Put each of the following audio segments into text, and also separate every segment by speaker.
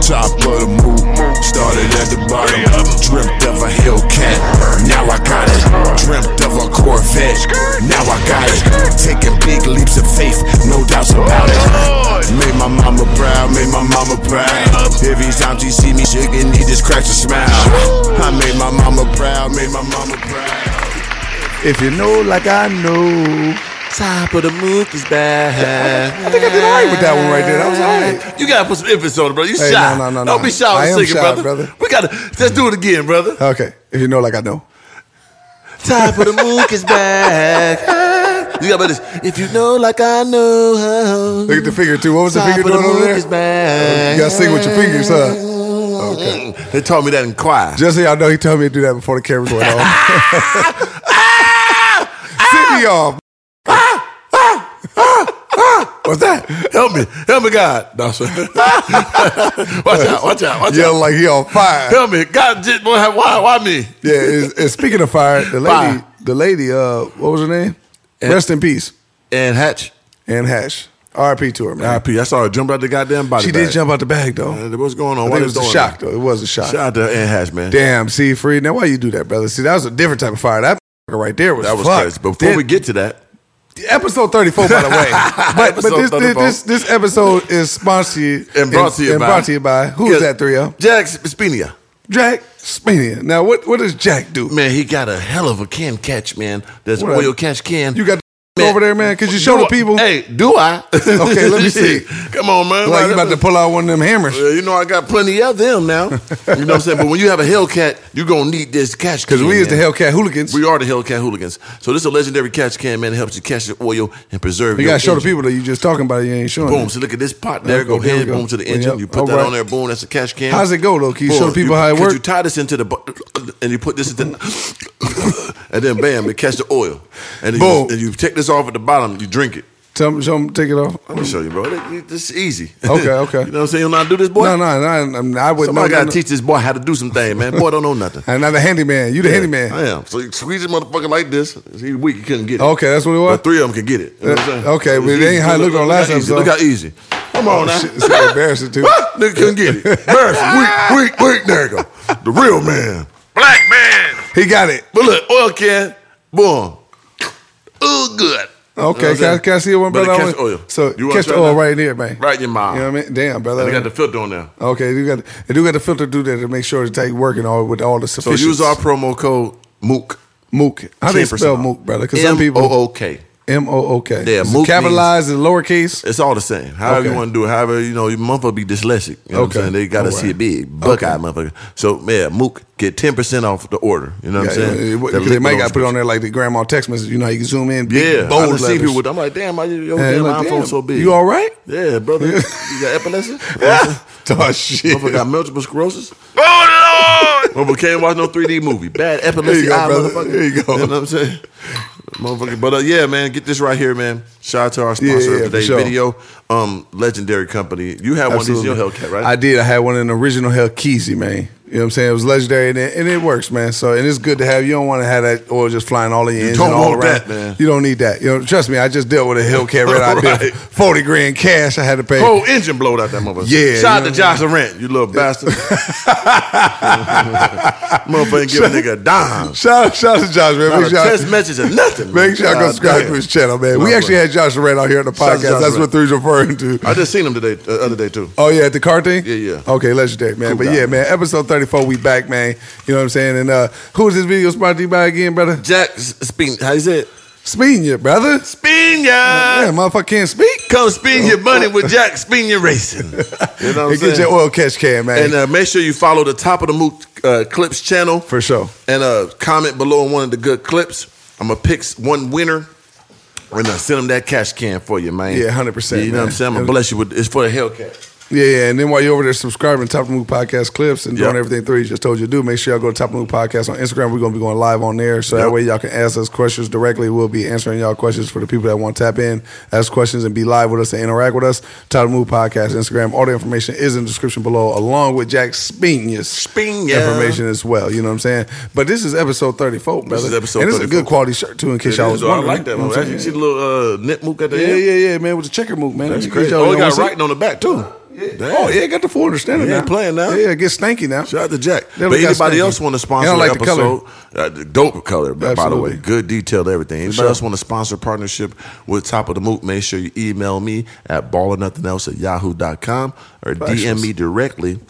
Speaker 1: top of the move. Started at the bottom, dreamt of a Hellcat. Now I got it. Dreamt of a Corvette. Now I got it. Taking big leaps of faith, no doubts about it. Made my mama proud, made my mama proud. Every time she see me, she can need this crack to smile. I made my mama proud, made my mama proud.
Speaker 2: If you know, like I know.
Speaker 3: Top of the mook is
Speaker 2: I
Speaker 3: back.
Speaker 2: think I did all right with that one right there. That was all right.
Speaker 3: You gotta put some emphasis on it, bro. You
Speaker 2: Hey,
Speaker 3: shy.
Speaker 2: no, no, no,
Speaker 3: Don't
Speaker 2: no.
Speaker 3: be shy
Speaker 2: I
Speaker 3: when
Speaker 2: am
Speaker 3: singing,
Speaker 2: shy,
Speaker 3: brother.
Speaker 2: brother.
Speaker 3: We gotta let's do it again, brother.
Speaker 2: Okay. If you know, like I know.
Speaker 3: Top of the mook is back. You gotta put this. If you know, like I know.
Speaker 2: Look at the figure, too. What was the
Speaker 3: Top
Speaker 2: figure
Speaker 3: of the
Speaker 2: doing over
Speaker 3: mook
Speaker 2: there?
Speaker 3: is back.
Speaker 2: You gotta sing with your fingers, huh?
Speaker 3: Okay. Mm. They taught me that in choir.
Speaker 2: Just so y'all know, he told me to do that before the camera went off. Send me off. What's that?
Speaker 3: Help me. Help me, God. No, sir. watch out. Watch out. Watch out.
Speaker 2: Yelling like he on fire.
Speaker 3: Help me. God, j- boy, why, why me?
Speaker 2: Yeah, and, and speaking of fire, the lady,
Speaker 3: Fire.
Speaker 2: the lady, uh, what was her name? Rest in peace,
Speaker 3: And Hatch.
Speaker 2: Anne Hash. R.P. to her, man.
Speaker 3: R.P. I saw her jump out the goddamn body.
Speaker 2: She
Speaker 3: bag.
Speaker 2: did jump out the bag though.
Speaker 3: Uh, What's going on?
Speaker 2: I
Speaker 3: Why
Speaker 2: think it
Speaker 3: they
Speaker 2: was a
Speaker 3: throwing
Speaker 2: shock
Speaker 3: that?
Speaker 2: though. It was a shock.
Speaker 3: Shout out to Ann Hatch, man.
Speaker 2: Damn, see, free. Now why you do that, brother? See, that was a different type of fire. That right there was
Speaker 3: That was
Speaker 2: fucked.
Speaker 3: crazy. But before
Speaker 2: Did-
Speaker 3: we get to that,
Speaker 2: episode thirty four, by the way. but but
Speaker 3: Episode
Speaker 2: this,
Speaker 3: 34.
Speaker 2: this this episode is sponsored
Speaker 3: and brought to you
Speaker 2: and
Speaker 3: by.
Speaker 2: brought to you by who is
Speaker 3: Yeah,
Speaker 2: that three O?
Speaker 3: Jack Spinia.
Speaker 2: Jack Spinia. Now what what does Jack do?
Speaker 3: Man, he got a hell of a can catch, man. That's
Speaker 2: What
Speaker 3: oil
Speaker 2: a-
Speaker 3: catch can.
Speaker 2: You got the
Speaker 3: Man,
Speaker 2: over there, man. Could you show
Speaker 3: do
Speaker 2: the
Speaker 3: I-
Speaker 2: people?
Speaker 3: Hey, do I?
Speaker 2: Okay, let me see.
Speaker 3: Come on, man.
Speaker 2: like you about to pull out one of them hammers.
Speaker 3: Well, you know, I got plenty of them now. You know what I'm saying? But when you have a Hellcat, you're going to need this catch
Speaker 2: Because we is the
Speaker 3: Hellcat.
Speaker 2: Hellcat hooligans.
Speaker 3: We are the Hellcat hooligans. So this is a legendary catch can, man. It helps you catch the oil and preserve
Speaker 2: you
Speaker 3: your
Speaker 2: gotta show the
Speaker 3: engine.
Speaker 2: people that you just talking about it, you ain't showing.
Speaker 3: Boom.
Speaker 2: it.
Speaker 3: So look at this pot. There
Speaker 2: There
Speaker 3: go.
Speaker 2: we go. Here
Speaker 3: Head
Speaker 2: we go.
Speaker 3: boom to the
Speaker 2: Well,
Speaker 3: engine.
Speaker 2: yep.
Speaker 3: You put
Speaker 2: All
Speaker 3: that
Speaker 2: right.
Speaker 3: on there. Boom. That's a catch can.
Speaker 2: How's it go, low key? Show the people how it
Speaker 3: could
Speaker 2: works.
Speaker 3: You tie this into the bu- and you put this into and then bam, it catch the oil. And then
Speaker 2: Boom.
Speaker 3: You, and you take this off at the bottom. You drink it.
Speaker 2: Tell them, show them, take it off.
Speaker 3: Let me show you, bro. It- This is easy.
Speaker 2: Okay, okay.
Speaker 3: you know what I'm saying? You know how to do this, boy?
Speaker 2: No, no, no. I'm- I'm- I wouldn't.
Speaker 3: Somebody
Speaker 2: no,
Speaker 3: gotta
Speaker 2: no, no.
Speaker 3: teach this boy how to do some things, man. Boy, don't know nothing.
Speaker 2: And I'm the handyman. You the handyman.
Speaker 3: I am. So you squeeze this motherfucker like this. He weak. He couldn't get it.
Speaker 2: Okay, that's what it was?
Speaker 3: But three of them can get it. You know what I'm saying?
Speaker 2: Uh, okay, but
Speaker 3: It's
Speaker 2: it ain't
Speaker 3: easy.
Speaker 2: how it looked on
Speaker 3: how
Speaker 2: last
Speaker 3: easy. Look
Speaker 2: episode.
Speaker 3: how easy. Come on now.
Speaker 2: Shit, it's so embarrassing too.
Speaker 3: Ah, nigga couldn't get it. Embarrassing. weak, weak, weak nigga. The real man. Black man.
Speaker 2: He got it.
Speaker 3: But look, oil can. Boom. Ooh, good.
Speaker 2: Okay,
Speaker 3: You know what I'm
Speaker 2: can I,
Speaker 3: saying?
Speaker 2: can I see it one
Speaker 3: Better
Speaker 2: brother? I
Speaker 3: catch
Speaker 2: want-
Speaker 3: oil.
Speaker 2: So
Speaker 3: You wanna
Speaker 2: catch the
Speaker 3: try
Speaker 2: oil
Speaker 3: that?
Speaker 2: right in there, man.
Speaker 3: Right in your mouth.
Speaker 2: You know what I mean? Oh, Damn, brother.
Speaker 3: They got the filter on there.
Speaker 2: okay, you got they do got the filter through there to make sure the tank working all with all the
Speaker 3: So
Speaker 2: sufficient.
Speaker 3: use our promo code MOOC.
Speaker 2: Mook. How do you
Speaker 3: 10%
Speaker 2: spell
Speaker 3: off.
Speaker 2: Mook, brother? Because some
Speaker 3: M O
Speaker 2: people
Speaker 3: O K.
Speaker 2: M O O K.
Speaker 3: Yeah,
Speaker 2: Is it
Speaker 3: Mook
Speaker 2: Capitalized and lowercase.
Speaker 3: It's all the same. However you
Speaker 2: Okay.
Speaker 3: want to do it. However, you know, your motherfucker be dyslexic. You know what
Speaker 2: Okay.
Speaker 3: I'm saying? They got to
Speaker 2: All right.
Speaker 3: see it big. Buckeye motherfucker. So, yeah, Mook, get 10% off the order. You know
Speaker 2: Yeah,
Speaker 3: what I'm saying?
Speaker 2: yeah, yeah.
Speaker 3: That
Speaker 2: 'Cause they
Speaker 3: link
Speaker 2: might
Speaker 3: below
Speaker 2: got to put it on
Speaker 3: description.
Speaker 2: there like the grandma text message. You know, how you can zoom in. Big,
Speaker 3: Yeah, I
Speaker 2: bold
Speaker 3: just see
Speaker 2: letters.
Speaker 3: people. with- I'm like, damn, my, your
Speaker 2: And
Speaker 3: damn
Speaker 2: like,
Speaker 3: iPhone
Speaker 2: damn,
Speaker 3: so big.
Speaker 2: You all right?
Speaker 3: Yeah, brother. you got epilepsy?
Speaker 2: Oh shit!
Speaker 3: Motherfucker got multiple sclerosis.
Speaker 1: Oh, Lord!
Speaker 3: Motherfucker can't watch no 3D movie. Bad
Speaker 2: There
Speaker 3: epilepsy
Speaker 2: you go,
Speaker 3: eye,
Speaker 2: brother.
Speaker 3: motherfucker.
Speaker 2: There you go.
Speaker 3: know what I'm saying? Motherfucker. But uh, yeah, man, get this right here, man. Shout out to our sponsor
Speaker 2: yeah,
Speaker 3: of
Speaker 2: for
Speaker 3: today's
Speaker 2: sure.
Speaker 3: video, um, Legendary Company. You had one of these in your Hellcat, right?
Speaker 2: I did. I had one in the original Hell Keezy, man. You know what I'm saying? It was legendary and it, and it works, man. So and it's good to have. You don't want to have that oil just flying all in your engine
Speaker 3: don't
Speaker 2: all
Speaker 3: want
Speaker 2: around.
Speaker 3: that, man.
Speaker 2: You don't need that. You know, trust me. I just dealt with a Hellcat red eye bill,
Speaker 3: Right.
Speaker 2: for forty grand cash. I had to pay.
Speaker 3: Whole engine blowed out that motherfucker.
Speaker 2: Yeah,
Speaker 3: Shout out
Speaker 2: you
Speaker 3: to
Speaker 2: know what
Speaker 3: Josh Arant, you little bastard. motherfucker ain't give a nigga a dime.
Speaker 2: Shout out, shout out to Josh, man.
Speaker 3: Not
Speaker 2: Make
Speaker 3: a
Speaker 2: sure y'all-
Speaker 3: text message or nothing.
Speaker 2: Make sure y'all go
Speaker 3: God
Speaker 2: subscribe
Speaker 3: damn.
Speaker 2: to his channel, man.
Speaker 3: My
Speaker 2: We actually
Speaker 3: brother.
Speaker 2: had Josh Rand out here on the
Speaker 3: Shout out to
Speaker 2: podcast.
Speaker 3: Josh
Speaker 2: That's
Speaker 3: Rand.
Speaker 2: what three's referring to.
Speaker 3: I just seen him today, the other day too.
Speaker 2: Oh yeah, at the car thing.
Speaker 3: Yeah, yeah.
Speaker 2: Okay, legendary man.
Speaker 3: Cool
Speaker 2: but
Speaker 3: guy,
Speaker 2: yeah, man. Episode thirty four, we back, man. You know what I'm saying? And uh, who is this video sponsored to you by again, brother?
Speaker 3: Jack Spin, how you say it?
Speaker 2: Speeding you, brother. Yeah,
Speaker 3: Spina.
Speaker 2: motherfucker can't speak.
Speaker 3: Come spin your money with Jack Spina Racing. You know what I'm
Speaker 2: And get
Speaker 3: saying?
Speaker 2: your oil catch can, man.
Speaker 3: and uh, make sure you follow the Top of the Moot uh, Clips channel.
Speaker 2: For sure.
Speaker 3: And uh, comment below on one of the good clips. I'm going to pick one winner. And uh, send them that cash can for you, man.
Speaker 2: Yeah, 100%,
Speaker 3: You know what I'm
Speaker 2: man.
Speaker 3: saying? I'm gonna bless you with it's for the Hellcat.
Speaker 2: yeah, yeah. And then while you're over there subscribing to Top of the Move Podcast clips and
Speaker 3: Yep.
Speaker 2: doing everything three just told you to do, make sure y'all go to Top of the Move Podcast on Instagram. We're gonna be going live on there, so that
Speaker 3: Yep.
Speaker 2: way y'all can ask us questions directly. We'll be answering y'all questions for the people that want to tap in, ask questions, and be live with us and interact with us. Top of the Move Podcast Instagram. All the information is in the description below, along with Jack Spina's
Speaker 3: Spina.
Speaker 2: information as well. You know what I'm saying? But this is episode 34, brother.
Speaker 3: is episode
Speaker 2: and it's a
Speaker 3: 34.
Speaker 2: good quality shirt too, in case y'all was
Speaker 3: Oh, I
Speaker 2: wondering.
Speaker 3: like that.
Speaker 2: You know
Speaker 3: one.
Speaker 2: what I'm saying?
Speaker 3: you see the little uh, knit mook at the
Speaker 2: Yeah,
Speaker 3: end?
Speaker 2: yeah, yeah, man, with the checker move, man.
Speaker 3: That's
Speaker 2: You-
Speaker 3: crazy.
Speaker 2: y'all
Speaker 3: Oh,
Speaker 2: wanna
Speaker 3: it got
Speaker 2: see-
Speaker 3: writing on the back too.
Speaker 2: Oh yeah, got the full understanding.
Speaker 3: He
Speaker 2: now.
Speaker 3: ain't playing now.
Speaker 2: Yeah, it gets stanky now.
Speaker 3: Shout out to Jack.
Speaker 2: Then
Speaker 3: but
Speaker 2: we got
Speaker 3: anybody
Speaker 2: Stinky.
Speaker 3: else want to sponsor
Speaker 2: And I like
Speaker 3: an
Speaker 2: the color.
Speaker 3: episode? Uh, the dope color, by- by the
Speaker 2: Absolutely.
Speaker 3: way. Good detailed everything. Anybody
Speaker 2: sure.
Speaker 3: else want to sponsor a partnership with Top of the Moot? Make sure you email me at ball or nothing else at yahoo.com or DM me directly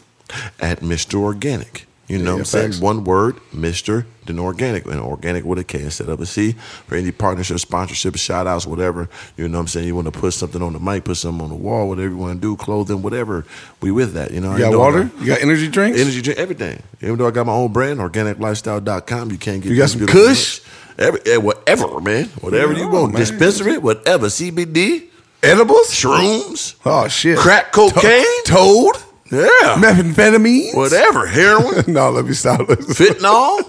Speaker 3: at Mr. Organic. You know
Speaker 2: Yeah,
Speaker 3: what I'm saying?
Speaker 2: facts.
Speaker 3: One word, Mr. Then organic, and organic with a K instead of a C. For any partnership, sponsorship, shout outs, whatever. You know what I'm saying? You want to put something on the mic, put something on the wall, whatever you want to do, clothing, whatever. We with that. You know, I
Speaker 2: You
Speaker 3: ain't
Speaker 2: got
Speaker 3: doing
Speaker 2: water?
Speaker 3: nothing.
Speaker 2: You got energy drinks?
Speaker 3: Energy drink, everything. Even though I got my own brand, organiclifestyle.com, you can't get
Speaker 2: You got
Speaker 3: these
Speaker 2: some
Speaker 3: beautiful
Speaker 2: Kush?
Speaker 3: drinks. Every, eh, whatever, man. Whatever you
Speaker 2: Yeah,
Speaker 3: want.
Speaker 2: man.
Speaker 3: Dispensary, whatever. CBD,
Speaker 2: Edibles?
Speaker 3: shrooms,
Speaker 2: Oh shit.
Speaker 3: crack cocaine,
Speaker 2: Toad?
Speaker 3: yeah,
Speaker 2: Methamphetamines?
Speaker 3: whatever. Heroin,
Speaker 2: no, let me stop.
Speaker 3: fentanyl.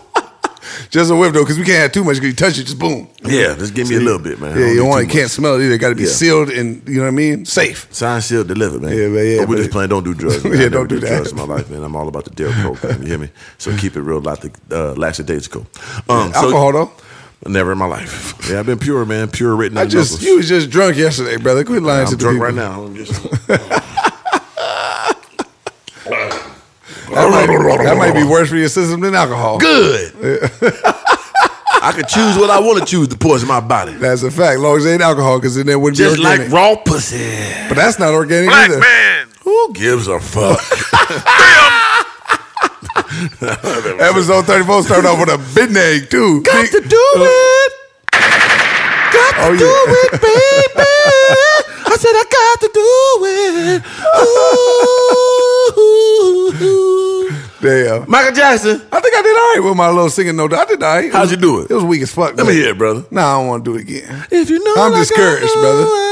Speaker 2: just a whiff though, because we can't have too much. Because you touch it, just boom.
Speaker 3: Yeah, just give me a little bit, man. I
Speaker 2: Yeah,
Speaker 3: don't
Speaker 2: you
Speaker 3: need
Speaker 2: don't want
Speaker 3: too
Speaker 2: it. Can't
Speaker 3: much.
Speaker 2: smell it either. Got to be
Speaker 3: Yeah.
Speaker 2: sealed and you know what I mean. Safe.
Speaker 3: Sign, seal, deliver, man.
Speaker 2: Yeah, man, yeah,
Speaker 3: But we
Speaker 2: but
Speaker 3: just
Speaker 2: it-
Speaker 3: playing. Don't do drugs. Man.
Speaker 2: Yeah,
Speaker 3: I never
Speaker 2: don't do that.
Speaker 3: drugs in my life, man. I'm all about the Dale program. You hear me? So keep it real, like the uh, lackadaisical. Um, so-
Speaker 2: Alcohol though.
Speaker 3: Never in my life. Yeah, I've been pure, man. Pure written.
Speaker 2: I
Speaker 3: in the
Speaker 2: just
Speaker 3: knuckles.
Speaker 2: you was just drunk yesterday, brother. Quit lying
Speaker 3: I'm
Speaker 2: to the
Speaker 3: drunk
Speaker 2: people.
Speaker 3: right now. I'm just-
Speaker 2: That might, that might be worse for your system than alcohol.
Speaker 3: Good. I could choose what I want to choose to poison my body.
Speaker 2: That's a fact. As long as it ain't alcohol, because then it wouldn't
Speaker 3: Just
Speaker 2: be
Speaker 3: like
Speaker 2: organic.
Speaker 3: raw pussy.
Speaker 2: but that's not organic
Speaker 4: Black
Speaker 2: either.
Speaker 4: man.
Speaker 3: Who gives a fuck?
Speaker 2: Episode thirty four started off with a big egg too. Big-
Speaker 3: it. Got
Speaker 2: Uh, Oh, yeah.
Speaker 3: baby. I said I got to do it. Ooh.
Speaker 2: Uh, Damn.
Speaker 3: Michael Jackson.
Speaker 2: I think I did all right with my little singing. No, doubt. I did all right.
Speaker 3: How'd you do it?
Speaker 2: It was weak as fuck.
Speaker 3: Let
Speaker 2: though.
Speaker 3: me hear it, brother.
Speaker 2: Nah, I don't want to do it again.
Speaker 3: If you know,
Speaker 2: I'm
Speaker 3: like I
Speaker 2: discouraged,
Speaker 3: know,
Speaker 2: brother.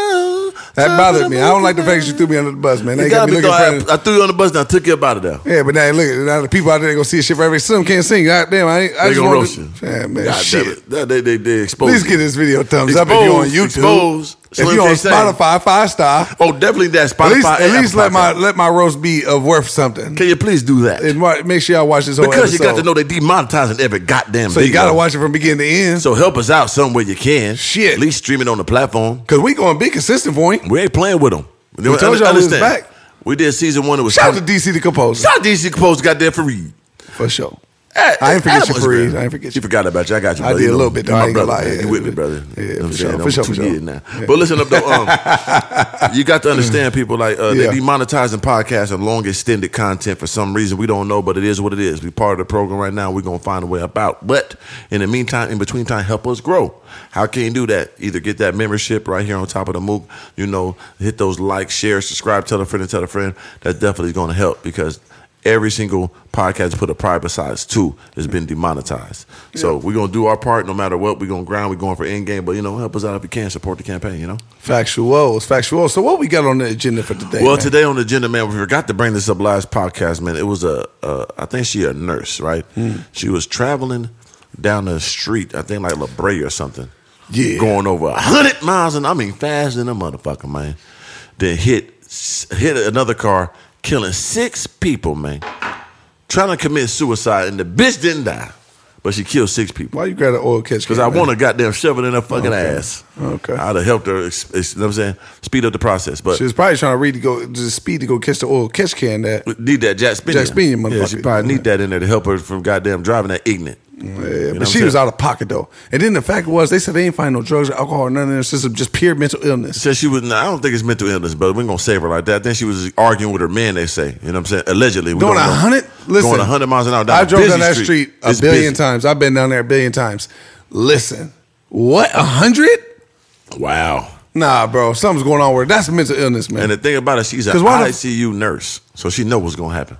Speaker 2: That
Speaker 3: time
Speaker 2: bothered
Speaker 3: for
Speaker 2: me.
Speaker 3: the
Speaker 2: I don't like the
Speaker 3: movie
Speaker 2: fact that you threw me under the bus, man.
Speaker 3: You
Speaker 2: They got
Speaker 3: gotta
Speaker 2: me
Speaker 3: be
Speaker 2: looking
Speaker 3: thought-
Speaker 2: for.
Speaker 3: I, I threw you on the bus and I took you up out of there.
Speaker 2: Yeah, but now look, now the people out there they gonna see shit for every some can't sing. God damn, I, ain't, I
Speaker 3: They
Speaker 2: just
Speaker 3: gonna
Speaker 2: wanted-
Speaker 3: roast you.
Speaker 2: Yeah, man,
Speaker 3: God
Speaker 2: shit.
Speaker 3: damn it. That- They, they, they exposed
Speaker 2: Please
Speaker 3: you.
Speaker 2: give this video a thumbs up if you're on
Speaker 3: Exposed,
Speaker 2: YouTube.
Speaker 3: exposed.
Speaker 2: If
Speaker 3: Slim
Speaker 2: you're on
Speaker 3: J. Sane.
Speaker 2: Spotify, five star.
Speaker 3: Oh, definitely that Spotify.
Speaker 2: At least, at
Speaker 3: Apple
Speaker 2: least let my
Speaker 3: Podcast.
Speaker 2: let my roast be of worth something.
Speaker 3: Can you please do that?
Speaker 2: And wa- make sure y'all watch this whole
Speaker 3: because you got
Speaker 2: episode.
Speaker 3: to know they demonetizing every goddamn.
Speaker 2: So you
Speaker 3: video.
Speaker 2: gotta watch it from beginning to end.
Speaker 3: So help us out some way you can.
Speaker 2: Shit.
Speaker 3: At least stream it on the platform.
Speaker 2: Cause we gonna be consistent for him.
Speaker 3: We ain't playing with them.
Speaker 2: We told y'all we was back.
Speaker 3: We did season one. It was
Speaker 2: Shout out to DC the composer
Speaker 3: Shout out to DC Post. Got there for Reed.
Speaker 2: for sure.
Speaker 3: Hey,
Speaker 2: I ain't
Speaker 3: hey,
Speaker 2: forget you,
Speaker 3: Adam's
Speaker 2: Fareed.
Speaker 3: been-
Speaker 2: I ain't forget
Speaker 3: You
Speaker 2: you.
Speaker 3: forgot about you. I got you.
Speaker 2: I
Speaker 3: brother.
Speaker 2: did
Speaker 3: You
Speaker 2: a
Speaker 3: know,
Speaker 2: little bit, though.
Speaker 3: you
Speaker 2: I
Speaker 3: My
Speaker 2: ain't
Speaker 3: brother,
Speaker 2: gonna lie.
Speaker 3: man.
Speaker 2: Yeah,
Speaker 3: You with me,
Speaker 2: yeah.
Speaker 3: brother?
Speaker 2: Yeah,
Speaker 3: You know what I'm
Speaker 2: for
Speaker 3: saying?
Speaker 2: sure,
Speaker 3: I'm
Speaker 2: for sure,
Speaker 3: too
Speaker 2: for sure.
Speaker 3: good now. But listen up, though. Um, you got to understand, people. Like uh,
Speaker 2: Yeah.
Speaker 3: they demonetizing podcasts and long extended content for some reason we don't know, but it is what it is. We part of the program right now. We're gonna find a way about. But in the meantime, in between time, help us grow. How can you do that? Either get that membership right here on top of the MOOC. You know, hit those likes, share, subscribe, tell a friend, and tell a friend. That's definitely gonna help because every single podcast put a private size two has been demonetized. So we're gonna do our part no matter what. We're gonna grind, we're going for end game, but you know, help us out if you can, support the campaign, you know?
Speaker 2: Factual, it's factual. So what we got on the agenda for today?
Speaker 3: Well,
Speaker 2: man?
Speaker 3: today on the agenda, man, we forgot to bring this up last podcast, man. It was a, a I think she a nurse, right?
Speaker 2: Hmm.
Speaker 3: She was traveling down the street, I think like La Brea or something.
Speaker 2: Yeah.
Speaker 3: Going over a 100 miles, and I mean faster than a motherfucker, man. Then hit hit another car, killing six people, man. Trying to commit suicide, and the bitch didn't die, but she killed six people.
Speaker 2: why you grab an oil catch?
Speaker 3: Because I want to goddamn shove it in her fucking ass.
Speaker 2: Okay.
Speaker 3: I'd have helped her, ex- ex- you know what I'm saying? Speed up the process. But
Speaker 2: She was probably trying to read to go to the speed to go catch the oil catch can that.
Speaker 3: need that Jack Spinier.
Speaker 2: Jack Spinier, motherfucker.
Speaker 3: Yeah, she probably need that in there to help her from goddamn driving that ignorant.
Speaker 2: Yeah,
Speaker 3: know
Speaker 2: but
Speaker 3: what
Speaker 2: she
Speaker 3: I'm
Speaker 2: was
Speaker 3: saying?
Speaker 2: out of pocket though. And then the fact was they said they ain't find no drugs or alcohol or none in their system, just pure mental illness.
Speaker 3: Said she was. I don't think it's mental illness, but we're gonna save her like that. Then she was arguing with her man. They say, you know what I'm saying? Allegedly, we
Speaker 2: Doing
Speaker 3: don't know.
Speaker 2: hundred listen
Speaker 3: going hundred miles an hour. Down
Speaker 2: I
Speaker 3: a
Speaker 2: drove
Speaker 3: busy
Speaker 2: down that street, a
Speaker 3: It's
Speaker 2: billion
Speaker 3: busy.
Speaker 2: times. I've been down there a billion times. Listen, what a hundred?
Speaker 3: Wow.
Speaker 2: Nah, bro, something's going on with her. That's mental illness, man.
Speaker 3: And the thing about it, she's an
Speaker 2: 'Cause why the-
Speaker 3: ICU nurse, so she know what's gonna happen.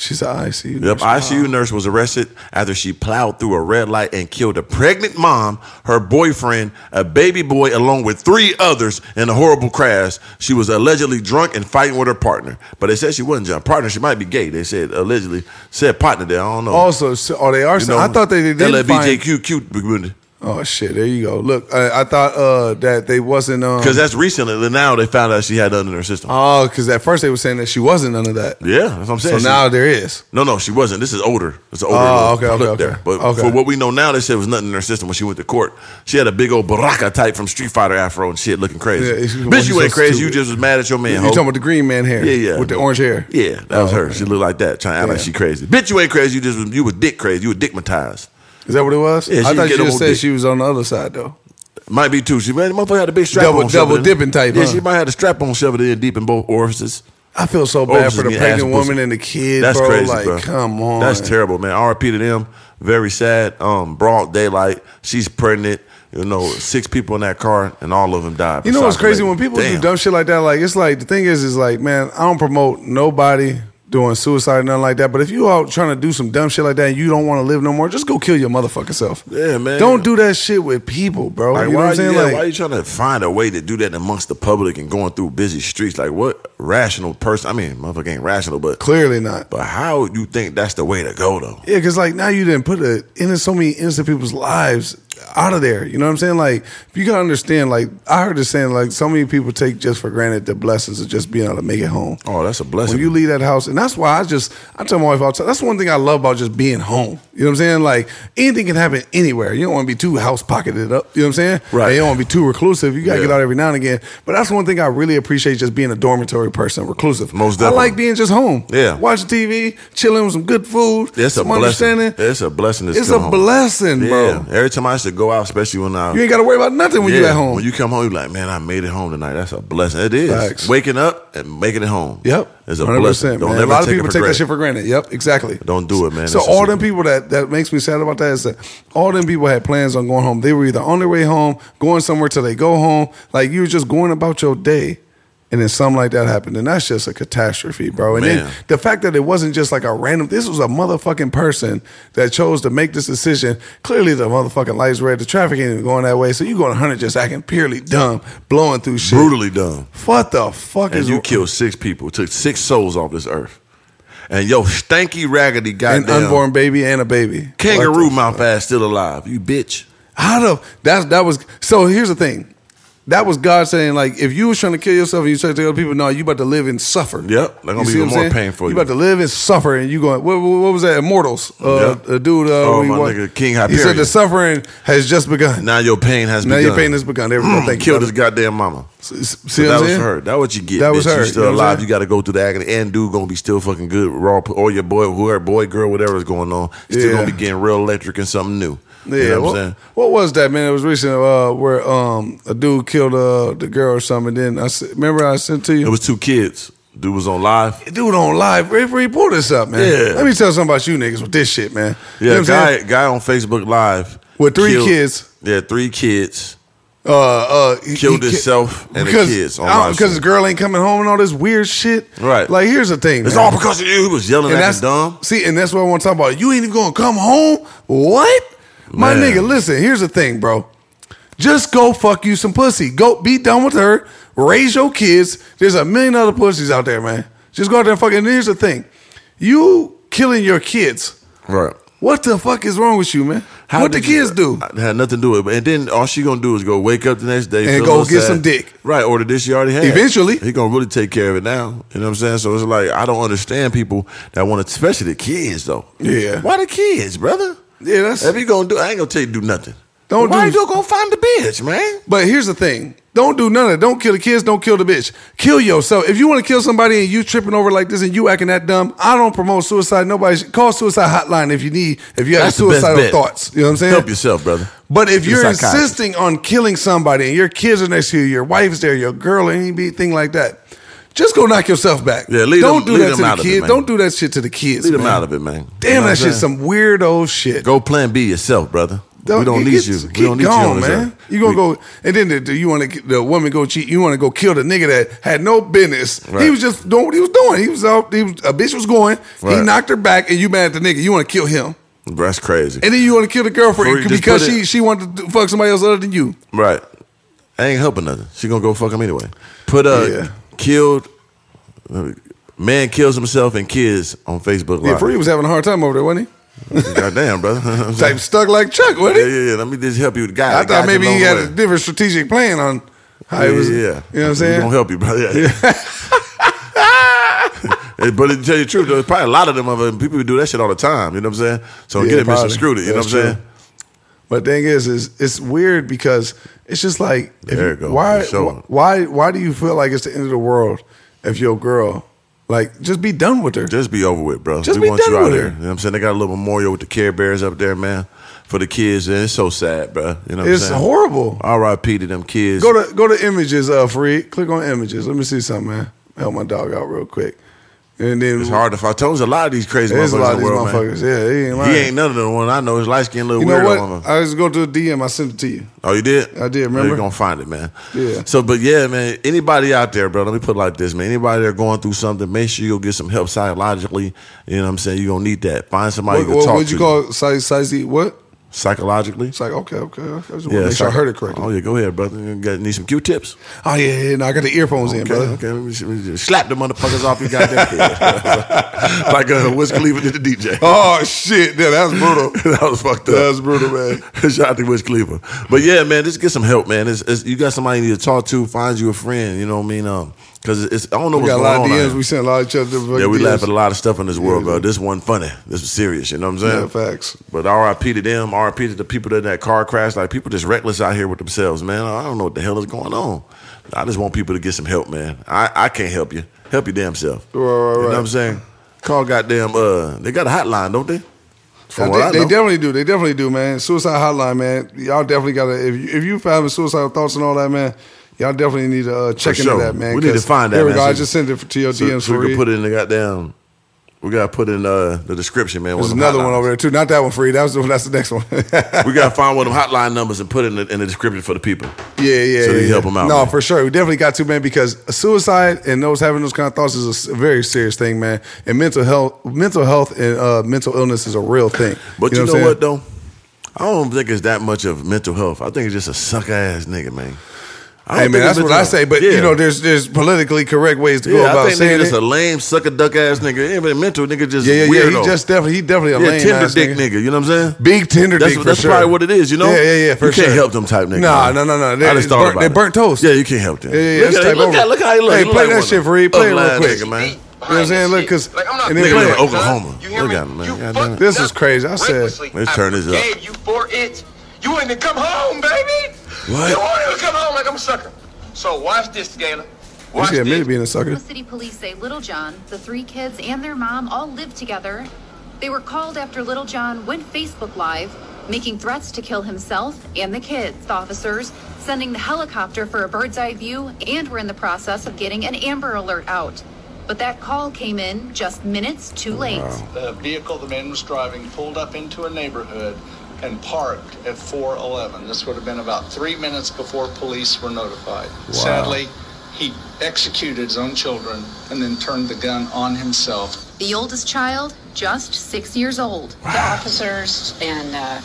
Speaker 2: She's an ICU.
Speaker 3: Yep,
Speaker 2: nurse.
Speaker 3: ICU nurse was arrested after she plowed through a red light and killed a pregnant mom, her boyfriend, a baby boy, along with three others in a horrible crash. She was allegedly drunk and fighting with her partner, but they said she wasn't drunk. Partner, she might be gay. They said allegedly said partner. There, I don't know.
Speaker 2: Also, so, oh, they are.
Speaker 3: You
Speaker 2: I thought they, they did find.
Speaker 3: LGBTQ community.
Speaker 2: Oh shit! There you go. Look, I, I thought uh, that they wasn't um,
Speaker 3: Because that's recently. Now they found out she had none in her system.
Speaker 2: oh, because at first they were saying that she wasn't none of that.
Speaker 3: yeah, that's what I'm
Speaker 2: So
Speaker 3: saying. She-
Speaker 2: now there is.
Speaker 3: no, no, she wasn't. This is older. It's an older.
Speaker 2: Oh,
Speaker 3: little
Speaker 2: okay,
Speaker 3: blip
Speaker 2: okay,
Speaker 3: there.
Speaker 2: okay.
Speaker 3: But
Speaker 2: Okay.
Speaker 3: for what we know now, they said it was nothing in her system when she went to court. She had a big old Baraka type from Street Fighter afro and shit, looking crazy.
Speaker 2: Yeah, it's- well,
Speaker 3: Bitch,
Speaker 2: she's
Speaker 3: you ain't
Speaker 2: so
Speaker 3: crazy. You
Speaker 2: stupid.
Speaker 3: just was mad at your man.
Speaker 2: You
Speaker 3: hoe.
Speaker 2: talking about the green man hair?
Speaker 3: Yeah, yeah.
Speaker 2: with the orange hair.
Speaker 3: Yeah, that was
Speaker 2: Oh,
Speaker 3: her.
Speaker 2: okay.
Speaker 3: She looked like that, trying to act like
Speaker 2: Yeah.
Speaker 3: she crazy. Bitch, you ain't crazy. You just was- you were dick crazy. You were dickmatized.
Speaker 2: Is that what it was?
Speaker 3: Yeah, she
Speaker 2: I thought you
Speaker 3: get the
Speaker 2: just
Speaker 3: whole
Speaker 2: said
Speaker 3: dick.
Speaker 2: she was on the other side though.
Speaker 3: Might be too. She man, motherfucker had a big strap
Speaker 2: Double-
Speaker 3: on. shoved
Speaker 2: double
Speaker 3: in.
Speaker 2: dipping type,
Speaker 3: Yeah,
Speaker 2: huh?
Speaker 3: she might have had a strap on shoved in deep in both orifices.
Speaker 2: I feel so
Speaker 3: Oh,
Speaker 2: bad
Speaker 3: just
Speaker 2: for the
Speaker 3: need ass
Speaker 2: pregnant
Speaker 3: pussy.
Speaker 2: woman and the kid,
Speaker 3: That's
Speaker 2: bro.
Speaker 3: crazy,
Speaker 2: like,
Speaker 3: bro.
Speaker 2: come on.
Speaker 3: That's terrible, man. R.P. to them. Very sad. Um, broad daylight. She's pregnant. You know, six people in that car, and all of them died.
Speaker 2: You know what's
Speaker 3: besides the
Speaker 2: crazy
Speaker 3: lady.
Speaker 2: when people
Speaker 3: Damn.
Speaker 2: do dumb shit like that? Like it's like the thing is, is like man, I don't promote nobody doing suicide or nothing like that. But if you out trying to do some dumb shit like that and you don't want to live no more, just go kill your motherfucking self.
Speaker 3: Yeah, man.
Speaker 2: Don't do that shit with people, bro.
Speaker 3: Like,
Speaker 2: you know
Speaker 3: why,
Speaker 2: what I'm saying?
Speaker 3: yeah,
Speaker 2: like,
Speaker 3: why you trying to find a way to do that amongst the public and going through busy streets? Like, what rational person? I mean, motherfucker ain't rational, but
Speaker 2: clearly not.
Speaker 3: But how you think that's the way to go though?
Speaker 2: Yeah, because like now you didn't put a in so many innocent people's lives out of there. You know what I'm saying? Like you gotta understand. Like I heard this saying, like so many people take just for granted the blessings of just being able to make it home.
Speaker 3: Oh, that's a blessing.
Speaker 2: When you leave that house, and that's why I just I tell my wife all the time. That's one thing I love about just being home. You know what I'm saying? Like anything can happen anywhere. You don't want to be too house pocketed up. You know what I'm saying?
Speaker 3: Right.
Speaker 2: And you don't want to be too reclusive. You gotta
Speaker 3: Yeah.
Speaker 2: get out every now and again. But that's one thing I really appreciate just being a dormitory person, reclusive.
Speaker 3: Most
Speaker 2: I
Speaker 3: definitely.
Speaker 2: like being just home.
Speaker 3: Yeah.
Speaker 2: watch TV, chilling with some good food.
Speaker 3: it's a
Speaker 2: some
Speaker 3: blessing.
Speaker 2: understanding.
Speaker 3: It's a blessing. to
Speaker 2: It's
Speaker 3: come
Speaker 2: a
Speaker 3: home.
Speaker 2: blessing, bro.
Speaker 3: Yeah. Every time I used to go out, especially when I
Speaker 2: You ain't got to worry about nothing when you
Speaker 3: Yeah,
Speaker 2: at home.
Speaker 3: When you come home, you're like, man, I made it home tonight. That's a blessing. It is.
Speaker 2: Facts.
Speaker 3: Waking up and making it home.
Speaker 2: Yep,
Speaker 3: It's a
Speaker 2: 100%,
Speaker 3: blessing. Don't
Speaker 2: man.
Speaker 3: ever
Speaker 2: a lot of
Speaker 3: take it
Speaker 2: people
Speaker 3: for
Speaker 2: take
Speaker 3: granted.
Speaker 2: that shit for granted. Yep, exactly.
Speaker 3: Don't do it, man.
Speaker 2: So
Speaker 3: That's
Speaker 2: all
Speaker 3: just-
Speaker 2: them people that that makes me sad about that is that all them people had plans on going home. They were either on their way home, going somewhere till they go home. Like you were just going about your day. And then something like that happened, and that's just a catastrophe, bro. And
Speaker 3: Man.
Speaker 2: then the fact that it wasn't just like a random, this was a motherfucking person that chose to make this decision. Clearly, the motherfucking lights red, the traffic ain't even going that way. So you going 100 just acting purely dumb, blowing through shit.
Speaker 3: brutally dumb.
Speaker 2: What the fuck
Speaker 3: And
Speaker 2: is
Speaker 3: you killed six people, took six souls off this earth. And yo, stanky, raggedy,
Speaker 2: an
Speaker 3: goddamn
Speaker 2: unborn baby and a baby.
Speaker 3: kangaroo
Speaker 2: What the-
Speaker 3: mouth ass still alive. You bitch.
Speaker 2: How the that that was so here's the thing. That was God saying, like, if you was trying to kill yourself and you trying to tell other people, no, you about to live and suffer.
Speaker 3: Yep, they're gonna
Speaker 2: You
Speaker 3: be
Speaker 2: see what I'm
Speaker 3: even more
Speaker 2: saying?
Speaker 3: pain for you.
Speaker 2: You about to live and suffer, and you going, what, what, what was that? Immortals, uh,
Speaker 3: Yep.
Speaker 2: a dude. Uh,
Speaker 3: Oh,
Speaker 2: we
Speaker 3: my
Speaker 2: want-
Speaker 3: nigga, King
Speaker 2: He said
Speaker 3: Hyperion.
Speaker 2: the suffering has just begun.
Speaker 3: Now your pain has
Speaker 2: Now
Speaker 3: begun.
Speaker 2: your pain has begun. There we go. Thank you,
Speaker 3: Mm, Killed
Speaker 2: brother.
Speaker 3: his goddamn mama.
Speaker 2: S- s-
Speaker 3: So
Speaker 2: See what
Speaker 3: that
Speaker 2: I'm
Speaker 3: was
Speaker 2: saying?
Speaker 3: her. That what you get.
Speaker 2: That
Speaker 3: bitch.
Speaker 2: was her.
Speaker 3: You
Speaker 2: You
Speaker 3: still
Speaker 2: know what I'm
Speaker 3: alive.
Speaker 2: saying?
Speaker 3: You got to go through the agony. And dude gonna be still fucking good. Raw or your boy, whoever boy, girl, whatever is going on. Still
Speaker 2: Yeah.
Speaker 3: gonna be getting real electric and something new.
Speaker 2: Yeah,
Speaker 3: you know what
Speaker 2: what,
Speaker 3: I'm saying.
Speaker 2: what was that man? It was recent uh, where um, a dude killed uh, the girl or something. And then I s- remember I sent to you.
Speaker 3: It was two kids. Dude was on live.
Speaker 2: dude on live, Referee, pull this up, man.
Speaker 3: Yeah.
Speaker 2: Let me tell something about you niggas with this shit, man.
Speaker 3: Yeah,
Speaker 2: you know what I'm
Speaker 3: guy
Speaker 2: saying?
Speaker 3: guy on Facebook Live
Speaker 2: With three
Speaker 3: killed-
Speaker 2: kids.
Speaker 3: Yeah, three kids.
Speaker 2: Uh, uh, he-
Speaker 3: Killed
Speaker 2: he ki-
Speaker 3: himself and the
Speaker 2: because-
Speaker 3: kids on
Speaker 2: I don't-
Speaker 3: live
Speaker 2: Because
Speaker 3: stream.
Speaker 2: his girl ain't coming home and all this weird shit.
Speaker 3: Right.
Speaker 2: Like, here's the thing.
Speaker 3: It's
Speaker 2: man.
Speaker 3: all because of you. He was yelling
Speaker 2: and
Speaker 3: at
Speaker 2: that's
Speaker 3: the dumb.
Speaker 2: See, and that's what I want to talk about. You ain't even gonna come home? What? My
Speaker 3: Man.
Speaker 2: nigga, listen, here's the thing, bro. Just go fuck you some pussy. Go be done with her. Raise your kids. There's a million other pussies out there, man. Just go out there and fuck. And here's the thing. You killing your kids.
Speaker 3: Right.
Speaker 2: What the fuck is wrong with you, man? what the
Speaker 3: did you-
Speaker 2: kids do?
Speaker 3: I- had nothing to do with it. And then all she gonna do is go wake up the next day
Speaker 2: And
Speaker 3: feel a
Speaker 2: go
Speaker 3: little
Speaker 2: get some dick.
Speaker 3: Right, or the dick she already had.
Speaker 2: Eventually.
Speaker 3: He gonna really take care of it now. You know what I'm saying? So it's like I don't understand people that want to especially the kids though.
Speaker 2: Yeah.
Speaker 3: Why the kids, brother?
Speaker 2: Yeah, that's-
Speaker 3: if you gonna do I ain't gonna tell you to do nothing.
Speaker 2: Don't
Speaker 3: Why
Speaker 2: do-
Speaker 3: you gonna find the bitch, man?
Speaker 2: But here's the thing. Don't do none of that. Don't kill the kids. Don't kill the bitch. Kill yourself. If you want to kill somebody and you tripping over like this and you acting that dumb, I don't promote suicide. Nobody should call suicide hotline if you need, if you have
Speaker 3: That's the best
Speaker 2: suicidal
Speaker 3: bet.
Speaker 2: thoughts. You know what I'm saying?
Speaker 3: Help yourself, brother.
Speaker 2: But if
Speaker 3: You're
Speaker 2: you're
Speaker 3: a psychiatrist.
Speaker 2: insisting on killing somebody and your kids are next to you, your wife's there, your girl, anything like that, just go knock yourself back.
Speaker 3: Yeah, leave
Speaker 2: Don't
Speaker 3: them-
Speaker 2: do
Speaker 3: leave
Speaker 2: that
Speaker 3: them
Speaker 2: to
Speaker 3: out
Speaker 2: the
Speaker 3: of it,
Speaker 2: kids.
Speaker 3: man.
Speaker 2: Don't do that shit to the kids.
Speaker 3: Leave them
Speaker 2: man.
Speaker 3: out of it, man.
Speaker 2: Damn,
Speaker 3: You know what I'm
Speaker 2: that shit's
Speaker 3: saying?
Speaker 2: some weirdo shit.
Speaker 3: Go plan B yourself, brother. we don't
Speaker 2: get-
Speaker 3: need
Speaker 2: get-
Speaker 3: you.
Speaker 2: Keep
Speaker 3: we don't need you,
Speaker 2: going,
Speaker 3: on this
Speaker 2: man.
Speaker 3: earth.
Speaker 2: You gonna
Speaker 3: We-
Speaker 2: go, and then the, the- you want to the woman go cheat. You want to go kill the nigga that had no business. He
Speaker 3: Right.
Speaker 2: was just doing what he was doing. He was out. He was, a bitch was going. He
Speaker 3: Right.
Speaker 2: knocked her back, and you mad at the nigga. You want to kill him,
Speaker 3: That's crazy.
Speaker 2: and then you want to kill the
Speaker 3: Before
Speaker 2: girlfriend
Speaker 3: you just
Speaker 2: because
Speaker 3: put it-
Speaker 2: she she wanted to fuck somebody else other than you.
Speaker 3: Right. I ain't helping nothing. She gonna go fuck him anyway. Put uh
Speaker 2: Yeah.
Speaker 3: killed man kills himself and kids on Facebook Live.
Speaker 2: Yeah, Free was having a hard time over there, wasn't he?
Speaker 3: Goddamn, brother.
Speaker 2: Type stuck like Chuck,
Speaker 3: yeah,
Speaker 2: wasn't he?
Speaker 3: yeah, yeah. Let me just help you with the guy.
Speaker 2: I
Speaker 3: The
Speaker 2: thought
Speaker 3: guy
Speaker 2: maybe
Speaker 3: just
Speaker 2: he had
Speaker 3: don't
Speaker 2: a
Speaker 3: know.
Speaker 2: different strategic plan on how he
Speaker 3: yeah,
Speaker 2: was.
Speaker 3: yeah,
Speaker 2: You
Speaker 3: yeah.
Speaker 2: know what I'm
Speaker 3: We
Speaker 2: saying?
Speaker 3: gonna help you, brother. Yeah. Hey, but to tell you the truth, there's probably a lot of them other people who do that shit all the time. You know what I'm saying? So
Speaker 2: Yeah,
Speaker 3: get him
Speaker 2: probably.
Speaker 3: and screwed it. You know
Speaker 2: That's
Speaker 3: what I'm saying?
Speaker 2: true. But thing is, is it's weird because it's just like if
Speaker 3: There
Speaker 2: you-
Speaker 3: it go.
Speaker 2: Why,
Speaker 3: It's showing.
Speaker 2: why, why do you feel like it's the end of the world if your girl, like, just be done with her?
Speaker 3: Just be over with, bro.
Speaker 2: Just
Speaker 3: we
Speaker 2: be
Speaker 3: want
Speaker 2: done
Speaker 3: you out
Speaker 2: with
Speaker 3: here.
Speaker 2: it.
Speaker 3: You know what I'm saying? They got a little memorial with the Care Bears up there, man, for the kids. And it's so sad, bro. You know what
Speaker 2: it's
Speaker 3: I'm saying?
Speaker 2: horrible.
Speaker 3: R.I.P. to them kids.
Speaker 2: Go to go to images, uh, Fareed. Click on images. Let me see something, man. Help my dog out real quick. And then
Speaker 3: it's hard to find. Tones a lot of these crazy
Speaker 2: There's
Speaker 3: motherfuckers
Speaker 2: a lot
Speaker 3: in
Speaker 2: of
Speaker 3: the
Speaker 2: these
Speaker 3: world, man.
Speaker 2: motherfuckers. Yeah, he ain't lying.
Speaker 3: He ain't none of the one I know. His light skinned little
Speaker 2: you
Speaker 3: weirdo.
Speaker 2: know what?
Speaker 3: mama.
Speaker 2: I just go to a DM. I sent it to you.
Speaker 3: Oh, you did?
Speaker 2: I did,
Speaker 3: You're
Speaker 2: remember?
Speaker 3: gonna find it, man.
Speaker 2: Yeah.
Speaker 3: So, but yeah, man. Anybody out there, bro? Let me put it like this, man. Anybody that going through something, make sure you'll get some help psychologically. You know what I'm saying? You're gonna need that. Find somebody
Speaker 2: What,
Speaker 3: you can
Speaker 2: what
Speaker 3: talk
Speaker 2: would you
Speaker 3: to
Speaker 2: call it? size? Size? E, What?
Speaker 3: psychologically.
Speaker 2: It's like okay, okay. okay. I just want to make sure I
Speaker 3: psych-
Speaker 2: heard it correctly.
Speaker 3: Oh yeah, go ahead, brother. You got need some Q-tips?
Speaker 2: Oh yeah, yeah. No, I got the earphones in,
Speaker 3: Okay,
Speaker 2: brother.
Speaker 3: okay. Let me, let me just slap the motherfuckers off your goddamn head, like uh, Wiz Khalifa did the DJ.
Speaker 2: Oh shit, yeah, that's brutal.
Speaker 3: that was fucked up.
Speaker 2: That was brutal, man.
Speaker 3: Shout out to Wiz Khalifa. But yeah, man, just get some help, man. It's, it's, you got somebody you need to talk to, find you a friend. You know what I mean? Um, because it's I don't know
Speaker 2: We
Speaker 3: what's
Speaker 2: got a
Speaker 3: going
Speaker 2: lot of
Speaker 3: on. out
Speaker 2: DMs.
Speaker 3: here.
Speaker 2: We sent a lot of each other.
Speaker 3: yeah, we
Speaker 2: DMs.
Speaker 3: laugh at a lot of stuff in this world, bro. This wasn't funny. This was serious. You know what I'm saying?
Speaker 2: Yeah, facts.
Speaker 3: But RIP to them. RIP to the people that in that car crash. Like people just reckless out here with themselves, man. I don't know what the hell is going on. I just want people to get some help, man. I, I can't help you. Help your damn self.
Speaker 2: Right, right,
Speaker 3: You know
Speaker 2: right.
Speaker 3: what I'm saying? Call goddamn. Uh, they got a hotline, don't they? From
Speaker 2: Yeah,
Speaker 3: what I
Speaker 2: they, they
Speaker 3: know.
Speaker 2: definitely do. They definitely do, man. Suicide hotline, man. Y'all definitely gotta if you, if you having suicidal thoughts and all that, man. Y'all definitely need to uh, check into
Speaker 3: sure.
Speaker 2: that, man.
Speaker 3: We need to
Speaker 2: 'cause-
Speaker 3: find that,
Speaker 2: There we
Speaker 3: man,
Speaker 2: go. I
Speaker 3: so-
Speaker 2: just sent it to your
Speaker 3: So,
Speaker 2: DMs
Speaker 3: so
Speaker 2: for
Speaker 3: we can
Speaker 2: read.
Speaker 3: put it in the goddamn. We gotta put in uh, the description, man.
Speaker 2: There's another one over there too. Not that one free. That was the, that's the next one. yeah,
Speaker 3: We gotta find one of them hotline numbers and put it in the, in the description for the people.
Speaker 2: yeah.
Speaker 3: So
Speaker 2: yeah,
Speaker 3: they
Speaker 2: yeah.
Speaker 3: help 'em out,
Speaker 2: No,
Speaker 3: man.
Speaker 2: for sure. We definitely got to, man, because suicide and those having those kind of thoughts is a s- very serious thing, man. And mental health, mental health, and uh, mental illness is a real thing.
Speaker 3: But you know,
Speaker 2: I'm saying?
Speaker 3: what, though? I don't think it's that much of mental health. I think it's just a suck ass nigga, man. I don't
Speaker 2: Hey man,
Speaker 3: think it's
Speaker 2: that's what
Speaker 3: mental
Speaker 2: I
Speaker 3: health.
Speaker 2: say. But
Speaker 3: Yeah.
Speaker 2: you know, there's there's politically correct ways to go
Speaker 3: yeah, I
Speaker 2: about
Speaker 3: think
Speaker 2: saying
Speaker 3: nigga
Speaker 2: it.
Speaker 3: just a lame sucker duck ass nigga. Ain't even mental nigga, just
Speaker 2: yeah, yeah,
Speaker 3: weirdo.
Speaker 2: yeah. He just definitely he definitely a
Speaker 3: yeah,
Speaker 2: lame
Speaker 3: Tinder
Speaker 2: ass
Speaker 3: dick
Speaker 2: nigga.
Speaker 3: nigga. You know what I'm saying?
Speaker 2: Big Tinder
Speaker 3: That's,
Speaker 2: dick.
Speaker 3: that's
Speaker 2: for sure.
Speaker 3: probably what it is, you know?
Speaker 2: Yeah, yeah, yeah. For
Speaker 3: you
Speaker 2: sure.
Speaker 3: can't help them type niggas.
Speaker 2: Nah,
Speaker 3: man.
Speaker 2: no, no, no.
Speaker 3: I
Speaker 2: They're,
Speaker 3: just thought
Speaker 2: burnt,
Speaker 3: about
Speaker 2: They
Speaker 3: it.
Speaker 2: burnt toast.
Speaker 3: Yeah, you can't help them.
Speaker 2: Yeah, yeah,
Speaker 3: look,
Speaker 2: that's
Speaker 3: at,
Speaker 2: type
Speaker 3: look,
Speaker 2: over.
Speaker 3: At, look how he look.
Speaker 2: Hey,
Speaker 3: He look
Speaker 2: play
Speaker 3: like
Speaker 2: that
Speaker 3: one
Speaker 2: shit
Speaker 3: of
Speaker 2: for real. Play it real
Speaker 3: ugly-ass
Speaker 2: quick.
Speaker 3: nigga, man.
Speaker 2: You know what I'm saying? Look, 'cause-
Speaker 4: like, I'm not
Speaker 2: and then
Speaker 4: playing
Speaker 2: play
Speaker 4: with
Speaker 3: it.
Speaker 4: you, son.
Speaker 3: Oklahoma.
Speaker 4: You hear
Speaker 3: Look
Speaker 4: me?
Speaker 3: at him, man.
Speaker 4: You
Speaker 3: God damn
Speaker 4: fucked
Speaker 3: it.
Speaker 2: This is
Speaker 4: up
Speaker 2: crazy. I said-
Speaker 4: recklessly.
Speaker 3: Let's turn this up.
Speaker 4: I forgave you for it. You wouldn't even come home, baby.
Speaker 3: What?
Speaker 4: You wouldn't even come home like I'm a sucker. So watch this, Gaylor.
Speaker 2: You
Speaker 4: Watch
Speaker 2: should admit to
Speaker 4: this.
Speaker 2: being a sucker.
Speaker 5: Oklahoma City police say Little John, the three kids, and their mom all lived together. They were called after Little John went Facebook Live, making threats to kill himself and the kids. The officers sending the helicopter for a bird's eye view and were in the process of getting an Amber Alert out. But that call came in just minutes too late.
Speaker 6: The vehicle the man was driving pulled up into a neighborhood and parked at 411. This would have been about three minutes before police were notified. Sadly, he executed his own children and then turned the gun on himself
Speaker 5: The oldest child, just six years old.
Speaker 7: The officers and uh,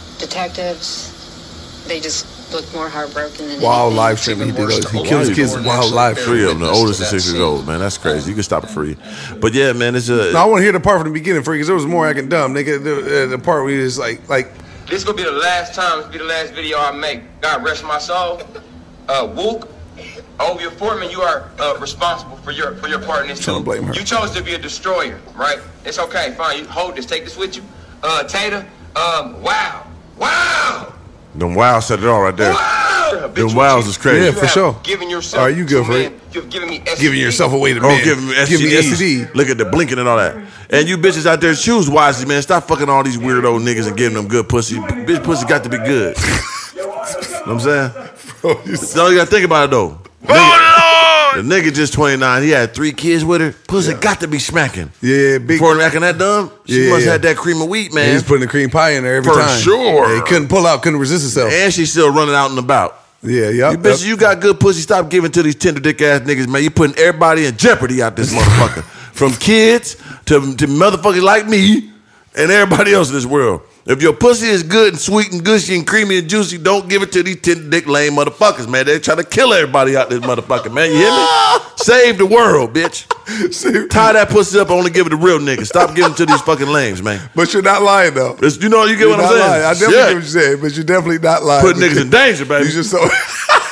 Speaker 7: detectives, they just look more heartbroken than
Speaker 2: Wild
Speaker 7: anything.
Speaker 2: live stream. He did. those. He kills kids. Wild live
Speaker 3: Three
Speaker 2: stream.
Speaker 3: of them. The oldest is six years old, man. That's crazy. You can stop it free. But yeah, man, it's a.
Speaker 2: No, I want to hear the part from the beginning, free, because there was more acting dumb. Nigga, the, uh, the part where he was like, like,
Speaker 4: This is gonna be the last time. This will be the last video I make. God rest my soul. Uh, Wook, over your foreman, you are uh, responsible for your for your part in this
Speaker 2: Tryna
Speaker 4: too.
Speaker 2: blame her.
Speaker 4: You chose to be a destroyer, right? It's okay, fine. You hold this. Take this with you. Uh, Tater. Um, wow, wow.
Speaker 3: Them wow said it all right there.
Speaker 4: Wow!
Speaker 3: The wows is crazy.
Speaker 2: Yeah, for sure.
Speaker 4: Giving yourself.
Speaker 2: Are you good
Speaker 4: to
Speaker 2: for
Speaker 4: men.
Speaker 2: it?
Speaker 4: You've given me.
Speaker 2: giving
Speaker 4: STD.
Speaker 2: yourself away to
Speaker 3: Oh,
Speaker 2: men.
Speaker 3: give him STDs.
Speaker 2: Give me STD.
Speaker 3: Look at the blinking and all that. And you bitches out there, choose wisely, man. Stop fucking all these weird old niggas and giving them good pussy. Bitch, pussy got to be good. know what I'm saying? That's all you gotta think about it though. Nigga, the nigga just 29. He had three kids with her. Pussy got to be smacking.
Speaker 2: Yeah, big.
Speaker 3: Before acting that dumb, she
Speaker 2: Yeah,
Speaker 3: must
Speaker 2: yeah.
Speaker 3: have had that cream of wheat, man.
Speaker 2: He's putting the cream pie in there every
Speaker 3: For
Speaker 2: time.
Speaker 3: sure.
Speaker 2: Yeah, he couldn't pull out, couldn't resist himself.
Speaker 3: and she's still running out and about.
Speaker 2: yeah, yeah.
Speaker 3: You bitch, you got good pussy. Stop giving to these tender dick ass niggas, man. You putting everybody in jeopardy out this motherfucker. From kids to, to motherfuckers like me and everybody else in this world. If your pussy is good and sweet and gushy and creamy and juicy, don't give it to these tin dick lame motherfuckers, man. They trying to kill everybody out this motherfucker, man. You hear me? Save the world, bitch. Tie that pussy up. Only give it to real niggas. Stop giving it to these fucking lames, man.
Speaker 2: But you're not lying though.
Speaker 3: It's- you know, you get
Speaker 2: You're
Speaker 3: what I'm
Speaker 2: not
Speaker 3: saying?
Speaker 2: lying. I definitely
Speaker 3: Shit.
Speaker 2: get what you're saying, but you're definitely not lying.
Speaker 3: Putting niggas in danger, baby.
Speaker 2: You just so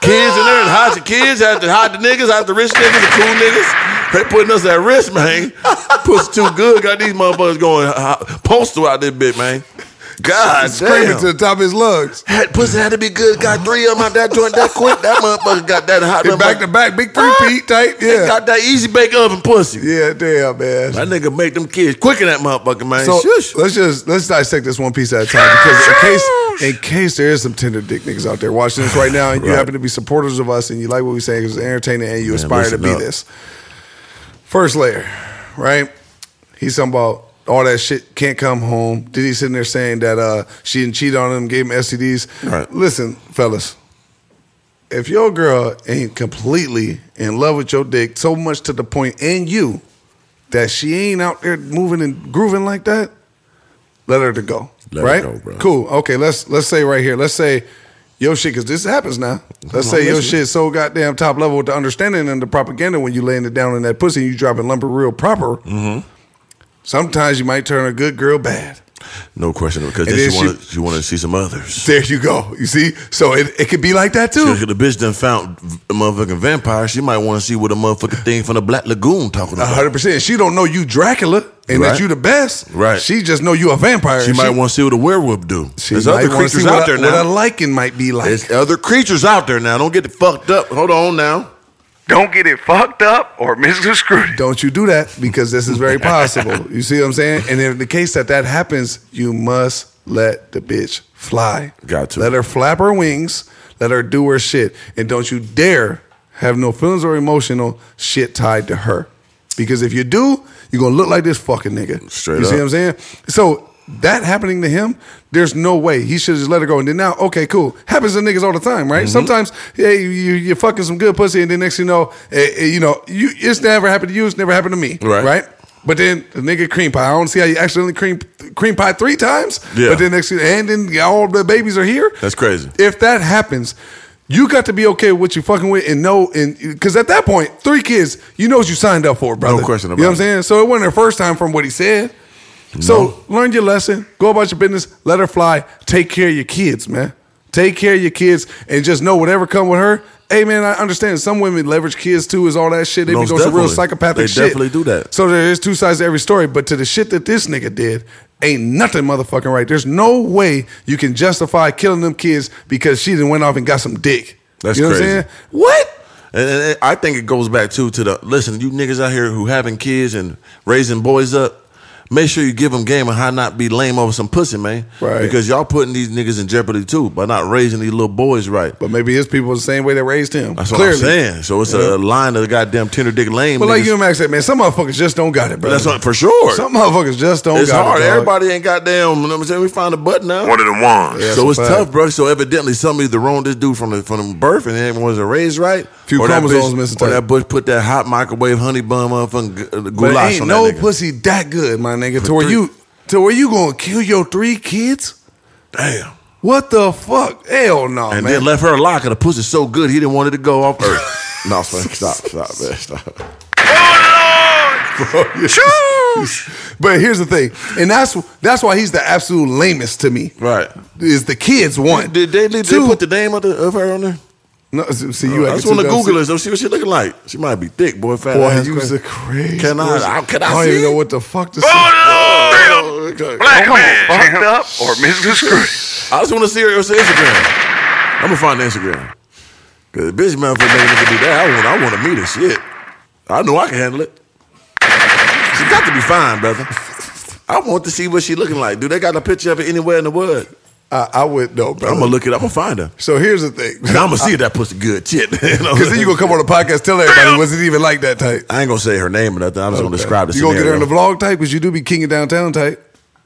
Speaker 3: kids in there and hide your kids, hide the, hide the niggas, hide the rich niggas, the cool niggas. They putting us at risk, man. Pussy too good. Got these motherfuckers going uh, postal out this bit, man. God
Speaker 2: screaming
Speaker 3: damn.
Speaker 2: to the top of his lungs.
Speaker 3: Had, pussy had to be good. Got three of them out that joint that quick. That motherfucker got that hot.
Speaker 2: He back to back, big three peat type.
Speaker 3: They
Speaker 2: Yeah.
Speaker 3: got that easy bake oven pussy.
Speaker 2: Yeah, damn, man.
Speaker 3: That nigga make them kids quick in that motherfucker, man.
Speaker 2: So
Speaker 3: Shush.
Speaker 2: let's just let's dissect this one piece at a time because in case in case there is some tender dick niggas out there watching this right now and you
Speaker 3: Right.
Speaker 2: happen to be supporters of us and you like what we say because it's entertaining and you aspire to
Speaker 3: listen
Speaker 2: be
Speaker 3: up.
Speaker 2: this. First layer, right? He's talking about all that shit can't come home. Did he sitting there saying that uh, she didn't cheat on him, gave him STDs?
Speaker 3: Right.
Speaker 2: Listen, fellas, if your girl ain't completely in love with your dick so much to the point in you that she ain't out there moving and grooving like that, let her to go.
Speaker 3: Let her
Speaker 2: right?
Speaker 3: go, bro.
Speaker 2: Cool. Okay, let's let's say right here, let's say your shit, because this happens now. Let's
Speaker 3: on,
Speaker 2: say your
Speaker 3: listen.
Speaker 2: shit so goddamn top level with the understanding and the propaganda when you laying it down in that pussy and you dropping lumber real proper.
Speaker 3: Mm-hmm.
Speaker 2: Sometimes you might turn a good girl bad.
Speaker 3: No question, because
Speaker 2: And
Speaker 3: then she
Speaker 2: then she-
Speaker 3: wanted, she wanted to see some others.
Speaker 2: There you go. You see? So it, it could be like that too.
Speaker 3: Cause the bitch done found a motherfucking vampire. She might want to see what a motherfucking thing from the Black Lagoon talking
Speaker 2: A
Speaker 3: about.
Speaker 2: hundred percent. She don't know you Dracula and
Speaker 3: Right.
Speaker 2: that you the best.
Speaker 3: Right.
Speaker 2: She just know you a vampire.
Speaker 3: She might want to see what a werewolf do.
Speaker 2: She
Speaker 3: There's
Speaker 2: might
Speaker 3: other
Speaker 2: wanna
Speaker 3: creatures
Speaker 2: see what
Speaker 3: out there
Speaker 2: a,
Speaker 3: now.
Speaker 2: What a liking might be like.
Speaker 3: There's other creatures out there now. Don't get it fucked up. Hold on now.
Speaker 8: Don't get it fucked up or misconstrued.
Speaker 2: don't you do that because this is very possible. you see what I'm saying? And in the case that that happens, you must let the bitch fly.
Speaker 3: Got to.
Speaker 2: Let her flap her wings. Let her do her shit. And don't you dare have no feelings or emotional shit tied to her. Because if you do, you're going to look like this fucking nigga.
Speaker 3: Straight
Speaker 2: you
Speaker 3: up.
Speaker 2: see what I'm saying? So that happening to him, there's no way he should just let her go. And then now, okay, cool. Happens to niggas all the time,
Speaker 3: Mm-hmm.
Speaker 2: right? Sometimes, hey, you you fucking some good pussy, and then next thing you know, eh, eh, you know, you it's never happened to you, it's never happened to me,
Speaker 3: Right.
Speaker 2: Right. But then the nigga cream pie. I don't see how you accidentally cream cream pie three times.
Speaker 3: Yeah.
Speaker 2: But then next thing, and then all the babies are here.
Speaker 3: That's crazy.
Speaker 2: If that happens, you got to be okay with what you fucking with and know and because at that point, three kids, you know what you signed up for, brother.
Speaker 3: question
Speaker 2: You know
Speaker 3: about
Speaker 2: what I'm
Speaker 3: it.
Speaker 2: saying? So it wasn't her first time from what he said. So learn your lesson, go about your business, let her fly, take care of your kids, man. Take care of your kids and just know whatever come with her. Hey man, I understand some women leverage kids too, is all that shit. They be
Speaker 3: Most
Speaker 2: doing some real
Speaker 3: definitely.
Speaker 2: psychopathic
Speaker 3: They
Speaker 2: shit.
Speaker 3: definitely do that.
Speaker 2: So there is two sides to every story, but to the shit that this nigga did, ain't nothing motherfucking right. There's no way you can justify killing them kids because she then went off and got some dick.
Speaker 3: That's
Speaker 2: you know
Speaker 3: crazy.
Speaker 2: what I'm saying? What?
Speaker 3: And, and- and I think it goes back too to the listen, you niggas out here who having kids and raising boys up, make sure you give them game on how not be lame over some pussy, man.
Speaker 2: Right.
Speaker 3: Because y'all putting these niggas in jeopardy too by not raising these little boys right.
Speaker 2: But maybe his people the same way they raised him.
Speaker 3: That's what
Speaker 2: Clearly.
Speaker 3: I'm saying. So it's a line of goddamn tender dick lame.
Speaker 2: But like
Speaker 3: niggas.
Speaker 2: you and Max said, man, some motherfuckers just don't got it, bro.
Speaker 3: That's what, for sure.
Speaker 2: Some motherfuckers just don't
Speaker 3: it's
Speaker 2: got
Speaker 3: hard.
Speaker 2: it. dog.
Speaker 3: Everybody ain't goddamn. You know what I'm saying? We find a button now.
Speaker 8: One of the ones.
Speaker 2: Yeah,
Speaker 3: so it's
Speaker 2: that's a fact.
Speaker 3: tough, bro. So evidently, somebody either wronged this dude from the, from the birth and then wasn't raised right.
Speaker 2: Few
Speaker 3: that
Speaker 2: chromosomes
Speaker 3: bitch-
Speaker 2: missing
Speaker 3: Or
Speaker 2: type.
Speaker 3: that bush put that hot microwave honey bun motherfucking gu- uh,
Speaker 2: But
Speaker 3: goulash
Speaker 2: ain't
Speaker 3: on
Speaker 2: no
Speaker 3: that nigga.
Speaker 2: pussy that good, my nigga. To
Speaker 3: For
Speaker 2: where
Speaker 3: three-
Speaker 2: you to where you gonna kill your three kids?
Speaker 3: Damn.
Speaker 2: What the fuck? Hell no,
Speaker 3: And
Speaker 2: man.
Speaker 3: then left her a lock, and the pussy so good he didn't want it to go off earth. no, stop, stop, stop, man, stop.
Speaker 2: But here's the thing, and that's that's why he's the absolute lamest to me.
Speaker 3: Right.
Speaker 2: Is the kids one?
Speaker 3: Did they, did they
Speaker 2: Two-
Speaker 3: put the Uh, name of, the, of her on there?
Speaker 2: No, see, see, you.
Speaker 3: I
Speaker 2: acting
Speaker 3: just want to
Speaker 2: too dumb.
Speaker 3: Google her so see what she looking like. She might be thick, boy, fat
Speaker 2: Boy,
Speaker 3: ass.
Speaker 2: you was a
Speaker 3: crazy.
Speaker 2: crazy.
Speaker 3: Can I-
Speaker 2: person.
Speaker 3: I- can I
Speaker 2: don't
Speaker 3: see
Speaker 2: even know
Speaker 3: it?
Speaker 2: what the fuck to say.
Speaker 8: Oh,
Speaker 3: Okay.
Speaker 8: Black man. Fucked up or misconstrued.
Speaker 3: I just want to see her on Instagram. I'm gonna find the Instagram. Cause bitch, man, for a nigga to do that, I want, I want to meet her. Shit, I know I can handle it. She got to be fine, brother. I want to see what she looking like. Do they got a picture of her anywhere in the world?
Speaker 2: I, I would know, bro.
Speaker 3: I'm gonna look it up. I'm gonna find her.
Speaker 2: So here's the thing,
Speaker 3: And I'm gonna see if that pussy good shit. Because
Speaker 2: because then you gonna come on the podcast, tell everybody was it even like that type.
Speaker 3: I ain't gonna say her name or nothing. I'm just gonna describe the
Speaker 2: You gonna get
Speaker 3: scenario.
Speaker 2: her in the vlog type because you do be king of downtown type.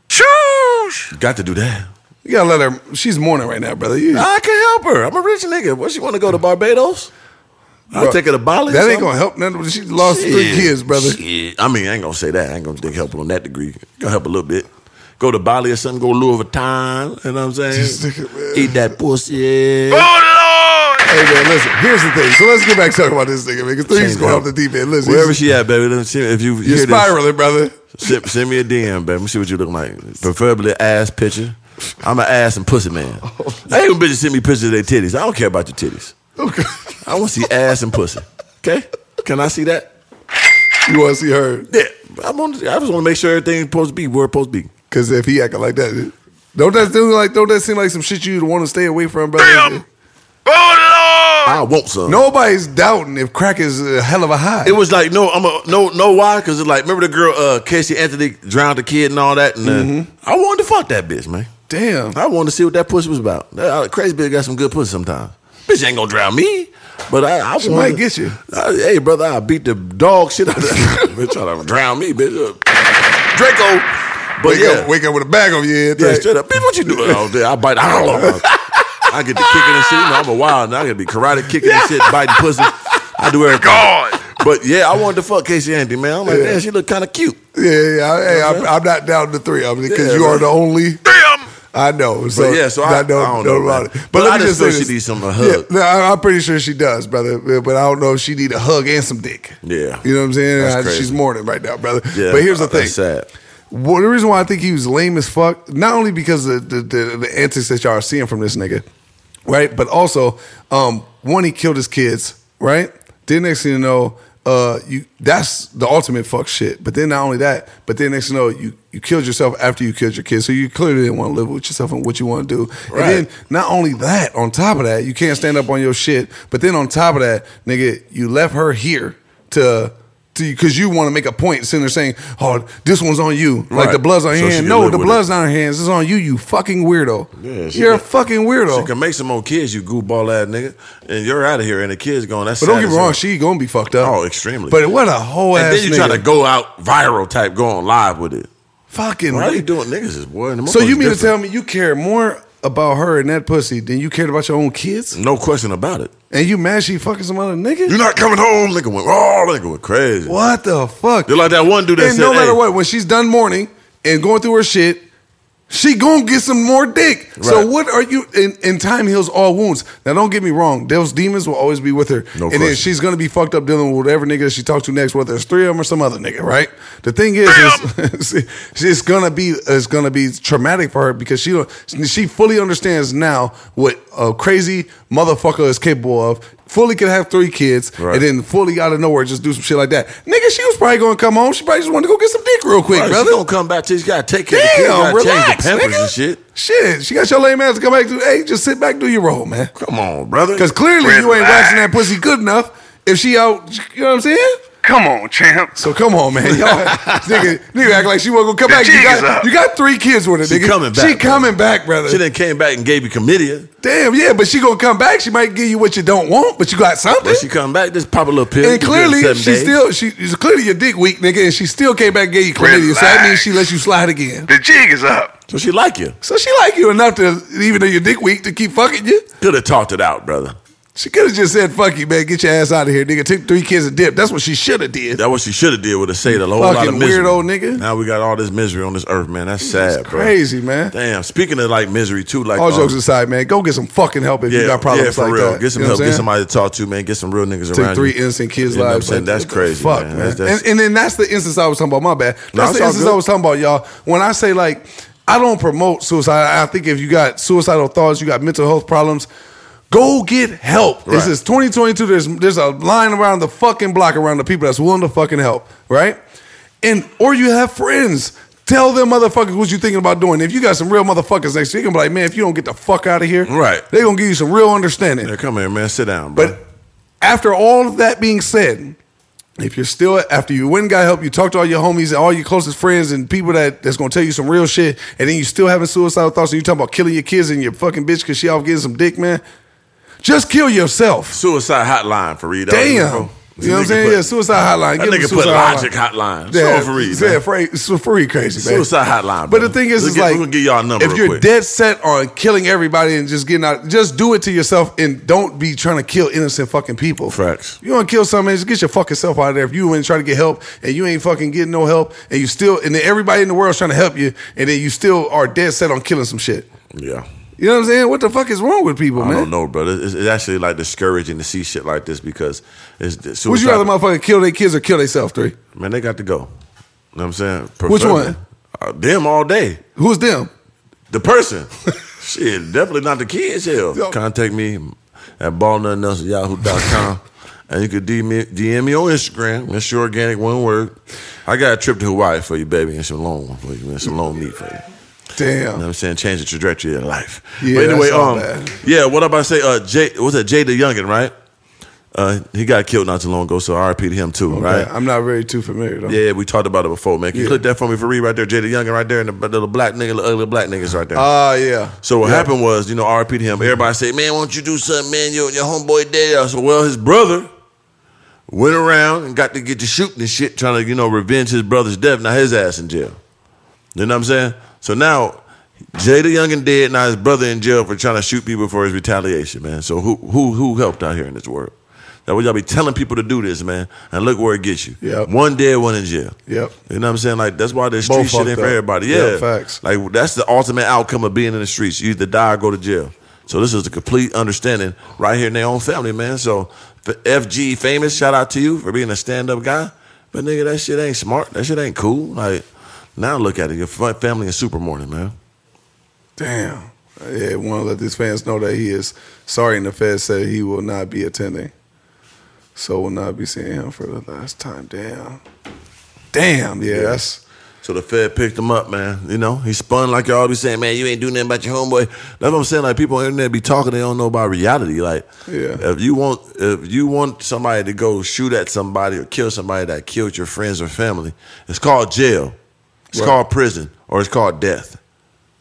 Speaker 3: Shoosh! Got to do that.
Speaker 2: You gotta let her. She's mourning right now, brother. You,
Speaker 3: I can help her. I'm a rich nigga. What she want to go to Barbados? I'll
Speaker 2: Bro,
Speaker 3: take her to Bali. or
Speaker 2: that ain't
Speaker 3: something.
Speaker 2: gonna help nothing. She lost three
Speaker 3: Shit.
Speaker 2: kids, brother.
Speaker 3: Shit. I mean, I ain't gonna say that. I ain't gonna think help her on that degree. Gonna help a little bit. Go to Bali or something. Go to Louis Vuitton. You know what I'm saying? Eat that pussy.
Speaker 8: Oh, Lord.
Speaker 2: Hey man, listen. Here's the thing. So let's get back to talking about this nigga, man. Because things
Speaker 3: Change
Speaker 2: going
Speaker 3: up.
Speaker 2: off the deep end. Listen,
Speaker 3: Wherever
Speaker 2: he's-
Speaker 3: she at, baby. Let me see if you
Speaker 2: you're
Speaker 3: hear this.
Speaker 2: spiraling, brother.
Speaker 3: Send, send me a DM, baby. Let me see what you look like. Preferably ass picture. I'm an ass and pussy Oh, man. I ain't gonna bitches send me pictures of their titties. I don't care about your titties.
Speaker 2: Okay.
Speaker 3: I want to see ass and pussy. Okay? Can I see that?
Speaker 2: You want to see her?
Speaker 3: Yeah. I want. I just want to make sure everything's supposed to be where it's supposed to be.
Speaker 2: Because if he acting like that, don't that seem like don't that seem like some shit you'd want to stay away from, brother?
Speaker 8: Damn. Oh, Lord.
Speaker 3: I want some.
Speaker 2: Nobody's doubting if crack is a hell of a high.
Speaker 3: It was like no, I'm a no, no. Why? Because it's like remember the girl uh, Casey Anthony drowned the kid and all that, and uh, I wanted to fuck that bitch, man.
Speaker 2: damn.
Speaker 3: I wanted to see what that pussy was about. That, uh, crazy bitch got some good pussy sometimes. Bitch ain't gonna drown me, but I, I
Speaker 2: She
Speaker 3: wanted-
Speaker 2: might get you.
Speaker 3: I- hey brother, I beat the dog shit out of that bitch. Trying to drown me, bitch. Uh, Draco, but
Speaker 2: Wake,
Speaker 3: yeah,
Speaker 2: up, wake up with a bag on your head.
Speaker 3: yeah,
Speaker 2: right?
Speaker 3: straight up. Bitch, what you doing all day? I bite. I don't know. I get to kicking and shit. You know, I'm a wild. Now I got to be karate kicking and shit, biting pussy. I do everything.
Speaker 8: God.
Speaker 3: But yeah, I wanted to fuck Casey Andy, man. I'm like,
Speaker 2: Yeah.
Speaker 3: damn, she look kind of cute.
Speaker 2: Yeah, yeah. yeah. Hey, I'm, I'm not down to three. I mean, because
Speaker 3: Yeah,
Speaker 2: you are
Speaker 3: man.
Speaker 2: the only.
Speaker 8: Damn.
Speaker 2: I know. So
Speaker 3: But yeah, so I- I don't know, man. But I just feel she needs some- a hug.
Speaker 2: Yeah, no, I- I'm pretty sure she does, brother. Yeah, But I don't know if she need a hug and some dick.
Speaker 3: Yeah.
Speaker 2: you know what I'm saying.
Speaker 3: That's
Speaker 2: I-
Speaker 3: crazy.
Speaker 2: she's mourning right now, brother.
Speaker 3: Yeah,
Speaker 2: but here's the thing.
Speaker 3: that's sad.
Speaker 2: Well, the reason why I think he was lame as fuck, not only because of the, the, the antics that y'all are seeing from this nigga, right? But also, um, one, he killed his kids, right? Then next thing you know, uh, you that's the ultimate fuck shit. But then not only that, but then next thing you know, you, you killed yourself after you killed your kids. So you clearly didn't want to live with yourself and what you want to do.
Speaker 3: Right.
Speaker 2: And then not only that, on top of that, you can't stand up on your shit. But then on top of that, nigga, you left her here to to because you want to make a point, sitting there saying, "Oh, this one's on you." Like
Speaker 3: Right.
Speaker 2: the blood's on
Speaker 3: So
Speaker 2: your
Speaker 3: she
Speaker 2: hand.
Speaker 3: can
Speaker 2: No,
Speaker 3: live
Speaker 2: the
Speaker 3: with
Speaker 2: blood's
Speaker 3: it.
Speaker 2: not on your hands. It's on you. You fucking weirdo.
Speaker 3: Yeah, she
Speaker 2: You're a
Speaker 3: can-
Speaker 2: fucking weirdo.
Speaker 3: She can make some more kids, you goofball ass nigga, and you're out of here. And the kids going. That's
Speaker 2: but
Speaker 3: sad
Speaker 2: don't get
Speaker 3: as
Speaker 2: me wrong,
Speaker 3: hell.
Speaker 2: she gonna be fucked up.
Speaker 3: Oh, extremely.
Speaker 2: But what a whole
Speaker 3: and
Speaker 2: ass.
Speaker 3: then you try to go out viral type, go on live with it.
Speaker 2: fucking.
Speaker 3: Why are you doing niggas is boy? and the
Speaker 2: So you mean
Speaker 3: motherfuckers
Speaker 2: to
Speaker 3: different.
Speaker 2: tell me you care more about her and that pussy than you cared about your own kids?
Speaker 3: No question about it.
Speaker 2: And you mad she fucking some other nigga?
Speaker 3: You're not coming home. Nigga went. Oh, nigga went crazy.
Speaker 2: what the fuck?
Speaker 3: You're like that one dude that
Speaker 2: and
Speaker 3: said,
Speaker 2: no matter
Speaker 3: hey,
Speaker 2: what, when she's done mourning and going through her shit, she gonna get some more dick. So
Speaker 3: Right.
Speaker 2: what are you? And, and time heals all wounds. Now don't get me wrong; those demons will always be with her,
Speaker 3: No
Speaker 2: and then
Speaker 3: question.
Speaker 2: she's gonna be fucked up dealing with whatever nigga she talks to next, whether it's three of them or some other nigga. Right? The thing is, is it's gonna be it's gonna be traumatic for her because she don't- she fully understands now what a crazy motherfucker is capable of. Fully could have three kids,
Speaker 3: Right.
Speaker 2: and then fully out of nowhere just do some shit like that. Nigga, she was probably gonna come home. She probably just wanted to go get some dick real quick,
Speaker 3: Right,
Speaker 2: brother.
Speaker 3: She gonna come back. She's gotta take care.
Speaker 2: Damn,
Speaker 3: of the kid, gotta
Speaker 2: relax,
Speaker 3: change the pampers
Speaker 2: nigga.
Speaker 3: and shit.
Speaker 2: Shit, she got your lame ass to come back to. Hey, just sit back, do your role, man.
Speaker 3: Come on, brother.
Speaker 2: Because clearly you ain't waxing that pussy good enough. If she out, you know what I'm saying?
Speaker 8: Come on, champ.
Speaker 2: So come on, man, y'all, nigga, nigga, act like she wasn't gonna come
Speaker 8: The
Speaker 2: back. You
Speaker 8: jig is
Speaker 2: got,
Speaker 8: up.
Speaker 2: you got three kids with her,
Speaker 3: She
Speaker 2: nigga.
Speaker 3: coming back,
Speaker 2: She coming back, brother.
Speaker 3: she then came back and gave you chlamydia.
Speaker 2: Damn, yeah, but she gonna come back. She might give you what you don't want, but you got something.
Speaker 3: When she come back, just pop a little pill.
Speaker 2: And
Speaker 3: You good in
Speaker 2: clearly,
Speaker 3: seven
Speaker 2: she
Speaker 3: days.
Speaker 2: still she she's clearly your dick weak, nigga, and she still came back and gave you chlamydia. So that means she let you slide again.
Speaker 8: The jig is up.
Speaker 3: So she like you.
Speaker 2: So she like you enough to even though your dick weak to keep fucking you.
Speaker 3: Could have talked it out, brother.
Speaker 2: She could have just said, "Fuck you, man, get your ass out of here, nigga." Took three kids and dip. That's what she should have did.
Speaker 3: That's what she should have did. Would have saved a whole lot of
Speaker 2: Fucking
Speaker 3: misery.
Speaker 2: weirdo nigga.
Speaker 3: Now we got all this misery on this earth, man. That's sad, bro.
Speaker 2: crazy, man.
Speaker 3: Damn. Speaking of like misery too, like
Speaker 2: All
Speaker 3: um,
Speaker 2: jokes aside, man, go get some fucking help if you got problems
Speaker 3: for
Speaker 2: like
Speaker 3: real.
Speaker 2: that.
Speaker 3: Get some
Speaker 2: You know
Speaker 3: help.
Speaker 2: what I'm
Speaker 3: Get
Speaker 2: saying?
Speaker 3: somebody to talk to, man. Get some real niggas
Speaker 2: Take
Speaker 3: around.
Speaker 2: three
Speaker 3: you.
Speaker 2: innocent kids'
Speaker 3: You know what I'm
Speaker 2: lives.
Speaker 3: saying?
Speaker 2: like,
Speaker 3: That's
Speaker 2: what the
Speaker 3: crazy,
Speaker 2: Fuck,
Speaker 3: man.
Speaker 2: man.
Speaker 3: That's- that's-
Speaker 2: and, and then that's the instance I was talking about. My bad. That's
Speaker 3: it's
Speaker 2: the
Speaker 3: all
Speaker 2: instance
Speaker 3: good.
Speaker 2: I was talking about, y'all. When I say like, I don't promote suicide. I think if you got suicidal thoughts, you got mental health problems. Go get help. This
Speaker 3: Right.
Speaker 2: is 2022. There's there's a line around the fucking block around the people that's willing to fucking help, right? And or you have friends. Tell them motherfuckers what you thinking about doing. If you got some real motherfuckers next to you, you can be like, man, if you don't get the fuck out of here,
Speaker 3: Right.
Speaker 2: They gonna give you some real understanding.
Speaker 3: Yeah, come here, man. Sit down, bro.
Speaker 2: But after all of that being said, if you're still after you went and got help, you talked to all your homies and all your closest friends and people that that's gonna tell you some real shit, and then you still having suicidal thoughts and you talking about killing your kids and your fucking bitch because she off getting some dick, man. Just kill yourself.
Speaker 3: Suicide hotline, Fareed. All you
Speaker 2: Damn.
Speaker 3: know?
Speaker 2: You know what I'm
Speaker 3: nigga
Speaker 2: saying?
Speaker 3: put-
Speaker 2: yeah, suicide hotline.
Speaker 3: That
Speaker 2: Give them
Speaker 3: nigga
Speaker 2: suicide
Speaker 3: put
Speaker 2: hotline.
Speaker 3: Logic Hotline.
Speaker 2: Yeah,
Speaker 3: Yeah, so free,
Speaker 2: yeah, free, so free, crazy. man.
Speaker 3: Suicide hotline,
Speaker 2: But
Speaker 3: brother.
Speaker 2: the thing is,
Speaker 3: We'll
Speaker 2: is
Speaker 3: get-
Speaker 2: like
Speaker 3: we'll get y'all a number
Speaker 2: If
Speaker 3: real
Speaker 2: you're
Speaker 3: quick.
Speaker 2: dead set on killing everybody and just getting out, just do it to yourself and don't be trying to kill innocent fucking people.
Speaker 3: Facts.
Speaker 2: You want to kill somebody, just get your fucking self out of there. If you ain't trying to get help and you ain't fucking getting no help, and you still and then everybody in the world's trying to help you, and then you still are dead set on killing some shit.
Speaker 3: yeah.
Speaker 2: You know what I'm saying? What the fuck is wrong with people,
Speaker 3: I
Speaker 2: man?
Speaker 3: don't know, brother. It's, it's actually like discouraging to see shit like this because it's, it's
Speaker 2: Would you
Speaker 3: suicide-
Speaker 2: rather motherfucker kill their kids or kill themselves? Three.
Speaker 3: Man, they got to go. You know what I'm saying?
Speaker 2: Which
Speaker 3: Preferably.
Speaker 2: one?
Speaker 3: Uh, them all day.
Speaker 2: Who's them?
Speaker 3: The person. Shit, definitely not the kids. Hell,
Speaker 2: Yo.
Speaker 3: contact me at ballnuttingelse@yahoo.com, and you could DM me, DM me on Instagram. It's your organic one word. I got a trip to Hawaii for you, baby, and some long one for you, man. Some long meat for you. You know what
Speaker 2: Damn.
Speaker 3: I'm saying? Change the trajectory of life.
Speaker 2: Yeah,
Speaker 3: but anyway,
Speaker 2: that's all
Speaker 3: um,
Speaker 2: bad.
Speaker 3: yeah, what about I say? Uh, Jay, what's that? Jay the Youngin, right? Uh, he got killed not too long ago, so RP to him too, right?
Speaker 2: I'm not very too familiar though.
Speaker 3: yeah, we talked about it before, man. Can
Speaker 2: Yeah.
Speaker 3: you click that for me for read right there? Jay the Youngin, right there, and the b- little black nigga, the ugly black niggas right there.
Speaker 2: Ah, yeah.
Speaker 3: so what
Speaker 2: Yeah.
Speaker 3: happened was, you know, RP to him. Everybody said, "Man, won't you do something, man? Your your homeboy dead." I said, "Well, his brother." Went around and got to get to shooting and shit, trying to, you know, revenge his brother's death. Now his ass in jail. You know what I'm saying? So now Jada Young and dead, now his brother in jail for trying to shoot people for his retaliation, man. So who who who helped out here in this world? That what y'all be telling people to do this, man. And look where it gets you.
Speaker 2: Yep.
Speaker 3: One dead, one in jail.
Speaker 2: Yep.
Speaker 3: You know what I'm saying? Like that's why there's
Speaker 2: Both
Speaker 3: street shit
Speaker 2: fucked
Speaker 3: ain't for
Speaker 2: up.
Speaker 3: everybody.
Speaker 2: Yeah,
Speaker 3: Yeah.
Speaker 2: facts.
Speaker 3: Like that's the ultimate outcome of being in the streets. You either die or go to jail. So this is a complete understanding right here in their own family, man. So for FG famous, shout out to you for being a stand up guy. But nigga, that shit ain't smart. That shit ain't cool. Like now look at it. Your fa- family is super morning, man.
Speaker 2: Damn. Yeah, want to let these fans know that he is sorry, and the Fed said he will not be attending. So we'll not be seeing him for the last time. Damn. Damn. Yeah, that's
Speaker 3: So the Fed picked him up, man. You know, he spun like y'all be saying, man, you ain't doing nothing about your homeboy. That's what I'm saying. Like people on the internet be talking, they don't know about reality. Like,
Speaker 2: Yeah.
Speaker 3: if you want if you want somebody to go shoot at somebody or kill somebody that killed your friends or family, it's called jail. It's
Speaker 2: Right.
Speaker 3: called prison or it's called death.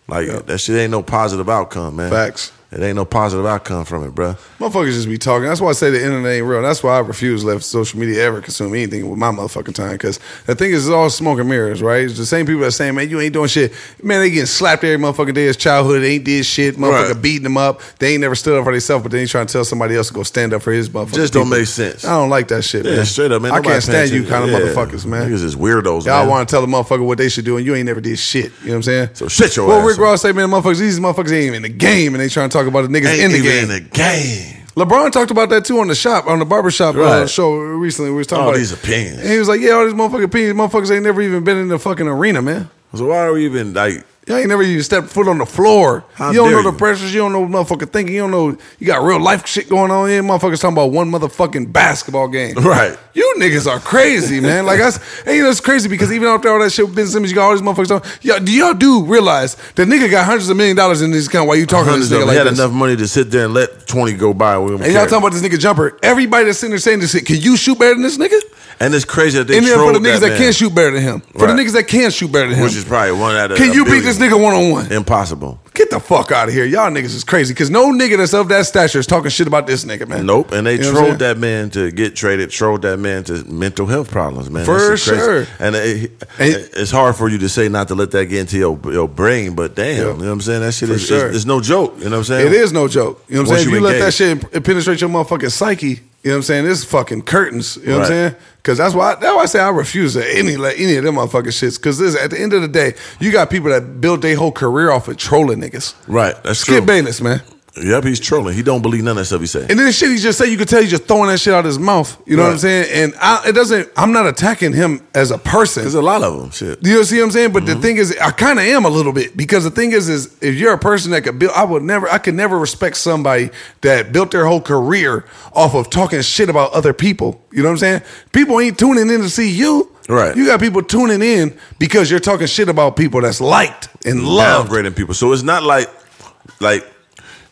Speaker 3: Like
Speaker 2: Yeah.
Speaker 3: that shit ain't no positive outcome, man.
Speaker 2: facts.
Speaker 3: It ain't no positive outcome from it, bruh.
Speaker 2: Motherfuckers just be talking. That's why I say the internet ain't real. That's why I refuse to let social media ever consume anything with my motherfucking time. Because the thing is, it's all smoke and mirrors, right? It's the same people that saying, man, you ain't doing shit. Man, they getting slapped every motherfucking day as childhood. They ain't did shit. Motherfucker
Speaker 3: Right.
Speaker 2: beating them up. They ain't never stood up for themselves, but they ain't trying to tell somebody else to go stand up for his motherfucking
Speaker 3: Just don't
Speaker 2: people.
Speaker 3: make sense.
Speaker 2: I don't like that shit,
Speaker 3: Yeah,
Speaker 2: man.
Speaker 3: straight up, man.
Speaker 2: I
Speaker 3: Nobody
Speaker 2: can't
Speaker 3: paying
Speaker 2: stand you kind
Speaker 3: attention.
Speaker 2: of
Speaker 3: Yeah.
Speaker 2: motherfuckers, man.
Speaker 3: Niggas is weirdos,
Speaker 2: Y'all
Speaker 3: man.
Speaker 2: want to tell a motherfucker what they should do, and you ain't never did shit. You know what I'm saying?
Speaker 3: So shut your
Speaker 2: well,
Speaker 3: ass
Speaker 2: Rick
Speaker 3: up.
Speaker 2: Ross say, man, motherfuckers, these motherfuckers ain't even in the game, and they trying to talk about the niggas
Speaker 3: Ain't
Speaker 2: in the
Speaker 3: even
Speaker 2: game.
Speaker 3: in the game.
Speaker 2: LeBron talked about that too on the shop, on the barbershop uh,
Speaker 3: Right.
Speaker 2: show recently. We was talking
Speaker 3: All
Speaker 2: about
Speaker 3: these
Speaker 2: it.
Speaker 3: opinions.
Speaker 2: And he was like, "Yeah, all these motherfucking opinions, motherfuckers ain't never even been in the fucking arena, man.
Speaker 3: So why are we even like
Speaker 2: Y'all ain't never even stepped foot on the floor.
Speaker 3: How
Speaker 2: you don't
Speaker 3: dare
Speaker 2: know the
Speaker 3: you.
Speaker 2: pressures. You don't know motherfucking thinking. You don't know you got real life shit going on. Here, motherfuckers talking about one motherfucking basketball game,
Speaker 3: Right.
Speaker 2: You niggas are crazy, man. Like that's and you know it's crazy because even after all that shit with Ben Simmons, you got all these motherfuckers talking. Y'all, do y'all do realize the nigga got hundreds of million dollars in his account while you talking to
Speaker 3: hundreds
Speaker 2: this
Speaker 3: of
Speaker 2: nigga
Speaker 3: them?
Speaker 2: like
Speaker 3: He had
Speaker 2: this?
Speaker 3: enough money to sit there and let twenty go by. And
Speaker 2: And y'all talking about this nigga jumper. Everybody that's sitting there saying this shit, can you shoot better than this nigga?
Speaker 3: And it's crazy that they
Speaker 2: and then for
Speaker 3: trolled
Speaker 2: the niggas that,
Speaker 3: man,
Speaker 2: can't shoot better than him. For the
Speaker 3: Right.
Speaker 2: niggas that can shoot better than him.
Speaker 3: which is probably one out of
Speaker 2: can
Speaker 3: a
Speaker 2: you beat
Speaker 3: billion.
Speaker 2: this nigga one on one?
Speaker 3: Impossible.
Speaker 2: Get the fuck out of here. Y'all niggas is crazy. Cause no nigga that's of that stature is talking shit about this nigga, man.
Speaker 3: Nope. And they
Speaker 2: You know what I'm
Speaker 3: trolled
Speaker 2: saying?
Speaker 3: that man to get traded, trolled that man to mental health problems, man.
Speaker 2: For
Speaker 3: That's crazy.
Speaker 2: sure.
Speaker 3: And it,
Speaker 2: And-
Speaker 3: it- it's hard for you to say not to let that get into your, your brain, but damn,
Speaker 2: Yeah.
Speaker 3: you know what I'm saying? That shit
Speaker 2: For
Speaker 3: is,
Speaker 2: sure.
Speaker 3: is, is no joke. You know what I'm saying?
Speaker 2: It is no joke. You know what I'm
Speaker 3: Once
Speaker 2: saying? If
Speaker 3: you
Speaker 2: you let that
Speaker 3: engage.
Speaker 2: shit it penetrate your motherfucking psyche, you know what I'm saying? It's fucking curtains. You know what I'm
Speaker 3: Right.
Speaker 2: saying? Cause that's why that's why I say I refuse to any let any of them motherfucking shits. Cause this at the end of the day, you got people that build their whole career off of trolling niggas.
Speaker 3: Right. That's
Speaker 2: Skip
Speaker 3: true.
Speaker 2: Bayless, man.
Speaker 3: Yep, he's trolling. He don't believe none of that stuff he's saying.
Speaker 2: And then shit he just said, you could tell he's just throwing that shit out his mouth. You know what I'm
Speaker 3: Right.
Speaker 2: saying? And I, it doesn't. I'm not attacking him as a person.
Speaker 3: There's a Mm-hmm. lot of them. Shit.
Speaker 2: you know, see what I'm saying? But the thing is, I kind of am a little bit because the thing is, is if you're a person that could build, I would never, I could never respect somebody that built their whole career off of talking shit about other people. You know what I'm saying? People ain't tuning in to see you.
Speaker 3: Right.
Speaker 2: You got people tuning in because you're talking shit about people that's liked and loved.
Speaker 3: downgrading people. So it's not like like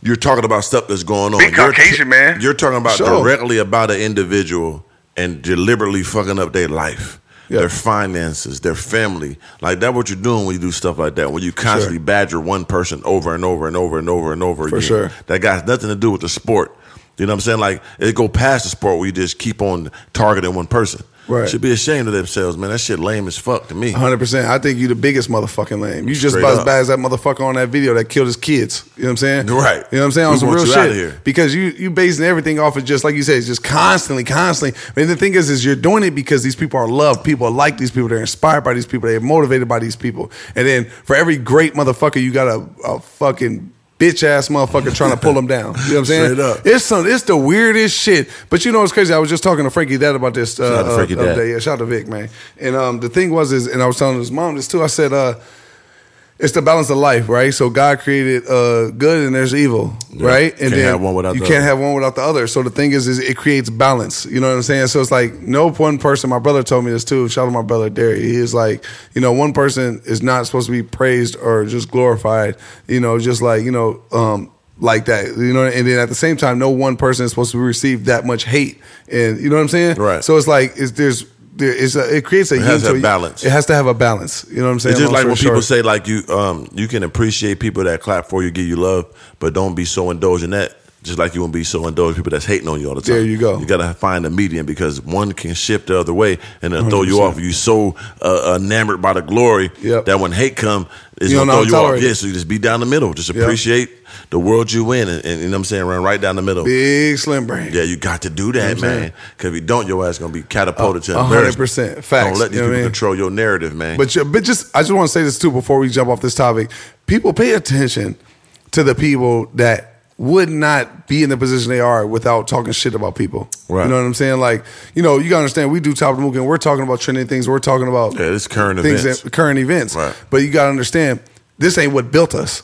Speaker 3: you're talking about stuff that's going on.
Speaker 8: Big
Speaker 3: You're
Speaker 8: Caucasian, man.
Speaker 3: You're talking about
Speaker 2: Sure.
Speaker 3: directly about an individual and deliberately fucking up their life.
Speaker 2: Yeah.
Speaker 3: Their finances, their family, like that. What you're doing when you do stuff like that, when you constantly badger one person over and over and over and over and over
Speaker 2: For
Speaker 3: again.
Speaker 2: sure.
Speaker 3: That got nothing to do with the sport. You know what I'm saying? Like it go past the sport where you just keep on targeting one person.
Speaker 2: Right.
Speaker 3: Should be ashamed of themselves, man. That shit lame as fuck to me.
Speaker 2: Hundred percent. I think you the biggest motherfucking lame. You just
Speaker 3: Straight
Speaker 2: about as
Speaker 3: up.
Speaker 2: bad as that motherfucker on that video that killed his kids. You know what I'm saying?
Speaker 3: Right.
Speaker 2: You know what I'm saying?
Speaker 3: We
Speaker 2: On some
Speaker 3: want
Speaker 2: real
Speaker 3: you
Speaker 2: shit.
Speaker 3: outta here.
Speaker 2: Because you you basing everything off of just like you said, it's just constantly, constantly. And the thing is, is you're doing it because these people are loved. People are like these people. They're inspired by these people. They're motivated by these people. And then for every great motherfucker, you got a, a fucking bitch ass motherfucker trying to pull them down. You know what I'm saying?
Speaker 3: Straight up.
Speaker 2: It's some it's the weirdest shit. But you know what's crazy? I was just talking to Frankie Dad about this uh,
Speaker 3: Shout out to Frankie
Speaker 2: uh, the other
Speaker 3: Dad.
Speaker 2: day. Yeah, shout out to Vic, man. And um, the thing was is, and I was telling his mom this too. I said, uh, it's the balance of life, right? So God created uh, good and there's evil,
Speaker 3: Yeah.
Speaker 2: right? And
Speaker 3: Can't have one without
Speaker 2: you
Speaker 3: the
Speaker 2: can't
Speaker 3: other.
Speaker 2: have one without the other. So the thing is, is it creates balance. You know what I'm saying? So it's like no one person. My brother told me this too. Shout out to my brother Derry. He is like, you know, one person is not supposed to be praised or just glorified. You know, just like you know, um, like that. You know, and then at the same time, no one person is supposed to receive that much hate. And you know what I'm saying?
Speaker 3: Right.
Speaker 2: So it's like it's, there's. There is a, it creates a
Speaker 3: has
Speaker 2: yin
Speaker 3: that
Speaker 2: to-
Speaker 3: balance.
Speaker 2: It has to have a balance. You know what I'm saying?
Speaker 3: It's just
Speaker 2: Long
Speaker 3: like when
Speaker 2: story
Speaker 3: people
Speaker 2: short.
Speaker 3: say like you um you can appreciate people that clap for you, give you love, but don't be so indulgent that. Just like you won't be so indulgent people that's hating on you all the time.
Speaker 2: There you go.
Speaker 3: You gotta find a medium because one can shift the other way and then throw you off.
Speaker 2: 100%.
Speaker 3: You so uh, enamored by the glory
Speaker 2: Yep.
Speaker 3: that when hate come, it's
Speaker 2: You
Speaker 3: gonna
Speaker 2: don't know how
Speaker 3: throw
Speaker 2: to
Speaker 3: you
Speaker 2: tolerate
Speaker 3: off.
Speaker 2: it.
Speaker 3: Yeah, so you just be down the middle. Just
Speaker 2: Yep.
Speaker 3: appreciate the world you in, and, and you know what I'm saying. Run right down the middle.
Speaker 2: Big slim brain.
Speaker 3: Yeah, you got to do that,
Speaker 2: You know what I'm
Speaker 3: man. Because if you don't, your ass gonna be catapulted to
Speaker 2: A- a hundred percent.
Speaker 3: embarrassment.
Speaker 2: Facts.
Speaker 3: Don't let
Speaker 2: You
Speaker 3: these
Speaker 2: know what I
Speaker 3: people
Speaker 2: mean?
Speaker 3: control your narrative, man.
Speaker 2: But you- but just I just want to say this too before we jump off this topic. People pay attention to the people that would not be in the position they are without talking shit about people.
Speaker 3: Right.
Speaker 2: You know what I'm saying? Like, you know, you gotta understand we do top of the and we're talking about trending things, we're talking about
Speaker 3: Yeah, this current
Speaker 2: things
Speaker 3: events.
Speaker 2: that- current events.
Speaker 3: Right.
Speaker 2: But you gotta understand this ain't what built us.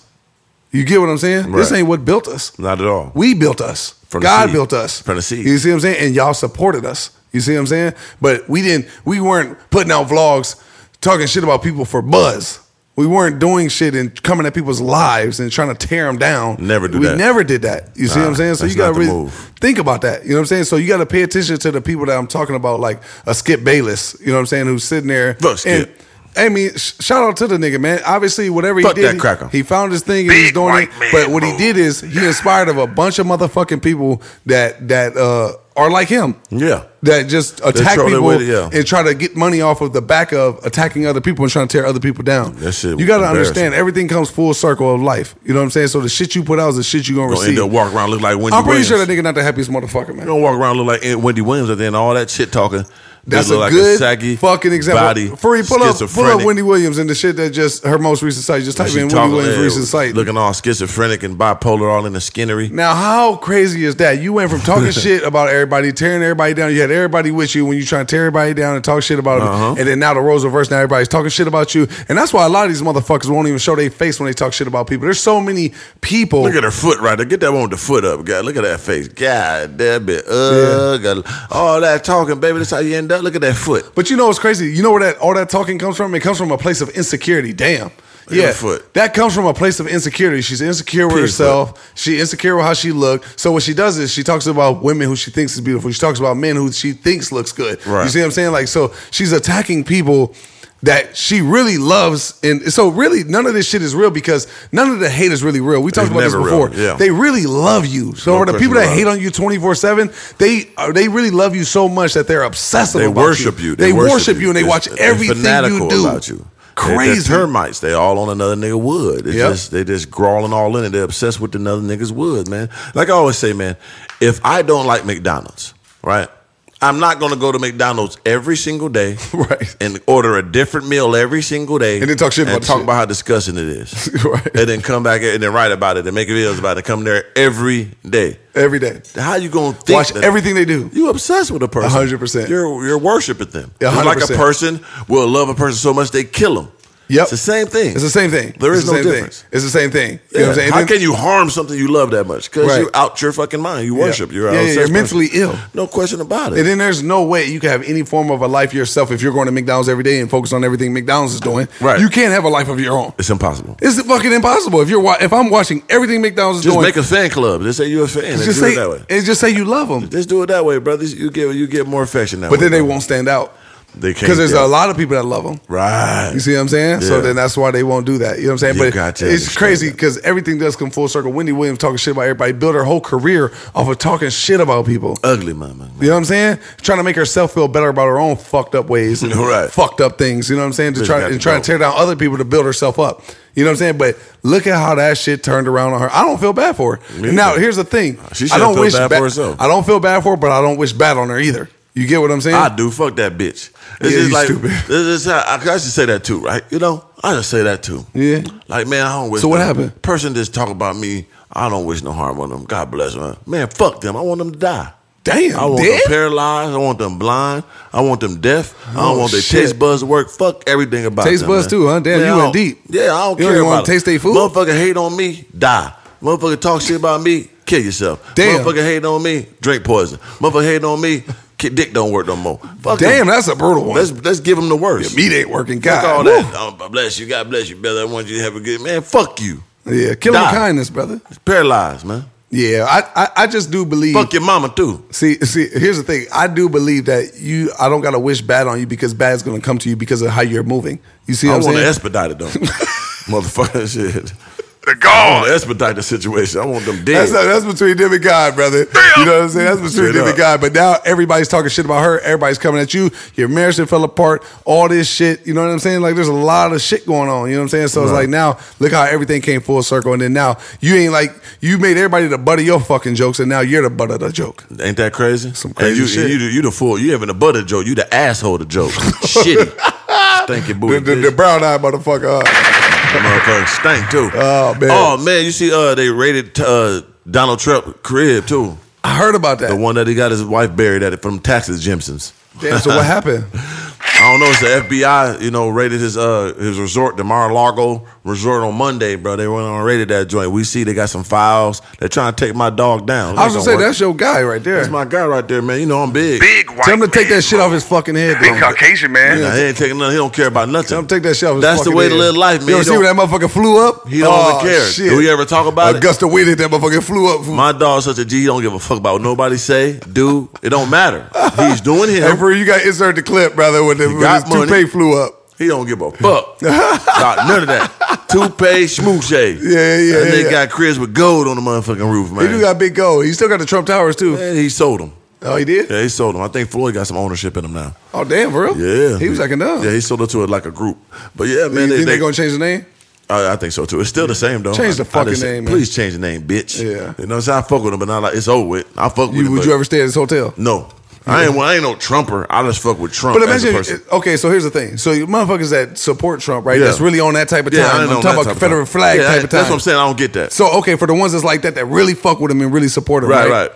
Speaker 2: You get what I'm saying? This
Speaker 3: Right.
Speaker 2: ain't what built us.
Speaker 3: not at all.
Speaker 2: We built us.
Speaker 3: From the
Speaker 2: God
Speaker 3: seed.
Speaker 2: built us.
Speaker 3: From the seed.
Speaker 2: You see what I'm saying? And y'all supported us. You see what I'm saying? But we didn't we weren't putting out vlogs talking shit about people for buzz. We weren't doing shit and coming at people's lives and trying to tear them down.
Speaker 3: Never do
Speaker 2: we
Speaker 3: that.
Speaker 2: never did that. You see
Speaker 3: Nah,
Speaker 2: what I'm saying? So
Speaker 3: that's
Speaker 2: you gotta
Speaker 3: not the
Speaker 2: really
Speaker 3: move.
Speaker 2: think about that. You know what I'm saying? So you gotta pay attention to the people that I'm talking about, like a Skip Bayless. You know what I'm saying? Who's sitting there?
Speaker 3: Look,
Speaker 2: And,
Speaker 3: Skip.
Speaker 2: I mean, sh- shout out to the nigga, man. Obviously, whatever
Speaker 3: Fuck
Speaker 2: he did,
Speaker 3: that cracker.
Speaker 2: he found his thing and he's
Speaker 8: Big
Speaker 2: doing
Speaker 8: white
Speaker 2: it.
Speaker 8: man
Speaker 2: But what he
Speaker 8: move.
Speaker 2: did is he inspired of a bunch of motherfucking people that that uh, are like him.
Speaker 3: Yeah.
Speaker 2: That just attack
Speaker 3: troll their
Speaker 2: people
Speaker 3: way to- yeah.
Speaker 2: and try to get money off of the back of attacking other people and trying to tear other people down.
Speaker 3: That shit
Speaker 2: you got to
Speaker 3: embarrassing.
Speaker 2: understand everything comes full circle of life. You know what I'm saying? So the shit you put out is the shit you gonna,
Speaker 3: Gonna
Speaker 2: receive.
Speaker 3: end up walking around look like Wendy
Speaker 2: I'm pretty
Speaker 3: Williams.
Speaker 2: sure that nigga not the happiest motherfucker, man.
Speaker 3: You don't walk around look like Aunt Wendy Williams and then all that shit talking.
Speaker 2: That's
Speaker 3: They
Speaker 2: a
Speaker 3: look like
Speaker 2: good
Speaker 3: a saggy
Speaker 2: fucking example.
Speaker 3: Body,
Speaker 2: Free pull up, pull up
Speaker 3: schizophrenic.
Speaker 2: Wendy Williams and the shit that just her most recent site. Just type
Speaker 3: She
Speaker 2: in Wendy
Speaker 3: talking,
Speaker 2: Williams
Speaker 3: yeah,
Speaker 2: recent site.
Speaker 3: Looking all schizophrenic and bipolar, all in the skinnery.
Speaker 2: Now, how crazy is that? You went from talking shit about everybody, tearing everybody down. You had everybody with you when you trying to tear everybody down and talk shit about them.
Speaker 3: Uh-huh.
Speaker 2: And then now the roles reversed. Now everybody's talking shit about you. And that's why a lot of these motherfuckers won't even show their face when they talk shit about people. There's so many people.
Speaker 3: Look at her foot right there. Get that one with the foot up, God. Look at that face. God damn it. Ugh. All that talking, baby. That's how you end up. Look at that foot.
Speaker 2: But you know what's crazy? You know where that all that talking comes from? It comes from a place of insecurity. Damn.
Speaker 3: at
Speaker 2: Yeah,
Speaker 3: her foot.
Speaker 2: that comes from a place of insecurity. She's insecure with
Speaker 3: Period.
Speaker 2: herself. She insecure with how she look. So what she does is she talks about women who she thinks is beautiful. She talks about men who she thinks looks good. You
Speaker 3: Right.
Speaker 2: see what I'm saying? Like so, she's attacking people that she really loves, and so really none of this shit is real because none of the hate is really real. We talked
Speaker 3: It's
Speaker 2: about this
Speaker 3: never real.
Speaker 2: before.
Speaker 3: Yeah.
Speaker 2: They really love you. So
Speaker 3: No
Speaker 2: for the
Speaker 3: question
Speaker 2: people that
Speaker 3: about
Speaker 2: hate
Speaker 3: it.
Speaker 2: on you 24 seven, they are- they really love you so much that they're obsessive.
Speaker 3: They
Speaker 2: about
Speaker 3: worship you.
Speaker 2: They, worship, you, and they
Speaker 3: It's-
Speaker 2: watch
Speaker 3: they're
Speaker 2: everything you
Speaker 3: fanatical
Speaker 2: do.
Speaker 3: About you. They-
Speaker 2: Crazy.
Speaker 3: They're termites. They all on another nigga wood. They
Speaker 2: Yep.
Speaker 3: just they just crawling all in it. They're obsessed with another nigga's wood, man. Like I always say, man, if I don't like McDonald's, right? I'm not gonna go to McDonald's every single day,
Speaker 2: Right.
Speaker 3: And order a different meal every single day,
Speaker 2: And then talk shit about the
Speaker 3: talk
Speaker 2: shit.
Speaker 3: about how disgusting it is,
Speaker 2: Right.
Speaker 3: And then come back and then write about it and make videos about it. Come there every day.
Speaker 2: Every day.
Speaker 3: How you gonna think
Speaker 2: watch
Speaker 3: that-
Speaker 2: everything they do.
Speaker 3: you obsessed with a person.
Speaker 2: 100%.
Speaker 3: You're you're worshiping them.
Speaker 2: Yeah,
Speaker 3: Just Like a
Speaker 2: 100%.
Speaker 3: person will love a person so much they kill them.
Speaker 2: Yep.
Speaker 3: It's the same thing.
Speaker 2: It's the same thing.
Speaker 3: There
Speaker 2: It's
Speaker 3: is
Speaker 2: the
Speaker 3: no
Speaker 2: same thing.
Speaker 3: difference.
Speaker 2: It's the same thing. You know
Speaker 3: Yeah.
Speaker 2: what I'm saying?
Speaker 3: How
Speaker 2: And then-
Speaker 3: can you harm something you love that much? Because
Speaker 2: Right.
Speaker 3: you're out your fucking mind. You
Speaker 2: Yeah.
Speaker 3: worship. You're
Speaker 2: Yeah,
Speaker 3: out
Speaker 2: yeah,
Speaker 3: of
Speaker 2: you're
Speaker 3: sex
Speaker 2: mentally ill.
Speaker 3: No question about it.
Speaker 2: And then there's no way you can have any form of a life yourself if you're going to McDonald's every day and focus on everything McDonald's is doing.
Speaker 3: Right.
Speaker 2: You can't have a life of your own.
Speaker 3: It's impossible.
Speaker 2: It's fucking impossible. If you're wa- if I'm watching everything McDonald's is
Speaker 3: Just
Speaker 2: doing,
Speaker 3: make a fan club. Just say you're a fan. and
Speaker 2: just
Speaker 3: do
Speaker 2: say
Speaker 3: it that way.
Speaker 2: and just say you love them.
Speaker 3: Just do it that way, brothers. You get you get more affection that
Speaker 2: But
Speaker 3: way.
Speaker 2: then they
Speaker 3: brother.
Speaker 2: won't stand out.
Speaker 3: They can't
Speaker 2: Because there's
Speaker 3: tell.
Speaker 2: a lot of people that love him.
Speaker 3: Right.
Speaker 2: You see what I'm saying? So
Speaker 3: Yeah.
Speaker 2: then that's why they won't do that. You know what I'm saying?
Speaker 3: You
Speaker 2: but
Speaker 3: got to
Speaker 2: it's
Speaker 3: understand
Speaker 2: crazy
Speaker 3: that.
Speaker 2: because everything does come full circle. Wendy Williams talking shit about everybody, built her whole career off of talking shit about people.
Speaker 3: Ugly mama.
Speaker 2: You know what I'm saying? Trying to make herself feel better about her own fucked up ways and
Speaker 3: Right.
Speaker 2: fucked up things. You know what I'm saying? To
Speaker 3: Bitch
Speaker 2: try
Speaker 3: got
Speaker 2: and
Speaker 3: to
Speaker 2: try to
Speaker 3: go.
Speaker 2: tear down other people to build herself up. You know what I'm saying? But look at how that shit turned around on her. I don't feel bad for her.
Speaker 3: Me
Speaker 2: now
Speaker 3: either.
Speaker 2: here's the thing.
Speaker 3: She
Speaker 2: I
Speaker 3: shouldn't
Speaker 2: don't
Speaker 3: feel
Speaker 2: wish
Speaker 3: bad
Speaker 2: ba-
Speaker 3: for herself.
Speaker 2: I don't feel bad for her, but I don't wish bad on her either. You get what I'm saying?
Speaker 3: I do. Fuck that bitch. It's
Speaker 2: Yeah,
Speaker 3: just
Speaker 2: you
Speaker 3: like
Speaker 2: stupid.
Speaker 3: this is how I, I should say that too, right? You know, I just say that too.
Speaker 2: Yeah.
Speaker 3: Like man, I don't wish.
Speaker 2: So what
Speaker 3: no-
Speaker 2: happened?
Speaker 3: Person just talk about me. I don't wish no harm on them. God bless them. Man, fuck them. I want them to die.
Speaker 2: Damn,
Speaker 3: I want
Speaker 2: dead?
Speaker 3: them paralyzed. I want them blind. I want them deaf. I
Speaker 2: Oh,
Speaker 3: don't want their
Speaker 2: shit.
Speaker 3: taste buds to work. Fuck everything about
Speaker 2: Taste
Speaker 3: them,
Speaker 2: buds
Speaker 3: man.
Speaker 2: too, huh? Damn,
Speaker 3: Man,
Speaker 2: you
Speaker 3: I
Speaker 2: went
Speaker 3: don't-
Speaker 2: deep.
Speaker 3: Yeah, I don't
Speaker 2: You don't
Speaker 3: care
Speaker 2: even wanna
Speaker 3: about it.
Speaker 2: taste they food?
Speaker 3: Motherfucker hate on me, die. Motherfucker talk shit about me, kill yourself.
Speaker 2: Damn.
Speaker 3: Motherfucker hate on me, drink poison. Motherfucker hate on me, kid, dick don't work no more. Fuck
Speaker 2: Damn,
Speaker 3: them.
Speaker 2: that's a brutal one.
Speaker 3: Let's let's give them the worst.
Speaker 2: Meat ain't working. God,
Speaker 3: Fuck all
Speaker 2: Woo.
Speaker 3: that. Oh, bless you. God bless you, brother. I want you to have a good man. Fuck you.
Speaker 2: Yeah, killing
Speaker 3: Die.
Speaker 2: kindness, brother.
Speaker 3: Paralyzed, man.
Speaker 2: Yeah, I, I, I just do believe.
Speaker 3: Fuck your mama too.
Speaker 2: See, see, here's the thing. I do believe that you. I don't gotta wish bad on you because bad's gonna come to you because of how you're moving. You see
Speaker 3: I
Speaker 2: what I'm
Speaker 3: want to
Speaker 2: saying?
Speaker 3: expedite it though. Motherfucker shit. I
Speaker 8: The
Speaker 3: want
Speaker 8: God.
Speaker 3: to expedite the situation. I want them dead.
Speaker 2: That's, not, that's between them and God, brother. You know what I'm saying? That's between
Speaker 3: Straight
Speaker 2: them and
Speaker 3: up.
Speaker 2: God. But now everybody's talking shit about her. Everybody's coming at you. Your marriage that fell apart. All this shit. You know what I'm saying? Like, there's a lot of shit going on. You know what I'm saying? So it's
Speaker 3: Right.
Speaker 2: like now, look how everything came full circle. And then now you ain't like you made everybody the butt of your fucking jokes, and now you're the butt of the joke.
Speaker 3: Ain't that crazy?
Speaker 2: Some crazy
Speaker 3: and you,
Speaker 2: shit.
Speaker 3: You, the- you the fool. You having the butter joke. You the asshole to joke. Shitty. Stinky
Speaker 2: The,
Speaker 3: booty.
Speaker 2: the,
Speaker 3: bitch.
Speaker 2: the brown eyed motherfucker. uh,
Speaker 3: That motherfucker stank too.
Speaker 2: Oh, man.
Speaker 3: Oh man. You see, uh, they raided uh, Donald Trump crib too.
Speaker 2: I heard about that.
Speaker 3: The one that he got his wife buried at it from taxes, Jimson's.
Speaker 2: Damn, so what happened?
Speaker 3: I don't know. It's the FBI, you know, raided his uh his resort, the Mar-a-Lago resort on Monday, bro. They went on and raided that joint. We see they got some files. They're trying to take my dog down.
Speaker 2: I was gonna say
Speaker 3: work.
Speaker 2: that's your guy right there.
Speaker 3: that's my guy right there, man. You know I'm big.
Speaker 8: Big white
Speaker 2: Tell him to take
Speaker 8: man.
Speaker 2: that shit off his fucking head.
Speaker 8: Big
Speaker 2: Though.
Speaker 8: Caucasian man.
Speaker 3: Nah, he ain't taking nothing. He don't care about nothing.
Speaker 2: Tell him to take that shit off his
Speaker 3: That's the
Speaker 2: fucking
Speaker 3: way to
Speaker 2: head.
Speaker 3: live life, man.
Speaker 2: You
Speaker 3: You
Speaker 2: ever see where that
Speaker 3: don't-
Speaker 2: motherfucker flew up?
Speaker 3: He don't
Speaker 2: Oh,
Speaker 3: even care.
Speaker 2: Shit.
Speaker 3: Do we ever talk about
Speaker 2: A
Speaker 3: it?
Speaker 2: gust of wind hit that motherfucker flew up.
Speaker 3: My dog's such a G. He don't give a fuck about what nobody say, do. It don't matter. He's doing
Speaker 2: Hey,
Speaker 3: him.
Speaker 2: for you got to insert the clip, brother, when, the, when
Speaker 3: got
Speaker 2: his toupee
Speaker 3: money.
Speaker 2: flew up.
Speaker 3: He don't give a fuck about none of that. Toupee, schmooche.
Speaker 2: yeah, yeah,
Speaker 3: And they
Speaker 2: yeah.
Speaker 3: got Chris with gold on the motherfucking roof, man.
Speaker 2: He do got big gold. He still got the Trump Towers, too.
Speaker 3: Man, he sold them.
Speaker 2: Oh, he did?
Speaker 3: Yeah, he sold them. I think Floyd got some ownership in them now.
Speaker 2: Oh, damn, for real?
Speaker 3: Yeah,
Speaker 2: He was acting up.
Speaker 3: Yeah, he sold it to it like a group. But yeah,
Speaker 2: you
Speaker 3: man,
Speaker 2: think
Speaker 3: they,
Speaker 2: they,
Speaker 3: they,
Speaker 2: going to change the name?
Speaker 3: I, I think so too. It's still the same though.
Speaker 2: Change the
Speaker 3: I- I just
Speaker 2: fucking
Speaker 3: say,
Speaker 2: name, man.
Speaker 3: Please change the name, bitch.
Speaker 2: Yeah.
Speaker 3: you know, what I'm saying? I fuck with him, but not like it's over with. I fuck with
Speaker 2: You,
Speaker 3: him.
Speaker 2: would
Speaker 3: but
Speaker 2: you ever stay at his hotel?
Speaker 3: No, I ain't. Well, I ain't no Trumper. I just fuck with Trump
Speaker 2: But
Speaker 3: as a
Speaker 2: imagine,
Speaker 3: person.
Speaker 2: okay, so here's the thing. So you motherfuckers that support Trump, right?
Speaker 3: Yeah.
Speaker 2: That's really on that type of time.
Speaker 3: yeah, I
Speaker 2: I'm
Speaker 3: ain't on
Speaker 2: talking
Speaker 3: that
Speaker 2: about
Speaker 3: type of
Speaker 2: Confederate
Speaker 3: time.
Speaker 2: flag
Speaker 3: Yeah,
Speaker 2: type of time.
Speaker 3: That's what I'm saying. I don't get that.
Speaker 2: So okay, for the ones that's like that, that really fuck with him and really support him, right?
Speaker 3: right, right.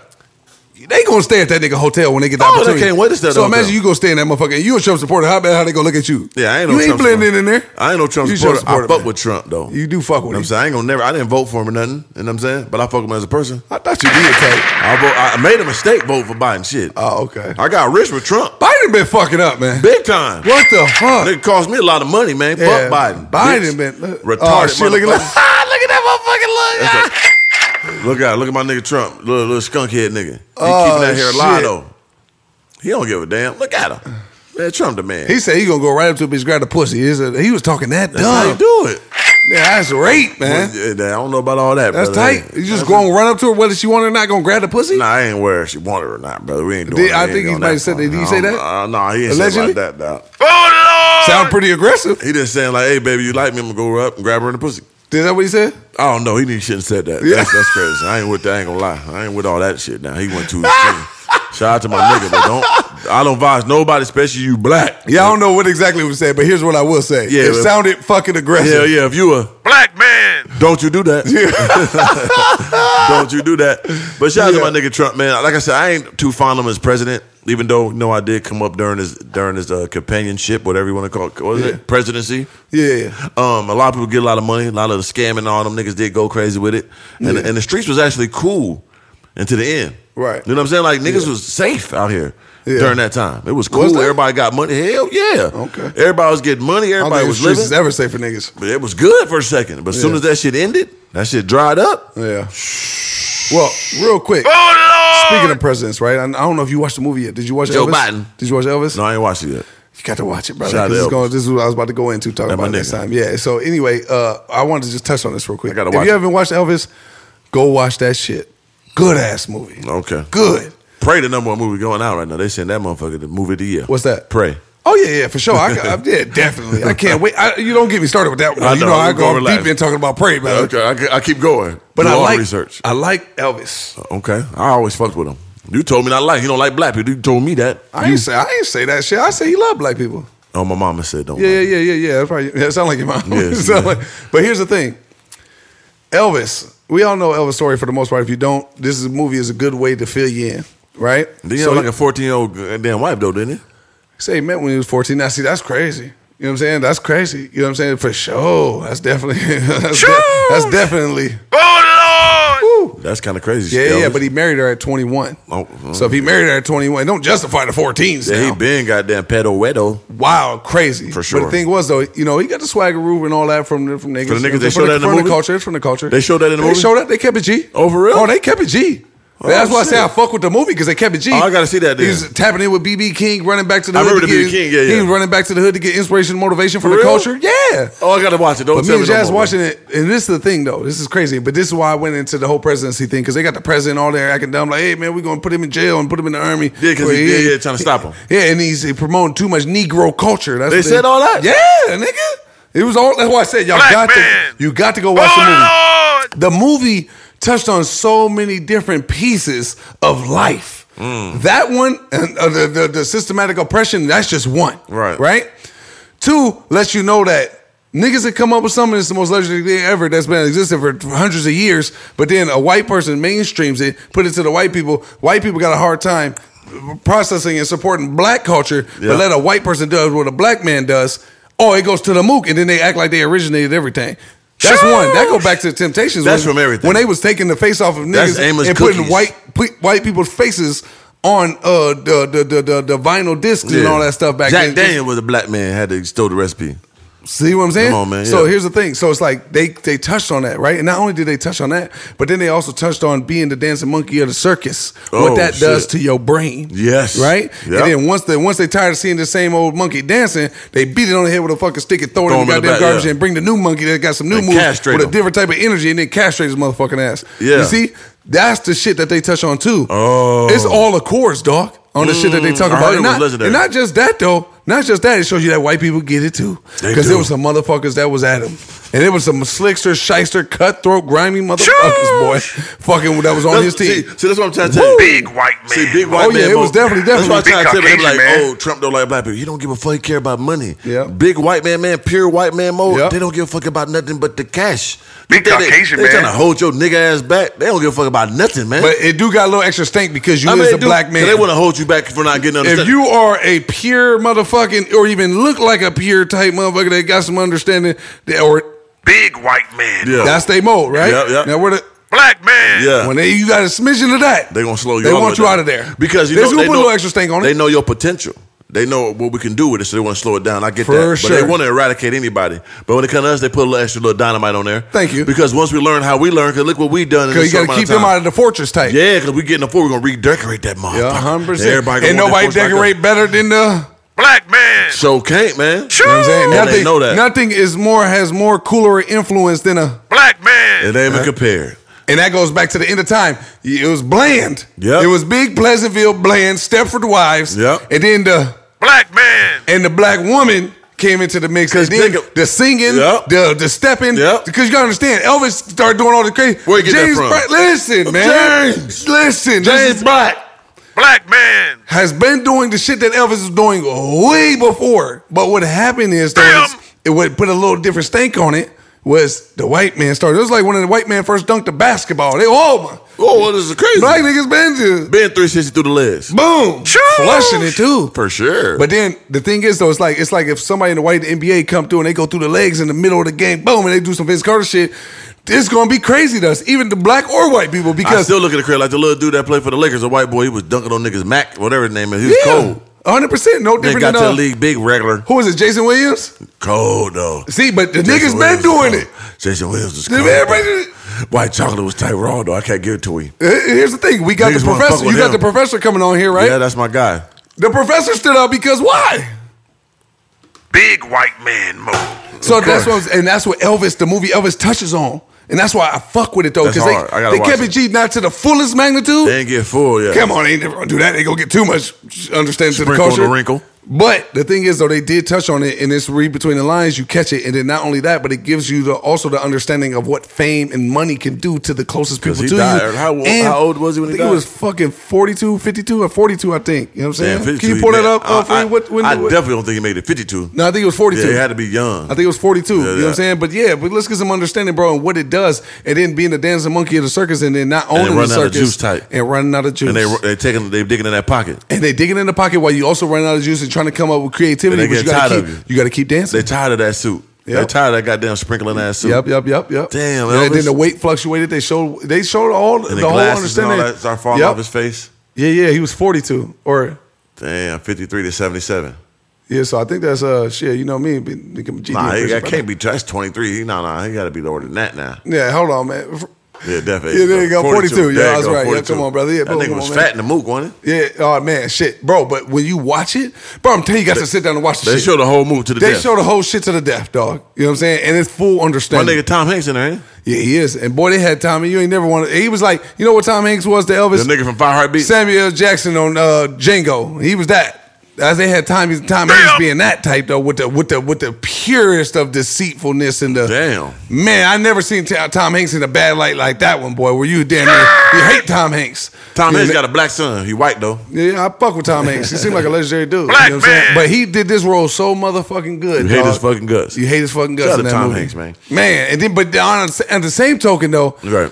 Speaker 2: They gonna stay at that nigga hotel when they get the
Speaker 3: Oh, they
Speaker 2: opportunity.
Speaker 3: can't wait to stay at
Speaker 2: so
Speaker 3: the
Speaker 2: imagine
Speaker 3: hotel.
Speaker 2: you go stay in that motherfucker. And you a Trump supporter? How bad how they gonna look at you?
Speaker 3: Yeah, I ain't no
Speaker 2: you ain't
Speaker 3: Trump
Speaker 2: blending
Speaker 3: supporter.
Speaker 2: in there.
Speaker 3: I ain't no Trump
Speaker 2: You
Speaker 3: supporter. I fuck
Speaker 2: man.
Speaker 3: with Trump though.
Speaker 2: You do fuck
Speaker 3: You
Speaker 2: with
Speaker 3: know
Speaker 2: him.
Speaker 3: what I'm saying I ain't gonna never. I didn't vote for him or nothing. You know what I'm saying? But I fuck with him as a person.
Speaker 2: I thought you did take.
Speaker 3: I vote. I made a mistake. Vote for Biden. Shit. Uh,
Speaker 2: Oh, okay.
Speaker 3: I got rich with Trump.
Speaker 2: Biden been fucking up, man.
Speaker 3: Big time.
Speaker 2: What the fuck?
Speaker 3: Nigga cost me a lot of money, man.
Speaker 2: Yeah,
Speaker 3: Fuck Biden.
Speaker 2: Biden
Speaker 3: bitch.
Speaker 2: been
Speaker 3: retarded.
Speaker 2: Oh, shit, look at
Speaker 3: motherfucker.
Speaker 2: that. look at that motherfucking look.
Speaker 3: That's a- look out! Look at my nigga Trump, little, little skunk head nigga. He
Speaker 2: Oh,
Speaker 3: keeping that hair alive
Speaker 2: shit.
Speaker 3: though. He don't give a damn. Look at him, man. Trump the man.
Speaker 2: He said he gonna go right up to a bitch, grab the pussy. He's a- he was talking that
Speaker 3: That's how you
Speaker 2: dumb.
Speaker 3: do it.
Speaker 2: Yeah, that's rape, man.
Speaker 3: Well, yeah, I don't know about all that.
Speaker 2: That's
Speaker 3: brother.
Speaker 2: tight. You just going to run up to her whether she want it or not, going to grab the pussy?
Speaker 3: Nah, I ain't where she wanted or not, brother. We ain't doing.
Speaker 2: Did- I
Speaker 3: we ain't
Speaker 2: think he
Speaker 3: on
Speaker 2: might have said
Speaker 3: far.
Speaker 2: that. Did he
Speaker 3: I
Speaker 2: say
Speaker 3: don't-
Speaker 2: that?
Speaker 3: Uh, no, he ain't
Speaker 2: Allegedly?
Speaker 3: say like that. Nah.
Speaker 8: Oh, Lord.
Speaker 2: Sound pretty aggressive.
Speaker 3: He just saying like, "Hey, baby, you like me? I'm gonna go up and grab her in the pussy."
Speaker 2: Is that what he said?
Speaker 3: I don't know. He didn't shouldn't said that.
Speaker 2: Yeah.
Speaker 3: That's, that's crazy. I ain't with that. I ain't gonna lie. I ain't with all that shit. Now he went too extreme. Shout out to my nigga, but don't. I don't advise nobody, especially you black.
Speaker 2: Yeah, I don't know what exactly was said, but here's what I will say.
Speaker 3: Yeah,
Speaker 2: it
Speaker 3: but-
Speaker 2: sounded fucking
Speaker 3: Yeah,
Speaker 2: aggressive.
Speaker 3: yeah. If you a
Speaker 8: Black man.
Speaker 3: Don't you do that. Don't you do that. But shout out
Speaker 2: Yeah.
Speaker 3: to my nigga Trump, man. Like I said, I ain't too fond of him as president, even though, you know, I did come up during his during his uh, companionship, whatever you want to call it. What was
Speaker 2: Yeah.
Speaker 3: it? Presidency.
Speaker 2: yeah, yeah.
Speaker 3: Um, a lot of people get a lot of money. A lot of the scamming and all them niggas did go crazy with it. And, and the streets was actually cool until the end.
Speaker 2: Right.
Speaker 3: You know what I'm saying? Like niggas was safe out here.
Speaker 2: Yeah.
Speaker 3: During that time, it was cool.
Speaker 2: Was they?
Speaker 3: Everybody got money. Hell yeah!
Speaker 2: Okay.
Speaker 3: everybody was getting money.
Speaker 2: I don't
Speaker 3: Everybody
Speaker 2: think
Speaker 3: was
Speaker 2: was streets
Speaker 3: living.
Speaker 2: is ever safe for niggas.
Speaker 3: But it was good for a second. But as soon
Speaker 2: Yeah.
Speaker 3: as that shit ended, that shit dried up.
Speaker 2: Yeah. Well, real quick,
Speaker 8: Oh, Lord.
Speaker 2: speaking of presidents, right? I I don't know if you watched the movie yet. Did you watch
Speaker 3: Joe
Speaker 2: Elvis?
Speaker 3: Biden.
Speaker 2: Did you watch Elvis?
Speaker 3: No, I ain't watched it yet.
Speaker 2: got to watch it, brother.
Speaker 3: Shout out
Speaker 2: 'cause This
Speaker 3: to
Speaker 2: is,
Speaker 3: Elvis.
Speaker 2: going, this is what I was about to go into talking
Speaker 3: That my
Speaker 2: about next
Speaker 3: nigga.
Speaker 2: time. Yeah. So anyway, uh, I wanted to just touch on this real quick.
Speaker 3: I gotta
Speaker 2: if
Speaker 3: watch
Speaker 2: you
Speaker 3: it.
Speaker 2: haven't watched Elvis, go watch that shit. Good ass movie.
Speaker 3: Okay.
Speaker 2: Good.
Speaker 3: Pray the number one movie going out right now. They send that motherfucker the movie of the year.
Speaker 2: What's that?
Speaker 3: Pray.
Speaker 2: Oh yeah, yeah, for sure. I, I, yeah, definitely. I can't wait. I, you don't get me started with that one.
Speaker 3: I
Speaker 2: you
Speaker 3: know.
Speaker 2: know, I
Speaker 3: We're gonna
Speaker 2: go
Speaker 3: relax.
Speaker 2: deep in talking about Prey, man.
Speaker 3: Okay, I, I keep going.
Speaker 2: But
Speaker 3: Do
Speaker 2: I
Speaker 3: all
Speaker 2: like
Speaker 3: research.
Speaker 2: I like Elvis.
Speaker 3: Okay, I always fucked with him. You told me not like. You don't like black people. You told me that.
Speaker 2: I ain't say I ain't say that shit. I say he loved black people.
Speaker 3: Oh, my mama said don't.
Speaker 2: Yeah,
Speaker 3: like.
Speaker 2: yeah, yeah, yeah, yeah. That's probably yeah, it sound like your mom.
Speaker 3: Yeah,
Speaker 2: It sound
Speaker 3: yeah.
Speaker 2: like- but here's the thing. Elvis, we all know Elvis' story for the most part. If you don't, this is, movie is a good way to fill you in, right?
Speaker 3: Then you
Speaker 2: So
Speaker 3: have like a fourteen year old goddamn wife though, didn't he?
Speaker 2: say he met when he was 14. Now, see, that's crazy. You know what I'm saying? That's crazy. You know what I'm saying? For sure. That's definitely, that's, de-
Speaker 8: Sure.
Speaker 2: that's definitely.
Speaker 8: Oh, Lord.
Speaker 3: That's kind of crazy.
Speaker 2: Yeah,
Speaker 3: Elvis.
Speaker 2: yeah, but he married her at 21.
Speaker 3: Oh, oh.
Speaker 2: So if he married her at 21, don't justify the 14s.
Speaker 3: Yeah,
Speaker 2: now.
Speaker 3: he been goddamn pedo wedo.
Speaker 2: Wow, crazy
Speaker 3: For sure.
Speaker 2: But the thing was though, you know, he got the swagger roof and all that from the- from niggas.
Speaker 3: the niggas,
Speaker 2: You know, from
Speaker 3: they show that in the
Speaker 2: from
Speaker 3: movie?
Speaker 2: culture. It's from the culture.
Speaker 3: They showed that in the
Speaker 2: they
Speaker 3: movie?
Speaker 2: They showed that. They kept it G.
Speaker 3: Oh, for real?
Speaker 2: Oh, they kept it G.
Speaker 3: Oh,
Speaker 2: That's why I say I
Speaker 3: shit.
Speaker 2: fuck with the movie because they kept it G.
Speaker 3: Oh, I gotta see that then.
Speaker 2: He's tapping in with BB King, running back to the
Speaker 3: I
Speaker 2: hood.
Speaker 3: remember
Speaker 2: to
Speaker 3: the
Speaker 2: get-
Speaker 3: BB King, yeah, yeah.
Speaker 2: He running back to the hood to get inspiration, and motivation from
Speaker 3: For
Speaker 2: the
Speaker 3: real?
Speaker 2: culture. Yeah.
Speaker 3: Oh, I gotta watch it. Don't
Speaker 2: But me
Speaker 3: tell
Speaker 2: and
Speaker 3: me no
Speaker 2: Jazz
Speaker 3: more,
Speaker 2: watching
Speaker 3: man.
Speaker 2: it, and this is the thing though. This is crazy, but this is why I went into the whole presidency thing because they got the president all there acting dumb, like, "Hey man, we're gonna put him in jail and put him in the army."
Speaker 3: Yeah, 'cause
Speaker 2: Well,
Speaker 3: he- yeah, yeah, trying to stop him.
Speaker 2: Yeah, and he's he promoting too much Negro culture. That's
Speaker 3: They
Speaker 2: what
Speaker 3: said all that?
Speaker 2: Yeah, nigga. It was all. That's why I said y'all
Speaker 8: Black
Speaker 2: got
Speaker 8: man.
Speaker 2: to you got to go watch the movie.
Speaker 8: Oh, Lord.
Speaker 2: The movie touched on so many different pieces of life.
Speaker 3: Mm.
Speaker 2: That one, and uh, the, the the systematic oppression. That's just one.
Speaker 3: Right.
Speaker 2: Right. Two lets you know that niggas that come up with something that's the most legendary thing ever that's been existing for hundreds of years, but then a white person mainstreams it, put it to the white people. White people got a hard time processing and supporting black culture,
Speaker 3: Yeah.
Speaker 2: but let a white person does what a black man does. Oh, it goes to the mook, and then they act like they originated everything. That's
Speaker 8: Shush.
Speaker 2: one. That go back to the Temptations.
Speaker 3: That's
Speaker 2: when,
Speaker 3: from everything.
Speaker 2: When they was taking the face off of
Speaker 3: That's
Speaker 2: niggas
Speaker 3: Amos
Speaker 2: and
Speaker 3: Cookies.
Speaker 2: putting white pe- white people's faces on uh the the the, the, the vinyl discs and
Speaker 3: Yeah.
Speaker 2: all that stuff back
Speaker 3: Jack
Speaker 2: then.
Speaker 3: Daniel was a black man had to steal the recipe.
Speaker 2: See what I'm saying?
Speaker 3: Come on, man,
Speaker 2: So
Speaker 3: yeah.
Speaker 2: here's the thing. So it's like they they touched on that, right? And not only did they touch on that, but then they also touched on being the dancing monkey of the circus.
Speaker 3: Oh,
Speaker 2: what that does
Speaker 3: shit.
Speaker 2: to your brain.
Speaker 3: Yes.
Speaker 2: Right? And
Speaker 3: Yep.
Speaker 2: then once they once they tired of seeing the same old monkey dancing, they beat it on the head with a fucking stick and throw it
Speaker 3: Throw
Speaker 2: in the
Speaker 3: him
Speaker 2: goddamn
Speaker 3: in the back,
Speaker 2: garbage
Speaker 3: yeah.
Speaker 2: and bring the new monkey that got some new
Speaker 3: And
Speaker 2: moves
Speaker 3: castrate
Speaker 2: with a
Speaker 3: him.
Speaker 2: different type of energy and then castrate his motherfucking ass.
Speaker 3: Yeah.
Speaker 2: You see? That's the shit that they touch on too.
Speaker 3: Oh.
Speaker 2: It's all a chorus, dog. On the shit that they
Speaker 3: Mm,
Speaker 2: talk
Speaker 3: I
Speaker 2: about.
Speaker 3: heard
Speaker 2: And
Speaker 3: it was
Speaker 2: not-
Speaker 3: legendary.
Speaker 2: and not just that though. Not just that, it shows you that white people get it too.
Speaker 3: They
Speaker 2: Because
Speaker 3: do.
Speaker 2: there was some motherfuckers that was at him. And it was some slickster, shyster, cutthroat, grimy motherfuckers, boy. Fucking that was on his
Speaker 3: That's, see,
Speaker 2: team.
Speaker 3: see, that's what I'm trying to tell you.
Speaker 8: Big white man.
Speaker 3: See, big white
Speaker 2: Oh, yeah,
Speaker 3: man.
Speaker 2: it was
Speaker 3: mo-
Speaker 2: definitely,
Speaker 3: That's why I
Speaker 2: definitely.
Speaker 3: try to tell
Speaker 8: Big
Speaker 3: people like,
Speaker 8: Caucasian man.
Speaker 3: oh, Trump don't like black people. You don't give a fuck. He care about money.
Speaker 2: Yeah.
Speaker 3: Big white man, man, pure white man mode.
Speaker 2: Yeah.
Speaker 3: They don't give a fuck about nothing but the cash.
Speaker 8: Big
Speaker 3: they, they,
Speaker 8: Caucasian
Speaker 3: They
Speaker 8: man.
Speaker 3: trying to hold your nigga ass back. They don't give a fuck about nothing, man.
Speaker 2: But it do got a little extra stink because you
Speaker 3: I mean,
Speaker 2: is a
Speaker 3: dude,
Speaker 2: black man.
Speaker 3: They want to hold you back for not getting
Speaker 2: if
Speaker 3: understanding.
Speaker 2: you are a pure motherfucking or even look like a pure type motherfucker that got some understanding that, or
Speaker 8: Big white man.
Speaker 3: Yeah.
Speaker 2: that's they mode, right?
Speaker 3: Yeah, yeah.
Speaker 2: Now where the
Speaker 8: Black man.
Speaker 3: yeah.
Speaker 2: when they you got a smidgen of that,
Speaker 3: They gonna slow you.
Speaker 2: They
Speaker 3: all the
Speaker 2: want
Speaker 3: way
Speaker 2: you
Speaker 3: down.
Speaker 2: out of there.
Speaker 3: because you
Speaker 2: They
Speaker 3: know,
Speaker 2: just
Speaker 3: they
Speaker 2: gonna put a
Speaker 3: know-
Speaker 2: little extra stink on it.
Speaker 3: They know your potential. They know what we can do with it, so they want to slow it down. I get
Speaker 2: For
Speaker 3: that, but they
Speaker 2: sure.
Speaker 3: want to eradicate anybody. But when it comes to us, they put a little extra little dynamite on there.
Speaker 2: Thank you.
Speaker 3: Because once we learn how we learn, because look what we done. in
Speaker 2: Because
Speaker 3: this
Speaker 2: you
Speaker 3: short
Speaker 2: got to keep
Speaker 3: amount
Speaker 2: them out
Speaker 3: of
Speaker 2: of the fortress type.
Speaker 3: time. Yeah, because we getting the four, we're gonna redecorate that motherfucker.
Speaker 2: Yeah, hundred percent.
Speaker 3: Everybody gonna
Speaker 2: And
Speaker 3: want that
Speaker 2: nobody
Speaker 3: force like that.
Speaker 2: decorate better than the.
Speaker 8: Black man.
Speaker 3: So can't man.
Speaker 2: You know what I'm saying?
Speaker 3: And they
Speaker 2: Nothing,
Speaker 3: know that.
Speaker 2: nothing is more has more cooler influence than a,
Speaker 8: Black man.
Speaker 3: It ain't even compared.
Speaker 2: and that goes back to the end of time. It was bland.
Speaker 3: Yep.
Speaker 2: It was big Pleasantville bland Stepford wives.
Speaker 3: Yep.
Speaker 2: And then the
Speaker 8: Black man.
Speaker 2: and the black woman came into the mix.
Speaker 3: 'Cause
Speaker 2: And then
Speaker 3: nigga-
Speaker 2: the singing,
Speaker 3: Yep.
Speaker 2: the the stepping.
Speaker 3: Yep.
Speaker 2: Because you gotta understand, Elvis started doing all the crazy.
Speaker 3: Where you get that
Speaker 2: James
Speaker 3: from?
Speaker 2: Bra- listen, man.
Speaker 3: James.
Speaker 2: Listen, James
Speaker 3: Black.
Speaker 8: Black man.
Speaker 2: has been doing the shit that Elvis was doing way before. But what happened is, though,
Speaker 8: Damn.
Speaker 2: is it would put a little different stank on it. Was the white man started? It was like when the white man first dunked the basketball. They oh
Speaker 3: Oh, well, this is crazy.
Speaker 2: my black niggas been to
Speaker 3: Been 360 through the legs.
Speaker 2: boom flushing it too.
Speaker 3: For sure.
Speaker 2: But then the thing is though, it's like it's like if somebody in the white NBA come through and they go through the legs in the middle of the game, boom, and they do some Vince Carter shit. It's gonna be crazy to us, even the black or white people,
Speaker 3: I
Speaker 2: because
Speaker 3: still look at the crib like the little dude that played for the Lakers, a white boy. He was dunking on niggas, Mac, whatever his name is. He was cold.
Speaker 2: hundred percent, no
Speaker 3: Then
Speaker 2: different
Speaker 3: got
Speaker 2: than
Speaker 3: to the
Speaker 2: uh,
Speaker 3: league, big regular.
Speaker 2: who is it, Jason Williams?
Speaker 3: Cold though.
Speaker 2: See, but the
Speaker 3: Jason
Speaker 2: niggas
Speaker 3: Williams
Speaker 2: been
Speaker 3: was
Speaker 2: doing
Speaker 3: cold.
Speaker 2: it.
Speaker 3: Jason Williams was
Speaker 2: Them
Speaker 3: cold.
Speaker 2: everybody-
Speaker 3: though. White chocolate was tight raw though. I can't give it to him.
Speaker 2: Here- Uh, Here's the thing: we got
Speaker 3: Niggas
Speaker 2: the
Speaker 3: wanna
Speaker 2: professor.
Speaker 3: fuck with
Speaker 2: You got
Speaker 3: him.
Speaker 2: the professor coming on here, right?
Speaker 3: Yeah, that's my guy.
Speaker 2: the professor stood up because why?
Speaker 8: big white man mode.
Speaker 2: So that's what, and that's what Elvis, the movie Elvis, touches on, and that's why I fuck with it though,
Speaker 3: That's
Speaker 2: because they,
Speaker 3: hard. I gotta
Speaker 2: they
Speaker 3: watch
Speaker 2: kept
Speaker 3: it.
Speaker 2: it G not to the fullest magnitude.
Speaker 3: They ain't get full yet.
Speaker 2: Come on, they ain't never gonna do that. They gonna get too much understanding to the
Speaker 3: Sprinkle
Speaker 2: culture.
Speaker 3: the wrinkle.
Speaker 2: But the thing is, though, they did touch on it in this read between the lines. You catch it, and then not only that, but it gives you the, also the understanding of what fame and money can do to the closest
Speaker 3: 'Cause
Speaker 2: people
Speaker 3: he
Speaker 2: to
Speaker 3: died.
Speaker 2: you.
Speaker 3: How old- how old was he when
Speaker 2: I
Speaker 3: he
Speaker 2: think
Speaker 3: died?
Speaker 2: He was fucking 42, 52, or 42, I think. You know what I'm
Speaker 3: Damn,
Speaker 2: saying?
Speaker 3: 52,
Speaker 2: can you pull
Speaker 3: man.
Speaker 2: that up? uh, for
Speaker 3: I,
Speaker 2: me? what, when,
Speaker 3: I
Speaker 2: what-
Speaker 3: definitely don't think he made it 52.
Speaker 2: no, I think it was 42.
Speaker 3: Yeah, he had to be young.
Speaker 2: I think it was 42.
Speaker 3: Yeah,
Speaker 2: you know what
Speaker 3: yeah.
Speaker 2: I'm saying? But yeah, but let's get some understanding, bro, and what it does. And then being the dancing monkey of the circus and then not owning the
Speaker 3: running out of
Speaker 2: circus.
Speaker 3: juice type.
Speaker 2: And running out of juice.
Speaker 3: and they they taking they digging in that pocket.
Speaker 2: and they digging in the pocket while you also running out of juice and trying to come up with creativity.
Speaker 3: And they
Speaker 2: but
Speaker 3: get
Speaker 2: you gotta
Speaker 3: tired
Speaker 2: keep,
Speaker 3: of you.
Speaker 2: you. gotta keep dancing.
Speaker 3: They tired of that suit. They
Speaker 2: Yep.
Speaker 3: tired of that goddamn sprinkling ass suit.
Speaker 2: Yep, yep, yep, yep.
Speaker 3: Damn,
Speaker 2: And
Speaker 3: Elvis.
Speaker 2: then the weight fluctuated. They showed they showed all
Speaker 3: And
Speaker 2: the
Speaker 3: the,
Speaker 2: whole
Speaker 3: glasses and all
Speaker 2: understanding.
Speaker 3: that start falling
Speaker 2: Yep.
Speaker 3: off his face.
Speaker 2: Yeah, yeah. He was forty two. Or
Speaker 3: Damn, 53 to 77.
Speaker 2: yeah, so I think that's uh shit, you know me. Be, be, GD
Speaker 3: Nah, he,
Speaker 2: impression,
Speaker 3: I
Speaker 2: bro.
Speaker 3: can't be. That's 23. Nah, nah, he got to be lower than that now.
Speaker 2: Yeah, hold on, man.
Speaker 3: Yeah, definitely.
Speaker 2: Yeah, there you go. 42. Yeah,
Speaker 3: There you
Speaker 2: I was
Speaker 3: go,
Speaker 2: right. Yeah,
Speaker 3: 42.
Speaker 2: come on, brother. Yeah,
Speaker 3: that
Speaker 2: boom,
Speaker 3: nigga
Speaker 2: come
Speaker 3: was
Speaker 2: on,
Speaker 3: fat
Speaker 2: man.
Speaker 3: in the mook, wasn't it?
Speaker 2: Yeah, oh man, shit. Bro, but when you watch it, bro, I'm telling you, you got to sit down and watch the
Speaker 3: They
Speaker 2: shit.
Speaker 3: showed the whole move to the
Speaker 2: they
Speaker 3: death.
Speaker 2: show the whole shit to the death, dog. You know what I'm saying? And it's full
Speaker 3: My
Speaker 2: understanding.
Speaker 3: nigga Tom Hanks in there, ain't he?
Speaker 2: Yeah, he is. And boy, they had Tommy. You ain't never wanted. He was like, you know what Tom Hanks was to Elvis?
Speaker 3: The nigga from Fire Heartbeat.
Speaker 2: Samuel L. Jackson on uh, Django. He was that. As they had Tommy, Tom Hanks
Speaker 8: Damn.
Speaker 2: being that type though, with the with the with the purest of deceitfulness and the
Speaker 3: Damn.
Speaker 2: man, I never seen Ta- Tom Hanks in a bad light like that one, boy. Where you damn near you hate Tom Hanks.
Speaker 3: Tom
Speaker 2: You
Speaker 3: Hanks
Speaker 2: know,
Speaker 3: got a black son. He white though.
Speaker 2: yeah, I fuck with Tom Hanks. He seemed like a legendary dude.
Speaker 8: Black
Speaker 2: you know what I'm saying?
Speaker 8: man.
Speaker 2: But he did this role so motherfucking good.
Speaker 3: You hate
Speaker 2: dog.
Speaker 3: his fucking guts.
Speaker 2: You hate his fucking guts
Speaker 3: Shout out
Speaker 2: in
Speaker 3: to
Speaker 2: that
Speaker 3: Tom
Speaker 2: movie.
Speaker 3: Hanks, man.
Speaker 2: Man, and then but on at the same token though,
Speaker 3: Right.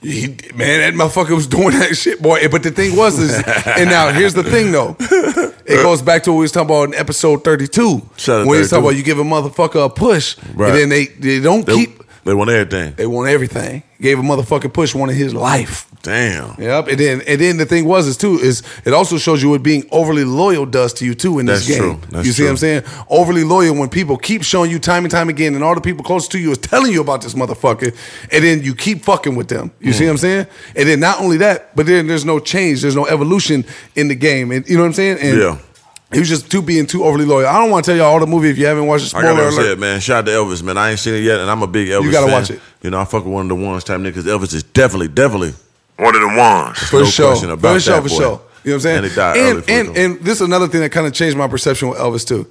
Speaker 2: he, man, that motherfucker was doing that shit, boy. But the thing was, is and now here's the thing though. It goes back to what we was talking about in episode 32.
Speaker 3: Shout out
Speaker 2: when he's
Speaker 3: 32.
Speaker 2: talking about you give a motherfucker a push,
Speaker 3: Right.
Speaker 2: and then they, they don't
Speaker 3: They,
Speaker 2: keep
Speaker 3: they want everything.
Speaker 2: they want everything. Gave a motherfucking push, wanted his life.
Speaker 3: Damn.
Speaker 2: Yep. And then and then the thing was is too is it also shows you what being overly loyal does to you too in this
Speaker 3: That's
Speaker 2: game.
Speaker 3: true. That's
Speaker 2: you see
Speaker 3: true.
Speaker 2: what I'm saying? Overly loyal when people keep showing you time and time again, and all the people close to you is telling you about this motherfucker, and then you keep fucking with them. You
Speaker 3: Hmm.
Speaker 2: see what I'm saying? And then not only that, but then there's no change, there's no evolution in the game, and you know what I'm saying? And
Speaker 3: Yeah.
Speaker 2: He was just too being too overly loyal. I don't want to tell y'all all the movie if you haven't watched it.
Speaker 3: I
Speaker 2: Spoiler
Speaker 3: got what I
Speaker 2: alert.
Speaker 3: said, man. Shout out to Elvis, man. I ain't seen it yet, and I'm a big Elvis.
Speaker 2: gotta
Speaker 3: fan.
Speaker 2: watch it.
Speaker 3: You know, I fuck with one of the ones type niggas. Elvis is definitely, definitely.
Speaker 8: One of the ones.
Speaker 2: For
Speaker 3: No
Speaker 2: sure.
Speaker 3: question about
Speaker 2: for sure,
Speaker 3: that,
Speaker 2: for
Speaker 3: boy.
Speaker 2: sure. You know what I'm saying?
Speaker 3: And he died early
Speaker 2: and
Speaker 3: for
Speaker 2: and,
Speaker 3: doing
Speaker 2: and this is another thing that kind of changed my perception with Elvis too.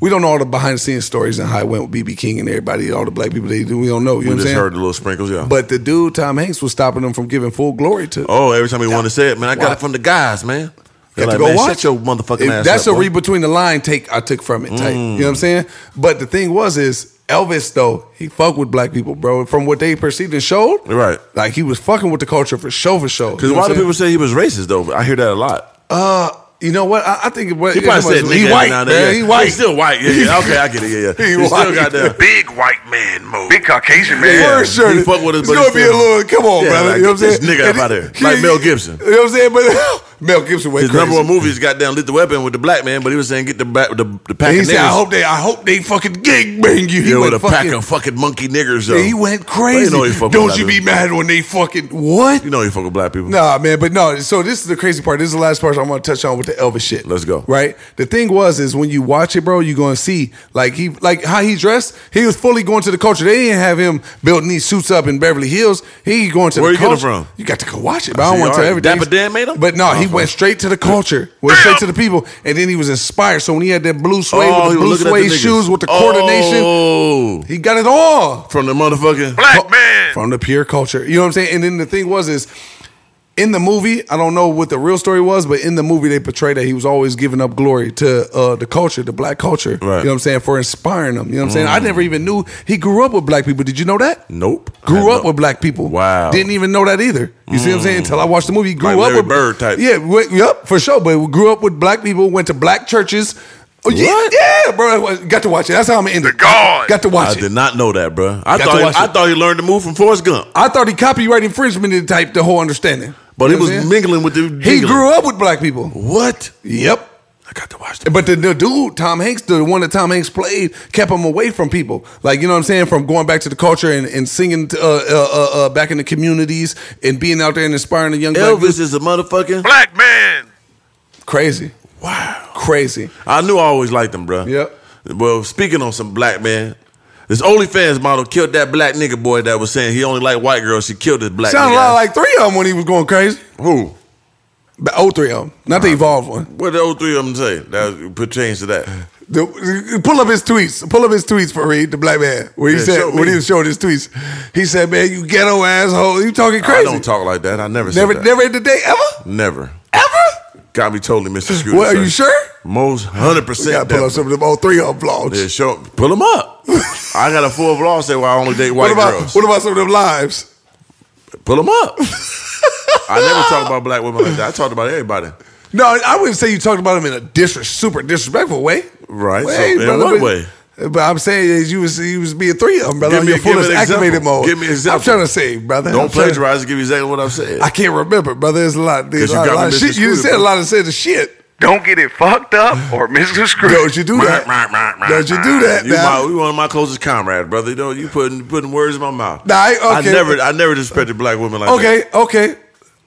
Speaker 2: We don't know all the behind the scenes stories and how it went with BB King and everybody, all the black people they do. We don't know. You know
Speaker 3: We
Speaker 2: what I'm
Speaker 3: just
Speaker 2: saying?
Speaker 3: heard the little sprinkles, yeah.
Speaker 2: but the dude Tom Hanks was stopping them from giving full glory to.
Speaker 3: oh, every time he wanted to say it, man, I got
Speaker 2: Why?
Speaker 3: it from the guys, man. They're
Speaker 2: Got
Speaker 3: like,
Speaker 2: to go
Speaker 3: man,
Speaker 2: watch
Speaker 3: shut your motherfucking
Speaker 2: If
Speaker 3: ass
Speaker 2: That's a
Speaker 3: up, boy. Mm.
Speaker 2: read between the line take I took from it. Type. You know what I'm saying? But the thing was is Elvis though he fucked with black people, bro. From what they perceived and showed,
Speaker 3: Right.
Speaker 2: Like he was fucking with the culture for show for show.
Speaker 3: Because why do people say he was racist though? I hear that a lot.
Speaker 2: You know what? I, I think what,
Speaker 3: He probably said nigga
Speaker 2: he
Speaker 3: every
Speaker 2: white,
Speaker 3: now
Speaker 2: man.
Speaker 3: and then, yeah.
Speaker 2: He white.
Speaker 3: He's still white. Yeah, yeah. Okay, I get it. Yeah, yeah.
Speaker 2: He
Speaker 3: He's still
Speaker 2: white.
Speaker 3: goddamn.
Speaker 8: Big white man mode. Big Caucasian
Speaker 3: Yeah.
Speaker 8: man.
Speaker 2: Word shirt.
Speaker 3: He fuck with us,
Speaker 2: It's
Speaker 3: but
Speaker 2: gonna
Speaker 3: he
Speaker 2: be a
Speaker 3: still-
Speaker 2: little. Come on,
Speaker 3: Yeah,
Speaker 2: brother.
Speaker 3: like,
Speaker 2: you know what I'm
Speaker 3: this
Speaker 2: saying?
Speaker 3: nigga up
Speaker 2: And-
Speaker 3: out there. Like Mel Gibson.
Speaker 2: You know what I'm saying? But Mel Gibson went
Speaker 3: His
Speaker 2: crazy.
Speaker 3: number one movie is goddamn lit the weapon with the black man, but he was saying get the back the, the pack
Speaker 2: And he
Speaker 3: of
Speaker 2: said,
Speaker 3: niggas.
Speaker 2: "I hope they, I hope they fucking gang bang you." He
Speaker 3: yeah,
Speaker 2: went
Speaker 3: with a
Speaker 2: fucking,
Speaker 3: pack of fucking monkey niggers though.
Speaker 2: Yeah, he went crazy.
Speaker 3: You know he fuck with
Speaker 2: Don't
Speaker 3: black
Speaker 2: you be
Speaker 3: people.
Speaker 2: mad when they fucking what?
Speaker 3: You know he fuck with black people.
Speaker 2: Nah, man, but no. So this is the crazy part. This is the last part I'm going to touch on with the Elvis shit.
Speaker 3: Let's go.
Speaker 2: Right. The thing was is when you watch it, bro, you going to see like he like how he dressed. He was fully going to the culture. They didn't have him building these suits up in Beverly Hills. He going to
Speaker 3: Where
Speaker 2: the
Speaker 3: you get 'em
Speaker 2: culture.
Speaker 3: from?
Speaker 2: You got to go watch it. But I,
Speaker 3: see,
Speaker 2: don't want to
Speaker 3: all right.
Speaker 2: tell everything.
Speaker 3: Dapper Dan made 'em?
Speaker 2: But no, he
Speaker 3: Oh,
Speaker 2: went straight to the culture. Went straight to the people, and then he was inspired. So when he had that blue suede,
Speaker 3: Oh,
Speaker 2: with
Speaker 3: he
Speaker 2: the
Speaker 3: was
Speaker 2: blue
Speaker 3: looking at
Speaker 2: suede
Speaker 3: the niggas.
Speaker 2: shoes with the coordination,
Speaker 3: Oh,
Speaker 2: he got it all
Speaker 3: from the motherfucking
Speaker 8: Black man.
Speaker 2: from the pure culture. You know what I'm saying? And then the thing was is in the movie, I don't know what the real story was, but in the movie they portray that he was always giving up glory to uh, the culture, the black culture.
Speaker 3: Right. Mm.
Speaker 2: You know what I'm saying? For inspiring them. You know what I'm saying? I never even knew he grew up with black people. Did you know that?
Speaker 3: Nope.
Speaker 2: Grew
Speaker 3: I
Speaker 2: up
Speaker 3: know-
Speaker 2: with black people.
Speaker 3: Wow. Mm.
Speaker 2: Didn't even know that either. You see what I'm saying? Until I watched the movie, he grew
Speaker 3: Like
Speaker 2: up
Speaker 3: Larry
Speaker 2: with
Speaker 3: Bird type.
Speaker 2: Yeah, went, yep, for sure. But we grew up with black people, went to black churches. Oh,
Speaker 3: What?
Speaker 2: Yeah, yeah, bro. Got to watch it. That's how I'm gonna end it.
Speaker 8: God.
Speaker 2: Got to watch
Speaker 3: I
Speaker 2: it.
Speaker 3: did not know that, bro. I
Speaker 2: Got
Speaker 3: thought
Speaker 2: to
Speaker 3: he,
Speaker 2: watch
Speaker 3: I
Speaker 2: it.
Speaker 3: thought he learned the move from Forrest Gump,
Speaker 2: I thought he copyright infringement and typed the whole understanding.
Speaker 3: but
Speaker 2: You
Speaker 3: it
Speaker 2: know
Speaker 3: was
Speaker 2: what I'm saying?
Speaker 3: mingling with the.
Speaker 2: He grew up with black people.
Speaker 3: What?
Speaker 2: Yep.
Speaker 3: I got to watch that.
Speaker 2: But the, the dude, Tom Hanks, the one that Tom Hanks played, kept him away from people. Like, you know what I'm saying? From going back to the culture and, and singing uh, uh, uh, uh, back in the communities and being out there and inspiring the young black
Speaker 3: Elvis
Speaker 2: youth.
Speaker 3: is a motherfucking.
Speaker 8: Black man.
Speaker 2: Crazy.
Speaker 3: Wow.
Speaker 2: Crazy.
Speaker 3: I knew I always liked him, bro.
Speaker 2: Yep.
Speaker 3: Well, speaking on some black man, this OnlyFans model killed that black nigga boy that was saying he only liked white girls. She killed this black.
Speaker 2: Sound a
Speaker 3: nigga.
Speaker 2: lot like three of them when he was going crazy.
Speaker 3: who?
Speaker 2: The old three of them, not the evolved one.
Speaker 3: What the old three of them say? That put change to that.
Speaker 2: The- pull up his tweets. Pull up his tweets for Reed, the black man. Where he
Speaker 3: Yeah, show
Speaker 2: said when
Speaker 3: me.
Speaker 2: he was showing his tweets, he said, "Man, you ghetto asshole. You talking crazy?
Speaker 3: I don't talk like that. I never said
Speaker 2: never,
Speaker 3: that.
Speaker 2: never in the day ever,
Speaker 3: never.
Speaker 2: ever.
Speaker 3: Got me totally Mr. Screwed.
Speaker 2: What
Speaker 3: sir.
Speaker 2: are you sure?
Speaker 3: Most hundred
Speaker 2: We gotta
Speaker 3: percent.
Speaker 2: pull up some of them old three of them vlogs.
Speaker 3: Yeah, show pull them up. I got a full vlog say well I only date white
Speaker 2: what about
Speaker 3: girls.
Speaker 2: what about some of them lives?
Speaker 3: Pull them up. I never talk about black women like that. I talked about everybody.
Speaker 2: No, I wouldn't say you talked about them in a disres- super disrespectful way.
Speaker 3: Right, so
Speaker 2: Way,
Speaker 3: in
Speaker 2: brother,
Speaker 3: what
Speaker 2: but-
Speaker 3: way?
Speaker 2: But I'm saying is you was you was being three of them, brother.
Speaker 3: Give
Speaker 2: in
Speaker 3: me-
Speaker 2: your
Speaker 3: give me
Speaker 2: fullest
Speaker 3: an example.
Speaker 2: activated mode.
Speaker 3: Give me an
Speaker 2: I'm
Speaker 3: example.
Speaker 2: trying to say, brother. I'm
Speaker 3: Don't
Speaker 2: trying to-
Speaker 3: plagiarize. Give you exactly what I'm saying.
Speaker 2: I can't remember, brother. There's a lot. There's
Speaker 3: 'Cause
Speaker 2: a
Speaker 3: you
Speaker 2: lot,
Speaker 3: got
Speaker 2: lot of
Speaker 3: me
Speaker 2: shit. You done
Speaker 3: misconstrued,
Speaker 2: said a
Speaker 3: bro.
Speaker 2: lot of said the shit.
Speaker 8: Don't get it fucked up or Mr. Screwed.
Speaker 2: Don't you do that? Don't you do that?
Speaker 3: you,
Speaker 2: now.
Speaker 3: my, you one of my closest comrades, brother. You know, you putting putting words in my mouth.
Speaker 2: Nah, I- okay.
Speaker 3: I never I never disrespected black women like that.
Speaker 2: Okay, okay.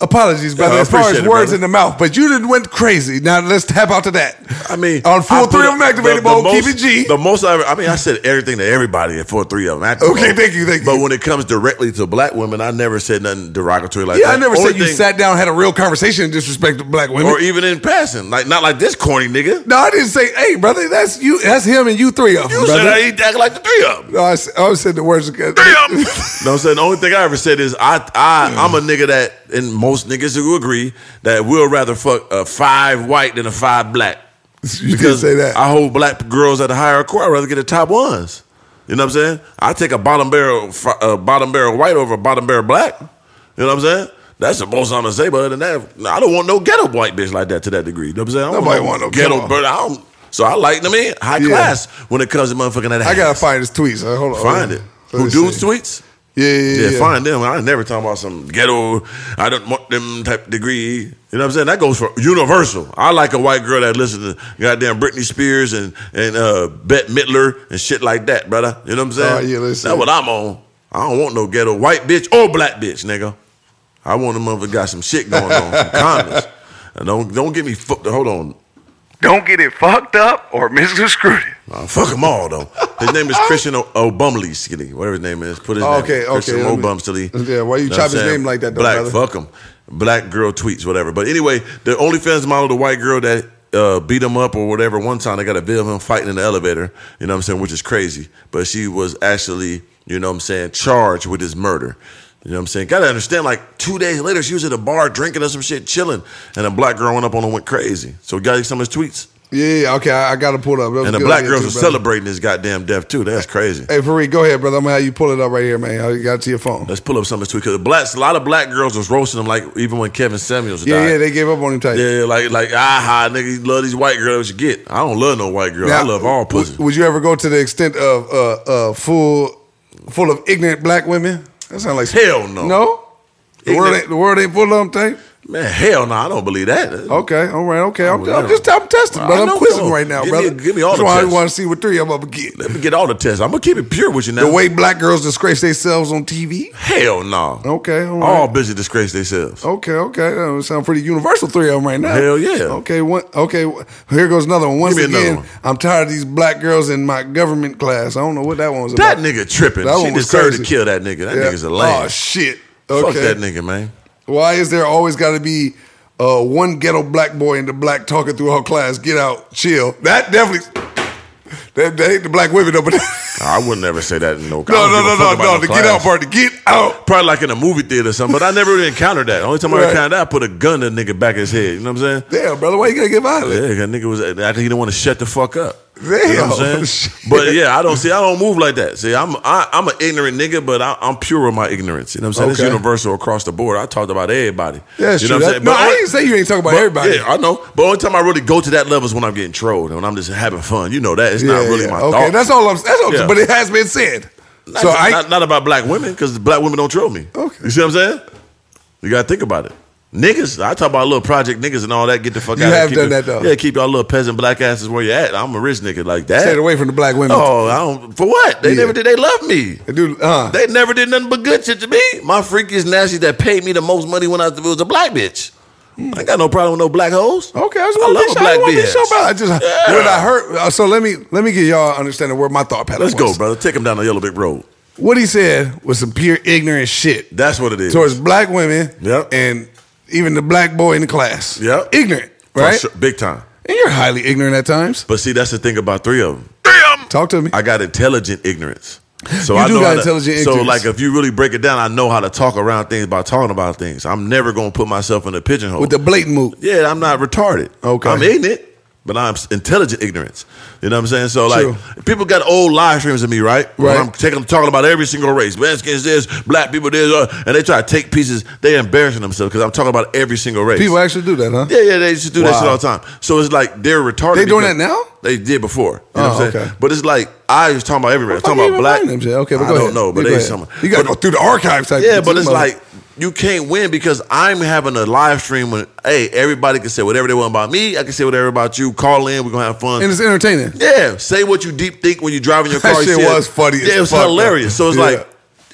Speaker 2: Apologies, brother.
Speaker 3: I
Speaker 2: as far as
Speaker 3: appreciate it,
Speaker 2: words
Speaker 3: brother.
Speaker 2: in the mouth, but you didn't went crazy. Now let's tap out to that.
Speaker 3: I mean,
Speaker 2: on
Speaker 3: I
Speaker 2: full
Speaker 3: put
Speaker 2: three
Speaker 3: up-
Speaker 2: of them activated
Speaker 3: the- the
Speaker 2: mode, keep it
Speaker 3: most-
Speaker 2: G.
Speaker 3: The most I ever, I mean, I said everything to everybody at four three of them. activated
Speaker 2: Okay,
Speaker 3: mode.
Speaker 2: thank you, thank you.
Speaker 3: But when it comes directly to black women, I never said nothing derogatory like
Speaker 2: yeah,
Speaker 3: that.
Speaker 2: I never
Speaker 3: Only
Speaker 2: said you
Speaker 3: thing-
Speaker 2: sat down had a real conversation and disrespected black women.
Speaker 3: or e- even in passing, like not like this corny nigga.
Speaker 2: no, I didn't say, hey, brother, that's you. That's him and you three of them,
Speaker 3: You said
Speaker 2: brother.
Speaker 3: I eat that like the three of them.
Speaker 2: no, I, s- oh, I said the words. Three of
Speaker 8: them.
Speaker 3: No, I'm saying the only thing I ever said is I I I'm a nigga that and most niggas who agree that we'll rather fuck a five white than a five black.
Speaker 2: You did say that.
Speaker 3: I hold black girls at a higher core. I'd rather get the top ones. You know what I'm saying? I take a bottom barrel, fr- a bottom barrel white over a bottom barrel black. You know what I'm saying? That's the most I'm gonna say. But other than that, no, I don't want no ghetto white bitch like that to that degree. You know what I'm saying? I don't
Speaker 2: Nobody want no- come
Speaker 3: ghetto,
Speaker 2: on.
Speaker 3: but I don't. So I like them in high
Speaker 2: Yeah.
Speaker 3: class when it comes to motherfucking that.
Speaker 2: I gotta
Speaker 3: ass.
Speaker 2: find his tweets. Uh, Hold on,
Speaker 3: Find it.
Speaker 2: Let
Speaker 3: Who
Speaker 2: me
Speaker 3: dudes
Speaker 2: see.
Speaker 3: tweets?
Speaker 2: Yeah, yeah,
Speaker 3: Yeah,
Speaker 2: yeah.
Speaker 3: find them. I ain't never talking about some ghetto. I don't want them type degree. You know what I'm saying? That goes for universal. I like a white girl that listens to goddamn Britney Spears and and uh, Bette Midler and shit like that, brother. You know what I'm saying?
Speaker 2: Oh, yeah, listen.
Speaker 3: That's what I'm on. I don't want no ghetto white bitch or black bitch, nigga. I want a mother got some shit going on, some comments. And don't don't get me fucked. Hold on.
Speaker 8: Don't get it fucked up or Mr. Screwed.
Speaker 3: Uh, fuck them all though. His name is Christian O- Obumley Skinny, whatever his name is. Put his
Speaker 2: Oh,
Speaker 3: name.
Speaker 2: okay, okay,
Speaker 3: Christian
Speaker 2: let me-
Speaker 3: Obumsley.
Speaker 2: Yeah, why you
Speaker 3: Know what
Speaker 2: chop
Speaker 3: I'm
Speaker 2: his
Speaker 3: saying?
Speaker 2: name like that, though,
Speaker 3: Black,
Speaker 2: brother?
Speaker 3: fuck him. Black girl tweets, whatever. But anyway, the OnlyFans model, the white girl that uh, beat him up or whatever. One time, they got a video of him fighting in the elevator. You know what I'm saying? Which is crazy. But she was actually, you know what I'm saying, charged with his murder. You know what I'm saying? Gotta understand, like two days later, she was at a bar drinking or some shit, chilling, and a black girl went up on her and went crazy. So, got some of his tweets.
Speaker 2: Yeah, yeah, okay, I, I gotta pull it up. That was
Speaker 3: And the
Speaker 2: good
Speaker 3: black
Speaker 2: idea
Speaker 3: girls
Speaker 2: too,
Speaker 3: are
Speaker 2: brother.
Speaker 3: celebrating this goddamn death too. That's crazy.
Speaker 2: Hey, Fareed, go ahead, brother. I'm gonna have you pull it up right here, man. I got to your phone.
Speaker 3: Let's pull up something too, because the blacks, a lot of black girls was roasting him, like even when Kevin Samuels
Speaker 2: Yeah,
Speaker 3: died.
Speaker 2: yeah, they gave up on him tight.
Speaker 3: yeah, like like ah ha, nigga, you love these white girls. What you get? I don't love no white girl. I
Speaker 2: Now,
Speaker 3: love all
Speaker 2: w-
Speaker 3: pussy.
Speaker 2: Would, you ever go to the extent of uh, uh, full, full of ignorant black women? That sounds like
Speaker 3: Hell no.
Speaker 2: No, the world,
Speaker 3: Ignorant-
Speaker 2: ain't, the world ain't full of them. Type.
Speaker 3: Man, hell no, I don't believe that.
Speaker 2: Okay, all right, okay. I'm,
Speaker 3: Oh, well,
Speaker 2: I'm just I'm testing,
Speaker 3: I
Speaker 2: brother. I'm
Speaker 3: know,
Speaker 2: quizzing
Speaker 3: dog.
Speaker 2: right now,
Speaker 3: Give me-
Speaker 2: brother.
Speaker 3: give me all
Speaker 2: That's
Speaker 3: the
Speaker 2: why I
Speaker 3: tests.
Speaker 2: want to see what three I'm gonna get.
Speaker 3: Let me get all the tests. I'm gonna keep it pure with you now.
Speaker 2: The way Oh, black girls disgrace themselves on TV.
Speaker 3: hell no.
Speaker 2: Okay, all right.
Speaker 3: All busy disgrace themselves.
Speaker 2: Okay, okay. That would sound pretty universal, three of them right now.
Speaker 3: Hell yeah.
Speaker 2: Okay, one, okay. Here goes another one. Once
Speaker 3: Give me
Speaker 2: again,
Speaker 3: another one.
Speaker 2: I'm tired of these black girls in my government class. I don't know what that one was
Speaker 3: That
Speaker 2: about.
Speaker 3: nigga tripping.
Speaker 2: That
Speaker 3: she
Speaker 2: one was
Speaker 3: deserved to
Speaker 2: crazy.
Speaker 3: kill that nigga. That
Speaker 2: Yeah.
Speaker 3: nigga's a lame.
Speaker 2: Oh, shit. Okay.
Speaker 3: Fuck that nigga, man.
Speaker 2: Why is there always got to be uh, one ghetto black boy in the black talking through her class? Get out, chill. That definitely. That, that ain't the black women though, but
Speaker 3: I would never say that in no. I
Speaker 2: no,
Speaker 3: don't
Speaker 2: no,
Speaker 3: give a
Speaker 2: no,
Speaker 3: fuck
Speaker 2: no,
Speaker 3: about
Speaker 2: no. The get
Speaker 3: class.
Speaker 2: out part, the get out.
Speaker 3: Probably like in a movie theater or something, but I never really encountered that. Only time I
Speaker 2: Right.
Speaker 3: encountered that, I put a gun to a nigga back his head. You know what I'm saying?
Speaker 2: Damn, brother, why you gotta get violent?
Speaker 3: Yeah, that nigga was after he didn't want to shut the fuck up.
Speaker 2: Damn.
Speaker 3: You know what I'm saying?
Speaker 2: Shit.
Speaker 3: But yeah, I don't see. I don't move like that. See, I'm I, I'm an ignorant nigga, but I, I'm pure with my ignorance. You know what I'm saying? It's
Speaker 2: Okay.
Speaker 3: universal across the board. I talked about everybody.
Speaker 2: Yeah, that's
Speaker 3: you know
Speaker 2: true.
Speaker 3: what
Speaker 2: That-
Speaker 3: I'm saying?
Speaker 2: no,
Speaker 3: But
Speaker 2: I
Speaker 3: only-
Speaker 2: didn't say you ain't talking about
Speaker 3: but-
Speaker 2: everybody.
Speaker 3: Yeah, I know. But only time I really go to that level is when I'm getting trolled and when I'm just having fun. You know that it's not
Speaker 2: Yeah,
Speaker 3: really
Speaker 2: yeah.
Speaker 3: my
Speaker 2: Okay,
Speaker 3: thought.
Speaker 2: that's all I'm. That's all.
Speaker 3: Yeah.
Speaker 2: But it has been said.
Speaker 3: Not,
Speaker 2: so I
Speaker 3: not, not about black women because black women don't troll me.
Speaker 2: Okay.
Speaker 3: You see what I'm saying? You gotta think about it. Niggas, I talk about little project niggas and all that. Get the fuck
Speaker 2: You
Speaker 3: out.
Speaker 2: have
Speaker 3: keep
Speaker 2: done
Speaker 3: your-
Speaker 2: that, though.
Speaker 3: Yeah, keep y'all little peasant black asses where you at. I'm a rich nigga like that.
Speaker 2: stayed away from the black women.
Speaker 3: Oh, I don't. For what? They
Speaker 2: Yeah.
Speaker 3: never did. They love me.
Speaker 2: They do, uh,
Speaker 3: They never did nothing but good shit to me. My freakiest nasty that paid me the most money when I was, was a black bitch. I ain't got no problem with no black hoes.
Speaker 2: Hmm. Okay, I just
Speaker 3: I
Speaker 2: want
Speaker 3: love
Speaker 2: to
Speaker 3: a black
Speaker 2: be
Speaker 3: BS.
Speaker 2: show about. I just
Speaker 3: Yeah.
Speaker 2: when I heard. uh, So let me let me get y'all understanding where my thought pattern.
Speaker 3: Let's go,
Speaker 2: was.
Speaker 3: brother. Take him down the yellow brick road.
Speaker 2: What he said was some pure ignorant shit
Speaker 3: That's what it is.
Speaker 2: towards black women.
Speaker 3: Yep.
Speaker 2: and even the black boy in the class.
Speaker 3: Yep.
Speaker 2: ignorant,
Speaker 3: For
Speaker 2: right?
Speaker 3: sure. big time.
Speaker 2: And you're highly ignorant at times.
Speaker 3: But see, that's the thing about three of them. Three of 'em.
Speaker 2: Talk to me.
Speaker 3: I got intelligent ignorance. So
Speaker 2: You
Speaker 3: I
Speaker 2: do
Speaker 3: know
Speaker 2: got
Speaker 3: how to-
Speaker 2: intelligent
Speaker 3: So
Speaker 2: ignorance.
Speaker 3: like, if you really break it down, I know how to talk around things by talking about things. I'm never gonna put myself in a pigeonhole.
Speaker 2: with the blatant move.
Speaker 3: yeah, I'm not retarded.
Speaker 2: Okay.
Speaker 3: I'm ignorant, but I'm s- intelligent ignorance. You know what I'm saying? So like,
Speaker 2: True.
Speaker 3: people got old live streams of me, right? Where
Speaker 2: Right.
Speaker 3: I'm taking talking about every single race, Mexicans this, black people this, uh, and they try to take pieces. They embarrassing themselves because I'm talking about every single race.
Speaker 2: People actually do that, huh?
Speaker 3: Yeah, yeah, they used to do that
Speaker 2: Wow.
Speaker 3: shit all the time. So it's like they're retarded.
Speaker 2: They doing
Speaker 3: because-
Speaker 2: that now?
Speaker 3: They did before. You
Speaker 2: Oh,
Speaker 3: know what I'm saying?
Speaker 2: okay.
Speaker 3: But it's like I was talking about everybody. I'm
Speaker 2: Why
Speaker 3: talking
Speaker 2: you
Speaker 3: about
Speaker 2: even
Speaker 3: black.
Speaker 2: bring them shit? Okay, but
Speaker 3: I
Speaker 2: go
Speaker 3: don't
Speaker 2: ahead.
Speaker 3: know, but
Speaker 2: You
Speaker 3: they
Speaker 2: go ahead.
Speaker 3: some.
Speaker 2: You gotta
Speaker 3: but-
Speaker 2: go through the archives type
Speaker 3: Yeah,
Speaker 2: shit,
Speaker 3: but it's
Speaker 2: mother-
Speaker 3: like you can't win because I'm having a live stream when hey everybody can say whatever they want about me. I can say whatever about you. Call in. We're gonna have fun.
Speaker 2: and it's entertaining.
Speaker 3: Yeah, say what you deep think when you driving your
Speaker 2: That
Speaker 3: car. You
Speaker 2: shit
Speaker 3: see it.
Speaker 2: was funny as
Speaker 3: Yeah, it was
Speaker 2: fuck, though.
Speaker 3: hilarious. So it's
Speaker 2: Yeah.
Speaker 3: like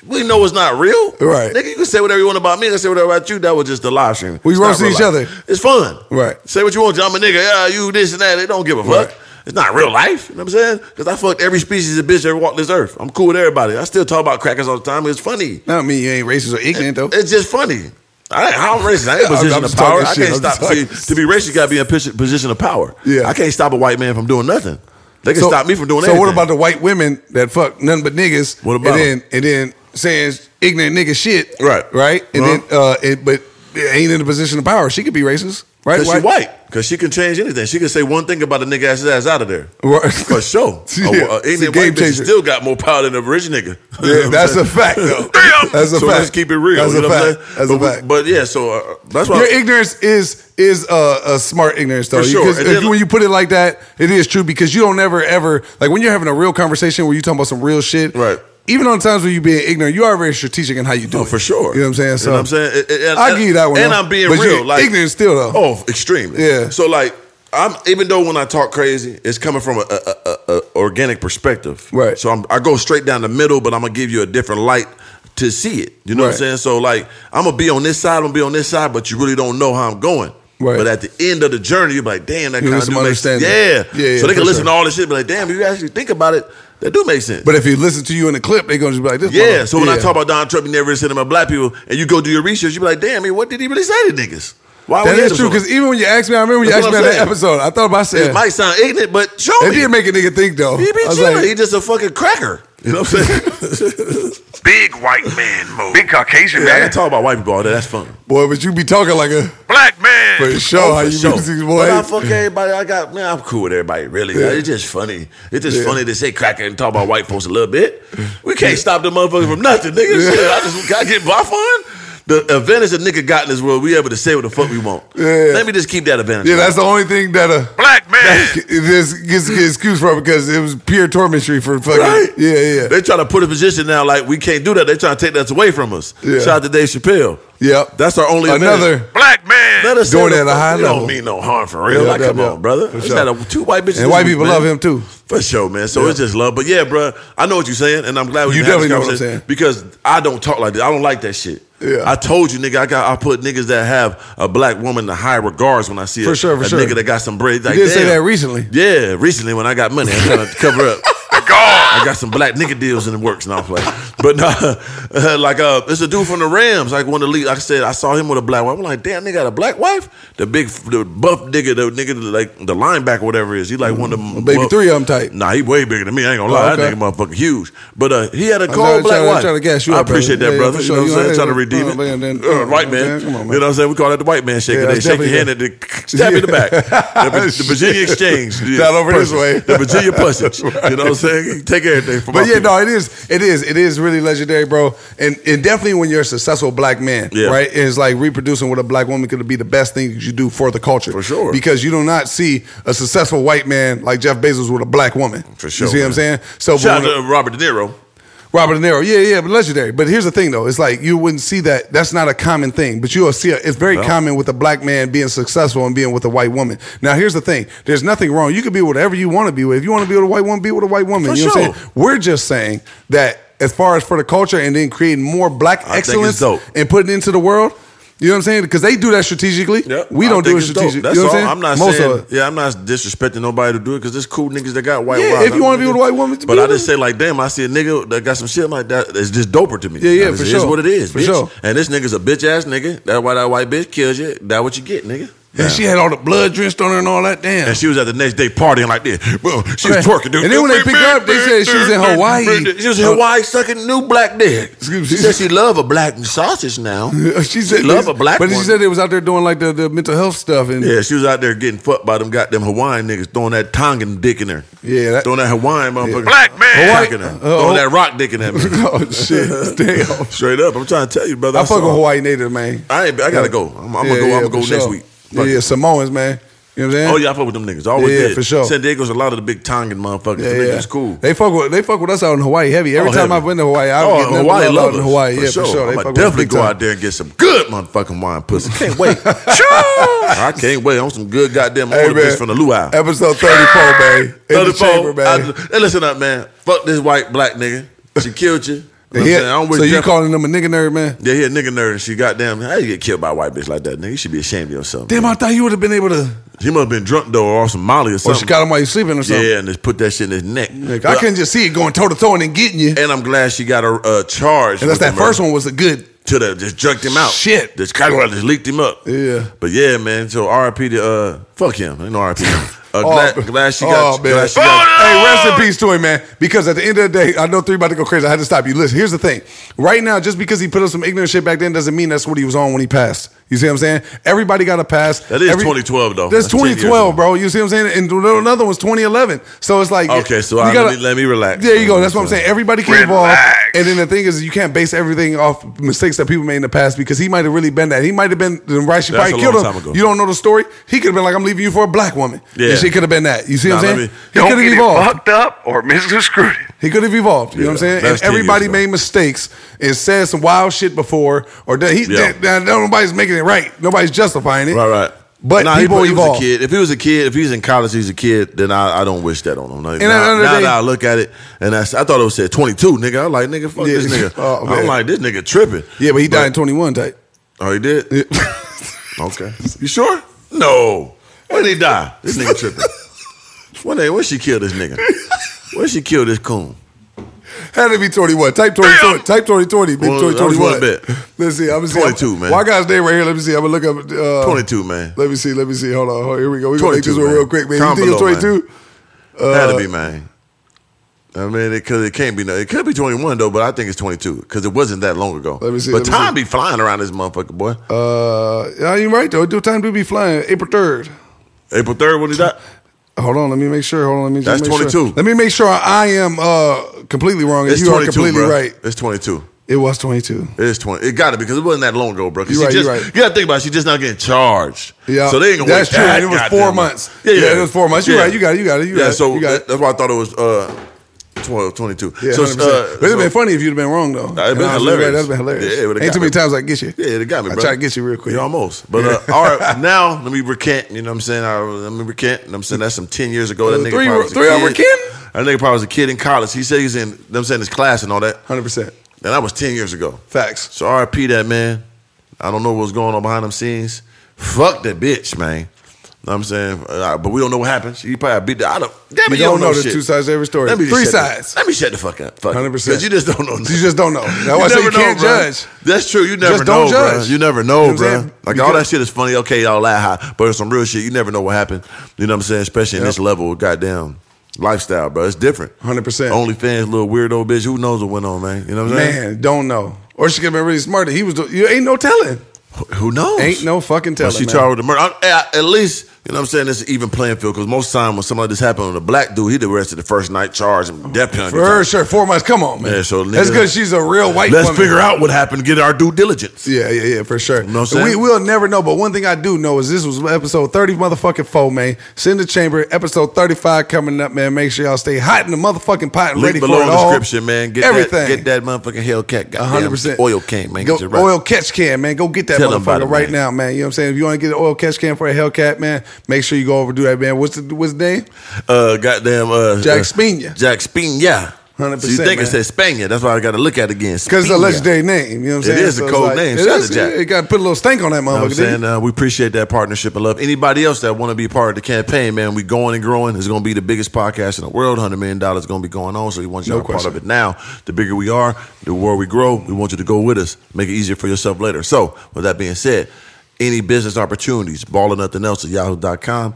Speaker 3: we know it's not real,
Speaker 2: Right.
Speaker 3: Nigga, you can say whatever you want about me. I can say whatever about you. That was just the live stream.
Speaker 2: We
Speaker 3: It's not
Speaker 2: roasting
Speaker 3: real
Speaker 2: each
Speaker 3: life.
Speaker 2: other.
Speaker 3: It's fun,
Speaker 2: Right.
Speaker 3: Say what you want. I'm a nigga. Yeah, you this and that. They don't give a fuck.
Speaker 2: Right.
Speaker 3: It's not real life. You know what I'm saying? Because I fucked every species of bitch ever walked this earth. I'm cool with everybody. I still talk about crackers all the time. It's funny.
Speaker 2: Not mean you ain't racist or ignorant though.
Speaker 3: It's just funny. I ain't, I'm racist. I ain't in
Speaker 2: I'm-
Speaker 3: a position
Speaker 2: I'm
Speaker 3: of
Speaker 2: just
Speaker 3: power.
Speaker 2: talking
Speaker 3: I
Speaker 2: shit.
Speaker 3: can't
Speaker 2: I'm just
Speaker 3: stop. See,
Speaker 2: talking-
Speaker 3: to be racist, you got to be in a posi- position of power.
Speaker 2: Yeah.
Speaker 3: I can't stop a white man from doing nothing. They can stop me from doing
Speaker 2: So
Speaker 3: anything.
Speaker 2: what about the white women that fuck nothing but niggas?
Speaker 3: What about
Speaker 2: and then and then saying ignorant nigga shit?
Speaker 3: Right.
Speaker 2: right. And
Speaker 3: Uh-huh.
Speaker 2: then uh, it, but it ain't in a position of power. She could be racist, right?
Speaker 3: Because she white. Because she can change anything. She can say one thing about a nigga ass his ass out of there.
Speaker 2: Right.
Speaker 3: For sure.
Speaker 2: Yeah.
Speaker 3: A, a,
Speaker 2: It's a
Speaker 3: Indian
Speaker 2: game
Speaker 3: white bitch
Speaker 2: changer.
Speaker 3: still got more power than a rich nigga. You know what
Speaker 2: Yeah,
Speaker 3: I'm
Speaker 2: that's
Speaker 3: saying?
Speaker 2: a fact though.
Speaker 3: Damn.
Speaker 2: That's a
Speaker 3: so
Speaker 2: fact.
Speaker 3: let's keep it real.
Speaker 2: That's
Speaker 3: you
Speaker 2: a
Speaker 3: know what
Speaker 2: fact.
Speaker 3: I'm saying?
Speaker 2: That's a
Speaker 3: But-
Speaker 2: fact.
Speaker 3: But yeah, so uh, that's why.
Speaker 2: Your ignorance is is a, a smart ignorance though.
Speaker 3: For sure.
Speaker 2: Because
Speaker 3: And
Speaker 2: if
Speaker 3: then-
Speaker 2: you- when you put it like that, it is true because you don't ever ever like when you're having a real conversation where you talking about some real shit.
Speaker 3: Right.
Speaker 2: Even on times where you being ignorant, you are very strategic in how you do
Speaker 3: Oh,
Speaker 2: it.
Speaker 3: for sure.
Speaker 2: You know what I'm saying? So
Speaker 3: you know what I'm saying, It- it- and-
Speaker 2: I give you that one.
Speaker 3: And
Speaker 2: though.
Speaker 3: I'm being
Speaker 2: But
Speaker 3: real,
Speaker 2: you're
Speaker 3: like
Speaker 2: ignorant still though.
Speaker 3: Oh, extremely.
Speaker 2: Yeah.
Speaker 3: So like, I'm even though when I talk crazy, it's coming from a, a, a, a organic perspective.
Speaker 2: Right.
Speaker 3: So I'm, I go straight down the middle, but I'm gonna give you a different light to see it. You know what
Speaker 2: Right.
Speaker 3: I'm saying? So like, I'm gonna be on this side, I'm gonna be on this side, but you really don't know how I'm going.
Speaker 2: Right.
Speaker 3: But at the end of the journey, you're like, damn, that
Speaker 2: You
Speaker 3: kind
Speaker 2: get
Speaker 3: of
Speaker 2: some
Speaker 3: makes sense.
Speaker 2: understanding.
Speaker 3: Yeah.
Speaker 2: Yeah, yeah,
Speaker 3: So they can
Speaker 2: for
Speaker 3: listen
Speaker 2: sure.
Speaker 3: to all this shit, but like, damn, if you actually think about it, that do make sense.
Speaker 2: But if you listen to you in the clip, they're gonna just be like this.
Speaker 3: Yeah,
Speaker 2: motherfucker.
Speaker 3: so when I
Speaker 2: Yeah.
Speaker 3: talk about Donald Trump, you never said about black people, and you go do your research, you be like, damn, man, what did he really say to niggas? Why
Speaker 2: that
Speaker 3: we
Speaker 2: is
Speaker 3: hate
Speaker 2: true
Speaker 3: him so
Speaker 2: because even when you asked me, I remember when you
Speaker 3: That's
Speaker 2: asked
Speaker 3: what
Speaker 2: me
Speaker 3: I'm
Speaker 2: on that
Speaker 3: saying.
Speaker 2: episode. I thought about
Speaker 3: much?
Speaker 2: saying
Speaker 3: it might sound ignorant, but show
Speaker 2: It
Speaker 3: me.
Speaker 2: did make a nigga think though.
Speaker 3: he be
Speaker 2: I was
Speaker 3: chilling.
Speaker 2: like,
Speaker 3: he just a fucking cracker. You know what I'm saying?
Speaker 8: Big white man move. Big Caucasian
Speaker 3: yeah, I
Speaker 8: man.
Speaker 3: can talk about white people all day. That's fun.
Speaker 2: boy, but you be talking like a
Speaker 8: Black man.
Speaker 2: for sure.
Speaker 3: Oh,
Speaker 2: how
Speaker 3: for
Speaker 2: you
Speaker 3: sure.
Speaker 2: music boy?
Speaker 3: But I fuck everybody. I got man. I'm cool with everybody. Really,
Speaker 2: Yeah.
Speaker 3: it's just funny. It's just funny to say cracker and talk about white folks a little bit. We can't stop the motherfucker from nothing, nigga. Shit, I just I get my fun. The advantage a nigga got in this world, we able to say what the fuck we want.
Speaker 2: Yeah.
Speaker 3: Let me just keep that advantage.
Speaker 2: yeah, that's the only thing that uh,
Speaker 8: Black man.
Speaker 2: this gets gets excuse for because it was pure tormentry for fucking
Speaker 3: Right?
Speaker 2: yeah yeah
Speaker 3: They try to put a position now like we can't do that. They trying to take that away from us.
Speaker 2: Yeah.
Speaker 3: Shout out to Dave Chappelle.
Speaker 2: yep
Speaker 3: That's our only advantage.
Speaker 2: another
Speaker 8: Black man.
Speaker 3: Let us say
Speaker 2: Doing
Speaker 3: what
Speaker 2: it at
Speaker 3: the
Speaker 2: a
Speaker 3: fuck-
Speaker 2: high
Speaker 3: we
Speaker 2: level.
Speaker 3: Don't mean no harm for real.
Speaker 2: Yeah,
Speaker 3: like,
Speaker 2: yeah,
Speaker 3: come
Speaker 2: yeah.
Speaker 3: on, brother.
Speaker 2: For
Speaker 3: It's
Speaker 2: sure.
Speaker 3: not a- two white bitches.
Speaker 2: And white
Speaker 3: this
Speaker 2: people
Speaker 3: week,
Speaker 2: love
Speaker 3: man.
Speaker 2: him, too.
Speaker 3: For sure, man. So
Speaker 2: Yeah.
Speaker 3: it's just love. But yeah, bro, I know what you're saying, and I'm glad we
Speaker 2: You
Speaker 3: can have
Speaker 2: definitely
Speaker 3: this
Speaker 2: know what I'm
Speaker 3: conversation
Speaker 2: saying.
Speaker 3: because I don't talk like that. I don't like that shit.
Speaker 2: Yeah.
Speaker 3: I told you, nigga. I got. I put niggas that have a black woman in high regards when I see
Speaker 2: For
Speaker 3: a,
Speaker 2: sure, for
Speaker 3: a
Speaker 2: sure.
Speaker 3: nigga that got some bread. Like,
Speaker 2: did say
Speaker 3: damn.
Speaker 2: that recently.
Speaker 3: Yeah, recently when I got money, I'm trying to cover up.
Speaker 8: God.
Speaker 3: I got some black nigga deals in the works and I'll play. But nah, like uh, it's a dude from the Rams. Like one of the league, like I said, I saw him with a black wife. I'm like, damn, they got a black wife. The big, the buff nigga, the nigga, like the linebacker, whatever it is. He like one of them.
Speaker 2: baby
Speaker 3: well,
Speaker 2: three of them type.
Speaker 3: Nah, he way bigger than me. I ain't gonna lie,
Speaker 2: Oh, okay.
Speaker 3: that nigga motherfucker huge. But uh, he had a cold
Speaker 2: trying-
Speaker 3: black
Speaker 2: trying-
Speaker 3: wife.
Speaker 2: trying to gas you
Speaker 3: I
Speaker 2: up, brother.
Speaker 3: appreciate
Speaker 2: Yeah,
Speaker 3: that,
Speaker 2: yeah,
Speaker 3: brother.
Speaker 2: for
Speaker 3: You know
Speaker 2: sure.
Speaker 3: what I'm saying?
Speaker 2: You
Speaker 3: Trying to
Speaker 2: know,
Speaker 3: redeem
Speaker 2: hey, man,
Speaker 3: it.
Speaker 2: then-
Speaker 3: Uh, White
Speaker 2: come on, man.
Speaker 3: man.
Speaker 2: Come on, man.
Speaker 3: You know what I'm saying? We call that the white man shake.
Speaker 2: Yeah,
Speaker 3: they
Speaker 2: that's
Speaker 3: shake your hand
Speaker 2: definitely
Speaker 3: and they stab you in the back. The, the Virginia Exchange. the
Speaker 2: Down over this
Speaker 3: pussage.
Speaker 2: way.
Speaker 3: The Virginia Pussage. You know what I'm saying? Take everything from
Speaker 2: But
Speaker 3: my
Speaker 2: yeah,
Speaker 3: people.
Speaker 2: no, it is, it is, it is really legendary, bro. And and definitely when you're a successful black man,
Speaker 3: Yeah.
Speaker 2: right? It's like reproducing with a black woman could be the best thing that you do for the culture,
Speaker 3: For sure.
Speaker 2: Because you do not see a successful white man like Jeff Bezos with a black woman,
Speaker 3: For sure,
Speaker 2: You see what I'm saying?
Speaker 3: man.
Speaker 2: So but
Speaker 3: Shout
Speaker 2: when-
Speaker 3: out to Robert De Niro.
Speaker 2: Robert De Niro, yeah, yeah, but legendary. But here's the thing, though, it's like you wouldn't see that. That's not a common thing, but you'll see it. It's very
Speaker 3: No.
Speaker 2: common with a black man being successful and being with a white woman. Now, here's the thing: there's nothing wrong. You can be whatever you want to be with. If you want to be with a white woman, be with a white woman.
Speaker 3: For
Speaker 2: you know what I'm
Speaker 3: sure.
Speaker 2: saying? We're just saying that as far as for the culture and then creating more black
Speaker 3: I think it's
Speaker 2: excellence
Speaker 3: dope.
Speaker 2: and putting it into the world. You know what I'm saying? Because they do that strategically.
Speaker 3: Yep.
Speaker 2: We
Speaker 3: I
Speaker 2: don't do it
Speaker 3: think it's dope.
Speaker 2: strategically.
Speaker 3: That's
Speaker 2: you know
Speaker 3: all.
Speaker 2: what I'm saying?
Speaker 3: I'm not
Speaker 2: Most
Speaker 3: saying.
Speaker 2: of it.
Speaker 3: Yeah, I'm not disrespecting nobody to do it because there's cool niggas that got white.
Speaker 2: Yeah,
Speaker 3: wives.
Speaker 2: if you wanna be with a white woman,
Speaker 3: but
Speaker 2: be
Speaker 3: I
Speaker 2: with
Speaker 3: just
Speaker 2: her.
Speaker 3: say like, damn, I see a nigga that got some shit like that. It's just doper to me.
Speaker 2: Yeah, yeah,
Speaker 3: Now, this
Speaker 2: for
Speaker 3: is
Speaker 2: sure.
Speaker 3: what it is,
Speaker 2: For
Speaker 3: bitch.
Speaker 2: sure.
Speaker 3: And this nigga's a bitch ass nigga. That's why that white bitch kills you. That what you get, nigga.
Speaker 2: And she had all the blood drenched on her and all that. Damn.
Speaker 3: And she was at the next day partying like this. Well, she was
Speaker 2: Right.
Speaker 3: twerking. dude.
Speaker 2: And then when they picked her up, they said she was in Hawaii.
Speaker 3: She was in Hawaii sucking new black dick. She
Speaker 2: Excuse me.
Speaker 3: said she love a black sausage now.
Speaker 2: she said,
Speaker 3: love a black
Speaker 2: But
Speaker 3: one.
Speaker 2: she said they was out there doing like the, the mental health stuff and
Speaker 3: Yeah, she was out there getting fucked by them goddamn Hawaiian niggas throwing that Tongan dick in her.
Speaker 2: Yeah, that-
Speaker 3: throwing that Hawaiian motherfucker.
Speaker 8: Black man.
Speaker 3: Hawaii, in her. throwing that rock dick in that man.
Speaker 2: oh shit, damn.
Speaker 3: Straight up, I'm trying to tell you, brother.
Speaker 2: I fuck
Speaker 3: saw-
Speaker 2: a Hawaii native, man.
Speaker 3: I ain't, I gotta go. I'm, I'm
Speaker 2: Yeah,
Speaker 3: gonna go.
Speaker 2: yeah,
Speaker 3: I'm gonna go
Speaker 2: for
Speaker 3: next
Speaker 2: sure.
Speaker 3: week.
Speaker 2: Yeah,
Speaker 3: Fuck
Speaker 2: yeah,
Speaker 3: it.
Speaker 2: Samoans, man. You know what I'm saying?
Speaker 3: Oh yeah, I fuck with them niggas. I Always
Speaker 2: Yeah,
Speaker 3: did.
Speaker 2: for sure.
Speaker 3: San Diego's a lot of the big Tongan motherfuckers.
Speaker 2: Yeah,
Speaker 3: Yeah,
Speaker 2: yeah.
Speaker 3: It's cool.
Speaker 2: They fuck with they fuck with us out in Hawaii heavy. Every
Speaker 3: Oh,
Speaker 2: time
Speaker 3: heavy.
Speaker 2: I've been to Hawaii, I
Speaker 3: oh,
Speaker 2: get nothing
Speaker 3: Hawaii
Speaker 2: but
Speaker 3: love
Speaker 2: love in
Speaker 3: us,
Speaker 2: Hawaii. yeah, for sure. They
Speaker 3: I'ma
Speaker 2: fuck with us
Speaker 3: definitely
Speaker 2: big
Speaker 3: go
Speaker 2: time.
Speaker 3: out there and get some good motherfucking wine pussy. Can't wait. I can't wait on some good goddamn
Speaker 2: Hey,
Speaker 3: hey,
Speaker 2: man.
Speaker 3: from the luau.
Speaker 2: Episode 34, man. In the
Speaker 3: 34.
Speaker 2: chamber, man.
Speaker 3: I just- hey, listen up, man. Fuck this white black nigga. She killed you. You know what I'm
Speaker 2: Yeah,
Speaker 3: saying? I don't wish
Speaker 2: so you
Speaker 3: death-
Speaker 2: calling them a nigga nerd, man?
Speaker 3: Yeah, he a nigga nerd and she goddamn. How you get killed by a white bitch like that, nigga? You should be ashamed of yourself.
Speaker 2: Damn, I
Speaker 3: man.
Speaker 2: thought you would have been able to.
Speaker 3: He must have been drunk though, or on some Molly or
Speaker 2: Or
Speaker 3: something.
Speaker 2: she got him while you sleeping or something.
Speaker 3: yeah, and just put that shit in his neck.
Speaker 2: Like, I
Speaker 3: But-
Speaker 2: couldn't just see it going toe to toe and then getting you.
Speaker 3: And I'm glad she got a uh, charge.
Speaker 2: Unless
Speaker 3: with the
Speaker 2: that first
Speaker 3: murder.
Speaker 2: one was a good.
Speaker 3: to the just jerked him out.
Speaker 2: Shit.
Speaker 3: just kind of just leaked him up.
Speaker 2: Yeah.
Speaker 3: but yeah, man. So R.I.P. to uh, fuck him. Ain't no R.I.P. to him. Uh,
Speaker 2: Oh,
Speaker 3: glad,
Speaker 2: man.
Speaker 3: glad she
Speaker 2: Oh,
Speaker 3: got.
Speaker 2: man.
Speaker 3: glad she got
Speaker 2: Hey, rest in peace to him, man. Because at the end of the day, I know three about to go crazy. I had to stop you. Listen, here's the thing. Right now, just because he put up some ignorant shit back then doesn't mean that's what he was on when he passed. You see what I'm saying? Everybody got a pass.
Speaker 3: That is 2012 though.
Speaker 2: That's,
Speaker 3: That's 10 years
Speaker 2: 2012,
Speaker 3: ago.
Speaker 2: bro. You see what I'm saying? And the- another one's 2011. So it's like
Speaker 3: Okay, so I- let me- let me relax.
Speaker 2: There you go. That's what I'm saying. Everybody can evolve.
Speaker 8: Relax.
Speaker 2: And then the thing is, you can't base everything off mistakes that people made in the past because he might have really been that. He might have been the right. She
Speaker 3: That's
Speaker 2: probably
Speaker 3: a long
Speaker 2: killed him.
Speaker 3: time ago.
Speaker 2: You don't know the story. He could have been like, "I'm leaving you for a black woman."
Speaker 3: Yeah.
Speaker 2: And she could have been that. You see what
Speaker 3: Nah,
Speaker 2: I'm
Speaker 3: let
Speaker 2: saying?
Speaker 3: me-
Speaker 2: He
Speaker 8: Don't
Speaker 2: could
Speaker 8: get
Speaker 2: have
Speaker 8: it
Speaker 2: evolved.
Speaker 8: fucked up or misconstrued.
Speaker 2: He could have evolved. You know what I'm
Speaker 3: Yeah,
Speaker 2: saying?
Speaker 3: that's
Speaker 2: And
Speaker 3: 10 years
Speaker 2: everybody
Speaker 3: ago.
Speaker 2: made mistakes and said some wild shit before, or done- he
Speaker 3: Yeah.
Speaker 2: now- now nobody's making it right. Nobody's justifying it.
Speaker 3: right, right.
Speaker 2: But
Speaker 3: Nah, he-
Speaker 2: people
Speaker 3: he, was
Speaker 2: evolve.
Speaker 3: a kid. If he was a kid, if he's in college, he's a kid. Then I, I don't wish that on him. Like,
Speaker 2: And at the
Speaker 3: now
Speaker 2: end of the
Speaker 3: now
Speaker 2: day-
Speaker 3: that I look at it, and I, s- I thought it was said 22, nigga. I'm like, nigga, fuck
Speaker 2: Yeah.
Speaker 3: this nigga.
Speaker 2: Oh, man.
Speaker 3: I'm like, this nigga tripping.
Speaker 2: Yeah, but he died in 21 type.
Speaker 3: Oh, he did. Okay. You sure? No. When did he die? This nigga tripping. When they when she kill this nigga? When she kill this coon?
Speaker 2: Had to be 21. Type 2020. Type 2020. Big
Speaker 3: Well, that was
Speaker 2: 2021.
Speaker 3: one bit.
Speaker 2: Let's see. I'm gonna see.
Speaker 3: 22, man.
Speaker 2: Why guy's name right here? Let me see. I'm going to look up. Uh,
Speaker 3: Twenty two, man.
Speaker 2: Let me see. Let me see. Hold on. Hold on. Here we go. We're going to make
Speaker 3: 22,
Speaker 2: this one
Speaker 3: man.
Speaker 2: real quick, man.
Speaker 3: Comment
Speaker 2: you think
Speaker 3: below,
Speaker 2: it's 22?
Speaker 3: Had to be, man. I mean, it, cause it can't be no. It could be twenty one though, but I think it's twenty two because it wasn't that long ago.
Speaker 2: Let me see,
Speaker 3: But
Speaker 2: let me
Speaker 3: time
Speaker 2: see.
Speaker 3: be flying around this motherfucker, boy.
Speaker 2: Uh, yeah, you're right, though. Do time to be flying. April 3rd.
Speaker 3: April third when he died.
Speaker 2: Hold on, let me make sure. Hold on, let me. just
Speaker 3: That's
Speaker 2: make sure.
Speaker 3: 22.
Speaker 2: Let me make sure I am uh, completely wrong and
Speaker 3: It's
Speaker 2: you are
Speaker 3: twenty two,
Speaker 2: completely
Speaker 3: bro.
Speaker 2: right.
Speaker 3: It's twenty two.
Speaker 2: It was twenty-two.
Speaker 3: It is twenty. It got to because it wasn't that long ago, bro. 'Cause
Speaker 2: You
Speaker 3: she
Speaker 2: right, you
Speaker 3: just,
Speaker 2: right.
Speaker 3: You got to think about. it. She just not getting charged.
Speaker 2: Yeah.
Speaker 3: So they ain't gonna.
Speaker 2: That's
Speaker 3: wait
Speaker 2: true,
Speaker 3: that
Speaker 2: and it was
Speaker 3: goddamn
Speaker 2: four
Speaker 3: long.
Speaker 2: months. Yeah, it was four months. You right, you got it, you got it, you
Speaker 3: yeah.
Speaker 2: got it,
Speaker 3: So
Speaker 2: you got
Speaker 3: that-
Speaker 2: it.
Speaker 3: that's why I thought it was uh, 12, 22.
Speaker 2: Yeah,
Speaker 3: so, uh,
Speaker 2: 100%. uh, but it'd have
Speaker 3: so-
Speaker 2: been funny if you'd have been wrong though.
Speaker 3: it'd been
Speaker 2: And I was
Speaker 3: hilarious.
Speaker 2: Right, that'd been hilarious.
Speaker 3: Yeah, it would've
Speaker 2: ain't
Speaker 3: got
Speaker 2: too many
Speaker 3: me.
Speaker 2: times I get you.
Speaker 3: Yeah, it got me.
Speaker 2: I
Speaker 3: bro.
Speaker 2: try to get you real quick.
Speaker 3: Yeah, almost. But uh, all right, now let me recant. You know what I'm saying? I, let me recant. You know what I'm saying that's some ten years ago. That
Speaker 2: Uh,
Speaker 3: nigga
Speaker 2: three-
Speaker 3: probably was a
Speaker 2: three
Speaker 3: kid.
Speaker 2: I'm recanting?
Speaker 3: That nigga probably was a kid in college. He said he's in. You know what I'm saying his class and all that.
Speaker 2: Hundred percent.
Speaker 3: And that was ten years ago.
Speaker 2: Facts.
Speaker 3: So RP that man. I don't know what's going on behind them scenes. Fuck that bitch, man. Know what I'm saying, Uh, but we don't know what happened. She probably beat the. I don't. Damn, it,
Speaker 2: You
Speaker 3: you
Speaker 2: don't know
Speaker 3: the
Speaker 2: the two sides to every story.
Speaker 3: Let me just
Speaker 2: Three
Speaker 3: shut the-
Speaker 2: sides.
Speaker 3: let me shut the fuck up. Fuck it.
Speaker 2: 100%.
Speaker 3: 'Cause you just don't know. nothing.
Speaker 2: just don't know. That's why I say
Speaker 3: never
Speaker 2: you can't
Speaker 3: bruh.
Speaker 2: judge.
Speaker 3: That's true. You never
Speaker 2: Just
Speaker 3: know,
Speaker 2: don't
Speaker 3: bruh.
Speaker 2: judge.
Speaker 3: You never
Speaker 2: You
Speaker 3: know,
Speaker 2: know what I'm
Speaker 3: bruh.
Speaker 2: saying?
Speaker 3: Like all
Speaker 2: Because-
Speaker 3: that shit is funny. Okay, y'all that high, but it's some real shit. You never know what happened. You know what I'm saying? Especially in
Speaker 2: Yep.
Speaker 3: this level of goddamn lifestyle, bro. It's different.
Speaker 2: 100%.
Speaker 3: OnlyFans, little weirdo bitch. Who knows what went on, man? You know what I'm saying?
Speaker 2: Man, don't know. Or she could have been really smart. He was. do- You ain't no telling.
Speaker 3: Who knows?
Speaker 2: Ain't no fucking
Speaker 3: But
Speaker 2: telling.
Speaker 3: she
Speaker 2: man.
Speaker 3: charged with the murder. I- I- at least, you know what I'm saying? It's an even playing field because most time when something like this happened on a black dude, he the arrested the first night charge and death penalty.
Speaker 2: For sure, four months. Come on, man.
Speaker 3: Yeah, so
Speaker 2: that's
Speaker 3: nigga-
Speaker 2: because she's a real white.
Speaker 3: Let's
Speaker 2: woman.
Speaker 3: figure out what happened. Get our due diligence.
Speaker 2: Yeah, yeah, yeah, for sure.
Speaker 3: know what I'm
Speaker 2: we
Speaker 3: saying?
Speaker 2: will never know, but one thing I do know is this was episode 30 motherfucking four, man. Send the chamber, episode 35 coming up, man. Make sure y'all stay hot in the motherfucking pot and
Speaker 3: Link
Speaker 2: ready
Speaker 3: below
Speaker 2: for it
Speaker 3: in
Speaker 2: all.
Speaker 3: the description, man. Get
Speaker 2: Everything.
Speaker 3: That, get that motherfucking Hellcat. Goddamn
Speaker 2: 100%.
Speaker 3: Oil can, man.
Speaker 2: Go,
Speaker 3: Get your right.
Speaker 2: Oil catch can, man. Go get that
Speaker 3: Tell 'em about
Speaker 2: motherfucker
Speaker 3: it,
Speaker 2: right
Speaker 3: man.
Speaker 2: now, man. You know what I'm saying? If you want to get an oil catch can for a Hellcat, man, make sure you go over and do that, man. What's the, what's the name?
Speaker 3: Uh, goddamn. Uh,
Speaker 2: Jack
Speaker 3: uh,
Speaker 2: Spina.
Speaker 3: Jack Spina.
Speaker 2: Hundred
Speaker 3: So you
Speaker 2: percent.
Speaker 3: think it said Spaniard? That's why I got to look at it again.
Speaker 2: Because it's a
Speaker 3: Spaniard.
Speaker 2: legendary name. You know what I'm
Speaker 3: It
Speaker 2: saying?
Speaker 3: is a
Speaker 2: it's
Speaker 3: code name.
Speaker 2: It,
Speaker 3: Shout
Speaker 2: is,
Speaker 3: to Jack.
Speaker 2: it got put a little stink on that
Speaker 3: You know
Speaker 2: motherfucker.
Speaker 3: what I'm saying
Speaker 2: didn't it?
Speaker 3: uh, we appreciate that partnership and love. Anybody else that want to be part of the campaign, man, we going and growing. It's going to be the biggest podcast in the world. Hundred million dollars going to be going on. So we want you
Speaker 2: No
Speaker 3: to be part
Speaker 2: question.
Speaker 3: of it now. The bigger we are, the more we grow. We want you to go with us. Make it easier for yourself later. So with that being said, any business opportunities, ball or nothing else at yahoo.com.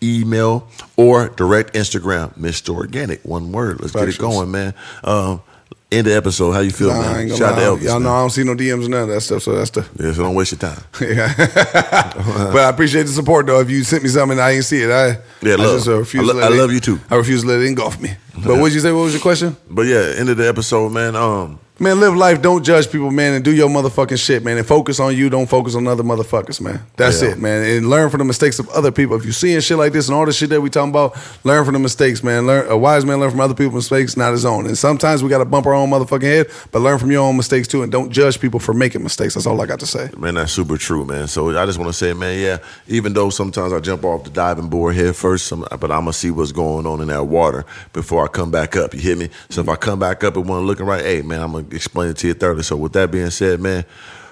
Speaker 3: Email or direct Instagram, Mr. Organic. One word. Let's get
Speaker 2: Factions.
Speaker 3: it going, man. Um, end the episode. How you feel,
Speaker 2: Nah, I
Speaker 3: man?
Speaker 2: ain't
Speaker 3: Shout out
Speaker 2: gonna
Speaker 3: to
Speaker 2: lie.
Speaker 3: Elvis.
Speaker 2: Y'all
Speaker 3: man.
Speaker 2: know I don't see no DMs and none of that stuff, so that's the.
Speaker 3: Yeah, so don't waste your time.
Speaker 2: Yeah. but I appreciate the support, though. If you sent me something and I didn't see it, I,
Speaker 3: Yeah,
Speaker 2: I
Speaker 3: love.
Speaker 2: just uh, refuse
Speaker 3: I lo-
Speaker 2: to let
Speaker 3: I
Speaker 2: it-
Speaker 3: love you, too.
Speaker 2: I refuse to let it engulf me. But what'd you say? What was your question?
Speaker 3: But yeah, end of the episode, man. Um,
Speaker 2: Man, live life. Don't judge people, man, and do your motherfucking shit, man. And focus on you. Don't focus on other motherfuckers, man. That's
Speaker 3: Yeah.
Speaker 2: it, man. And learn from the mistakes of other people. If you seeing shit like this and all the shit that we talking about, learn from the mistakes, man. Learn a wise man learn from other people's mistakes, not his own. And sometimes we gotta bump our own motherfucking head, but learn from your own mistakes too, and don't judge people for making mistakes. That's all I got to say.
Speaker 3: man, that's super true, man. So I just want to say, man, yeah. Even though sometimes I jump off the diving board head first, some, but I'm gonna see what's going on in that water before I come back up. You hear me? So if I come back up and one looking right, hey, man, I'm gonna explain it to you thoroughly. So with that being said, man,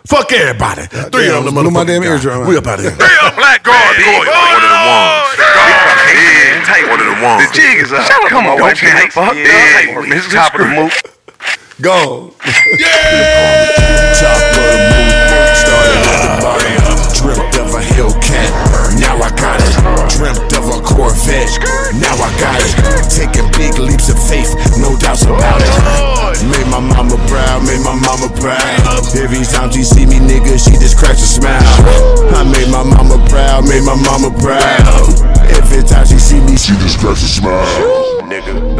Speaker 3: fuck everybody. Three
Speaker 2: damn,
Speaker 3: of them,
Speaker 2: blew my damn
Speaker 3: motherfucking guy.
Speaker 2: eardrum out.
Speaker 3: We up out of here.
Speaker 8: Real black garbage.
Speaker 9: Garbage. One of the ones.
Speaker 8: Garbage. Tight.
Speaker 9: One of the ones.
Speaker 8: The jig is up. Shut up, Come on, don't be hype up.
Speaker 9: Yeah.
Speaker 8: This is top of the move.
Speaker 2: Go.
Speaker 1: Top of the moon, started at the bottom. Dreamt of a Hellcat, now I got it. Dreamt of a Corvette, now I got it. Taking big leaps of faith, no doubts about it. Made my mama proud, made my mama proud. Every time she see me, nigga, she just cracks a smile. I made my mama proud, made my mama proud. Every time she see me, she just cracks a smile.
Speaker 9: Nigga.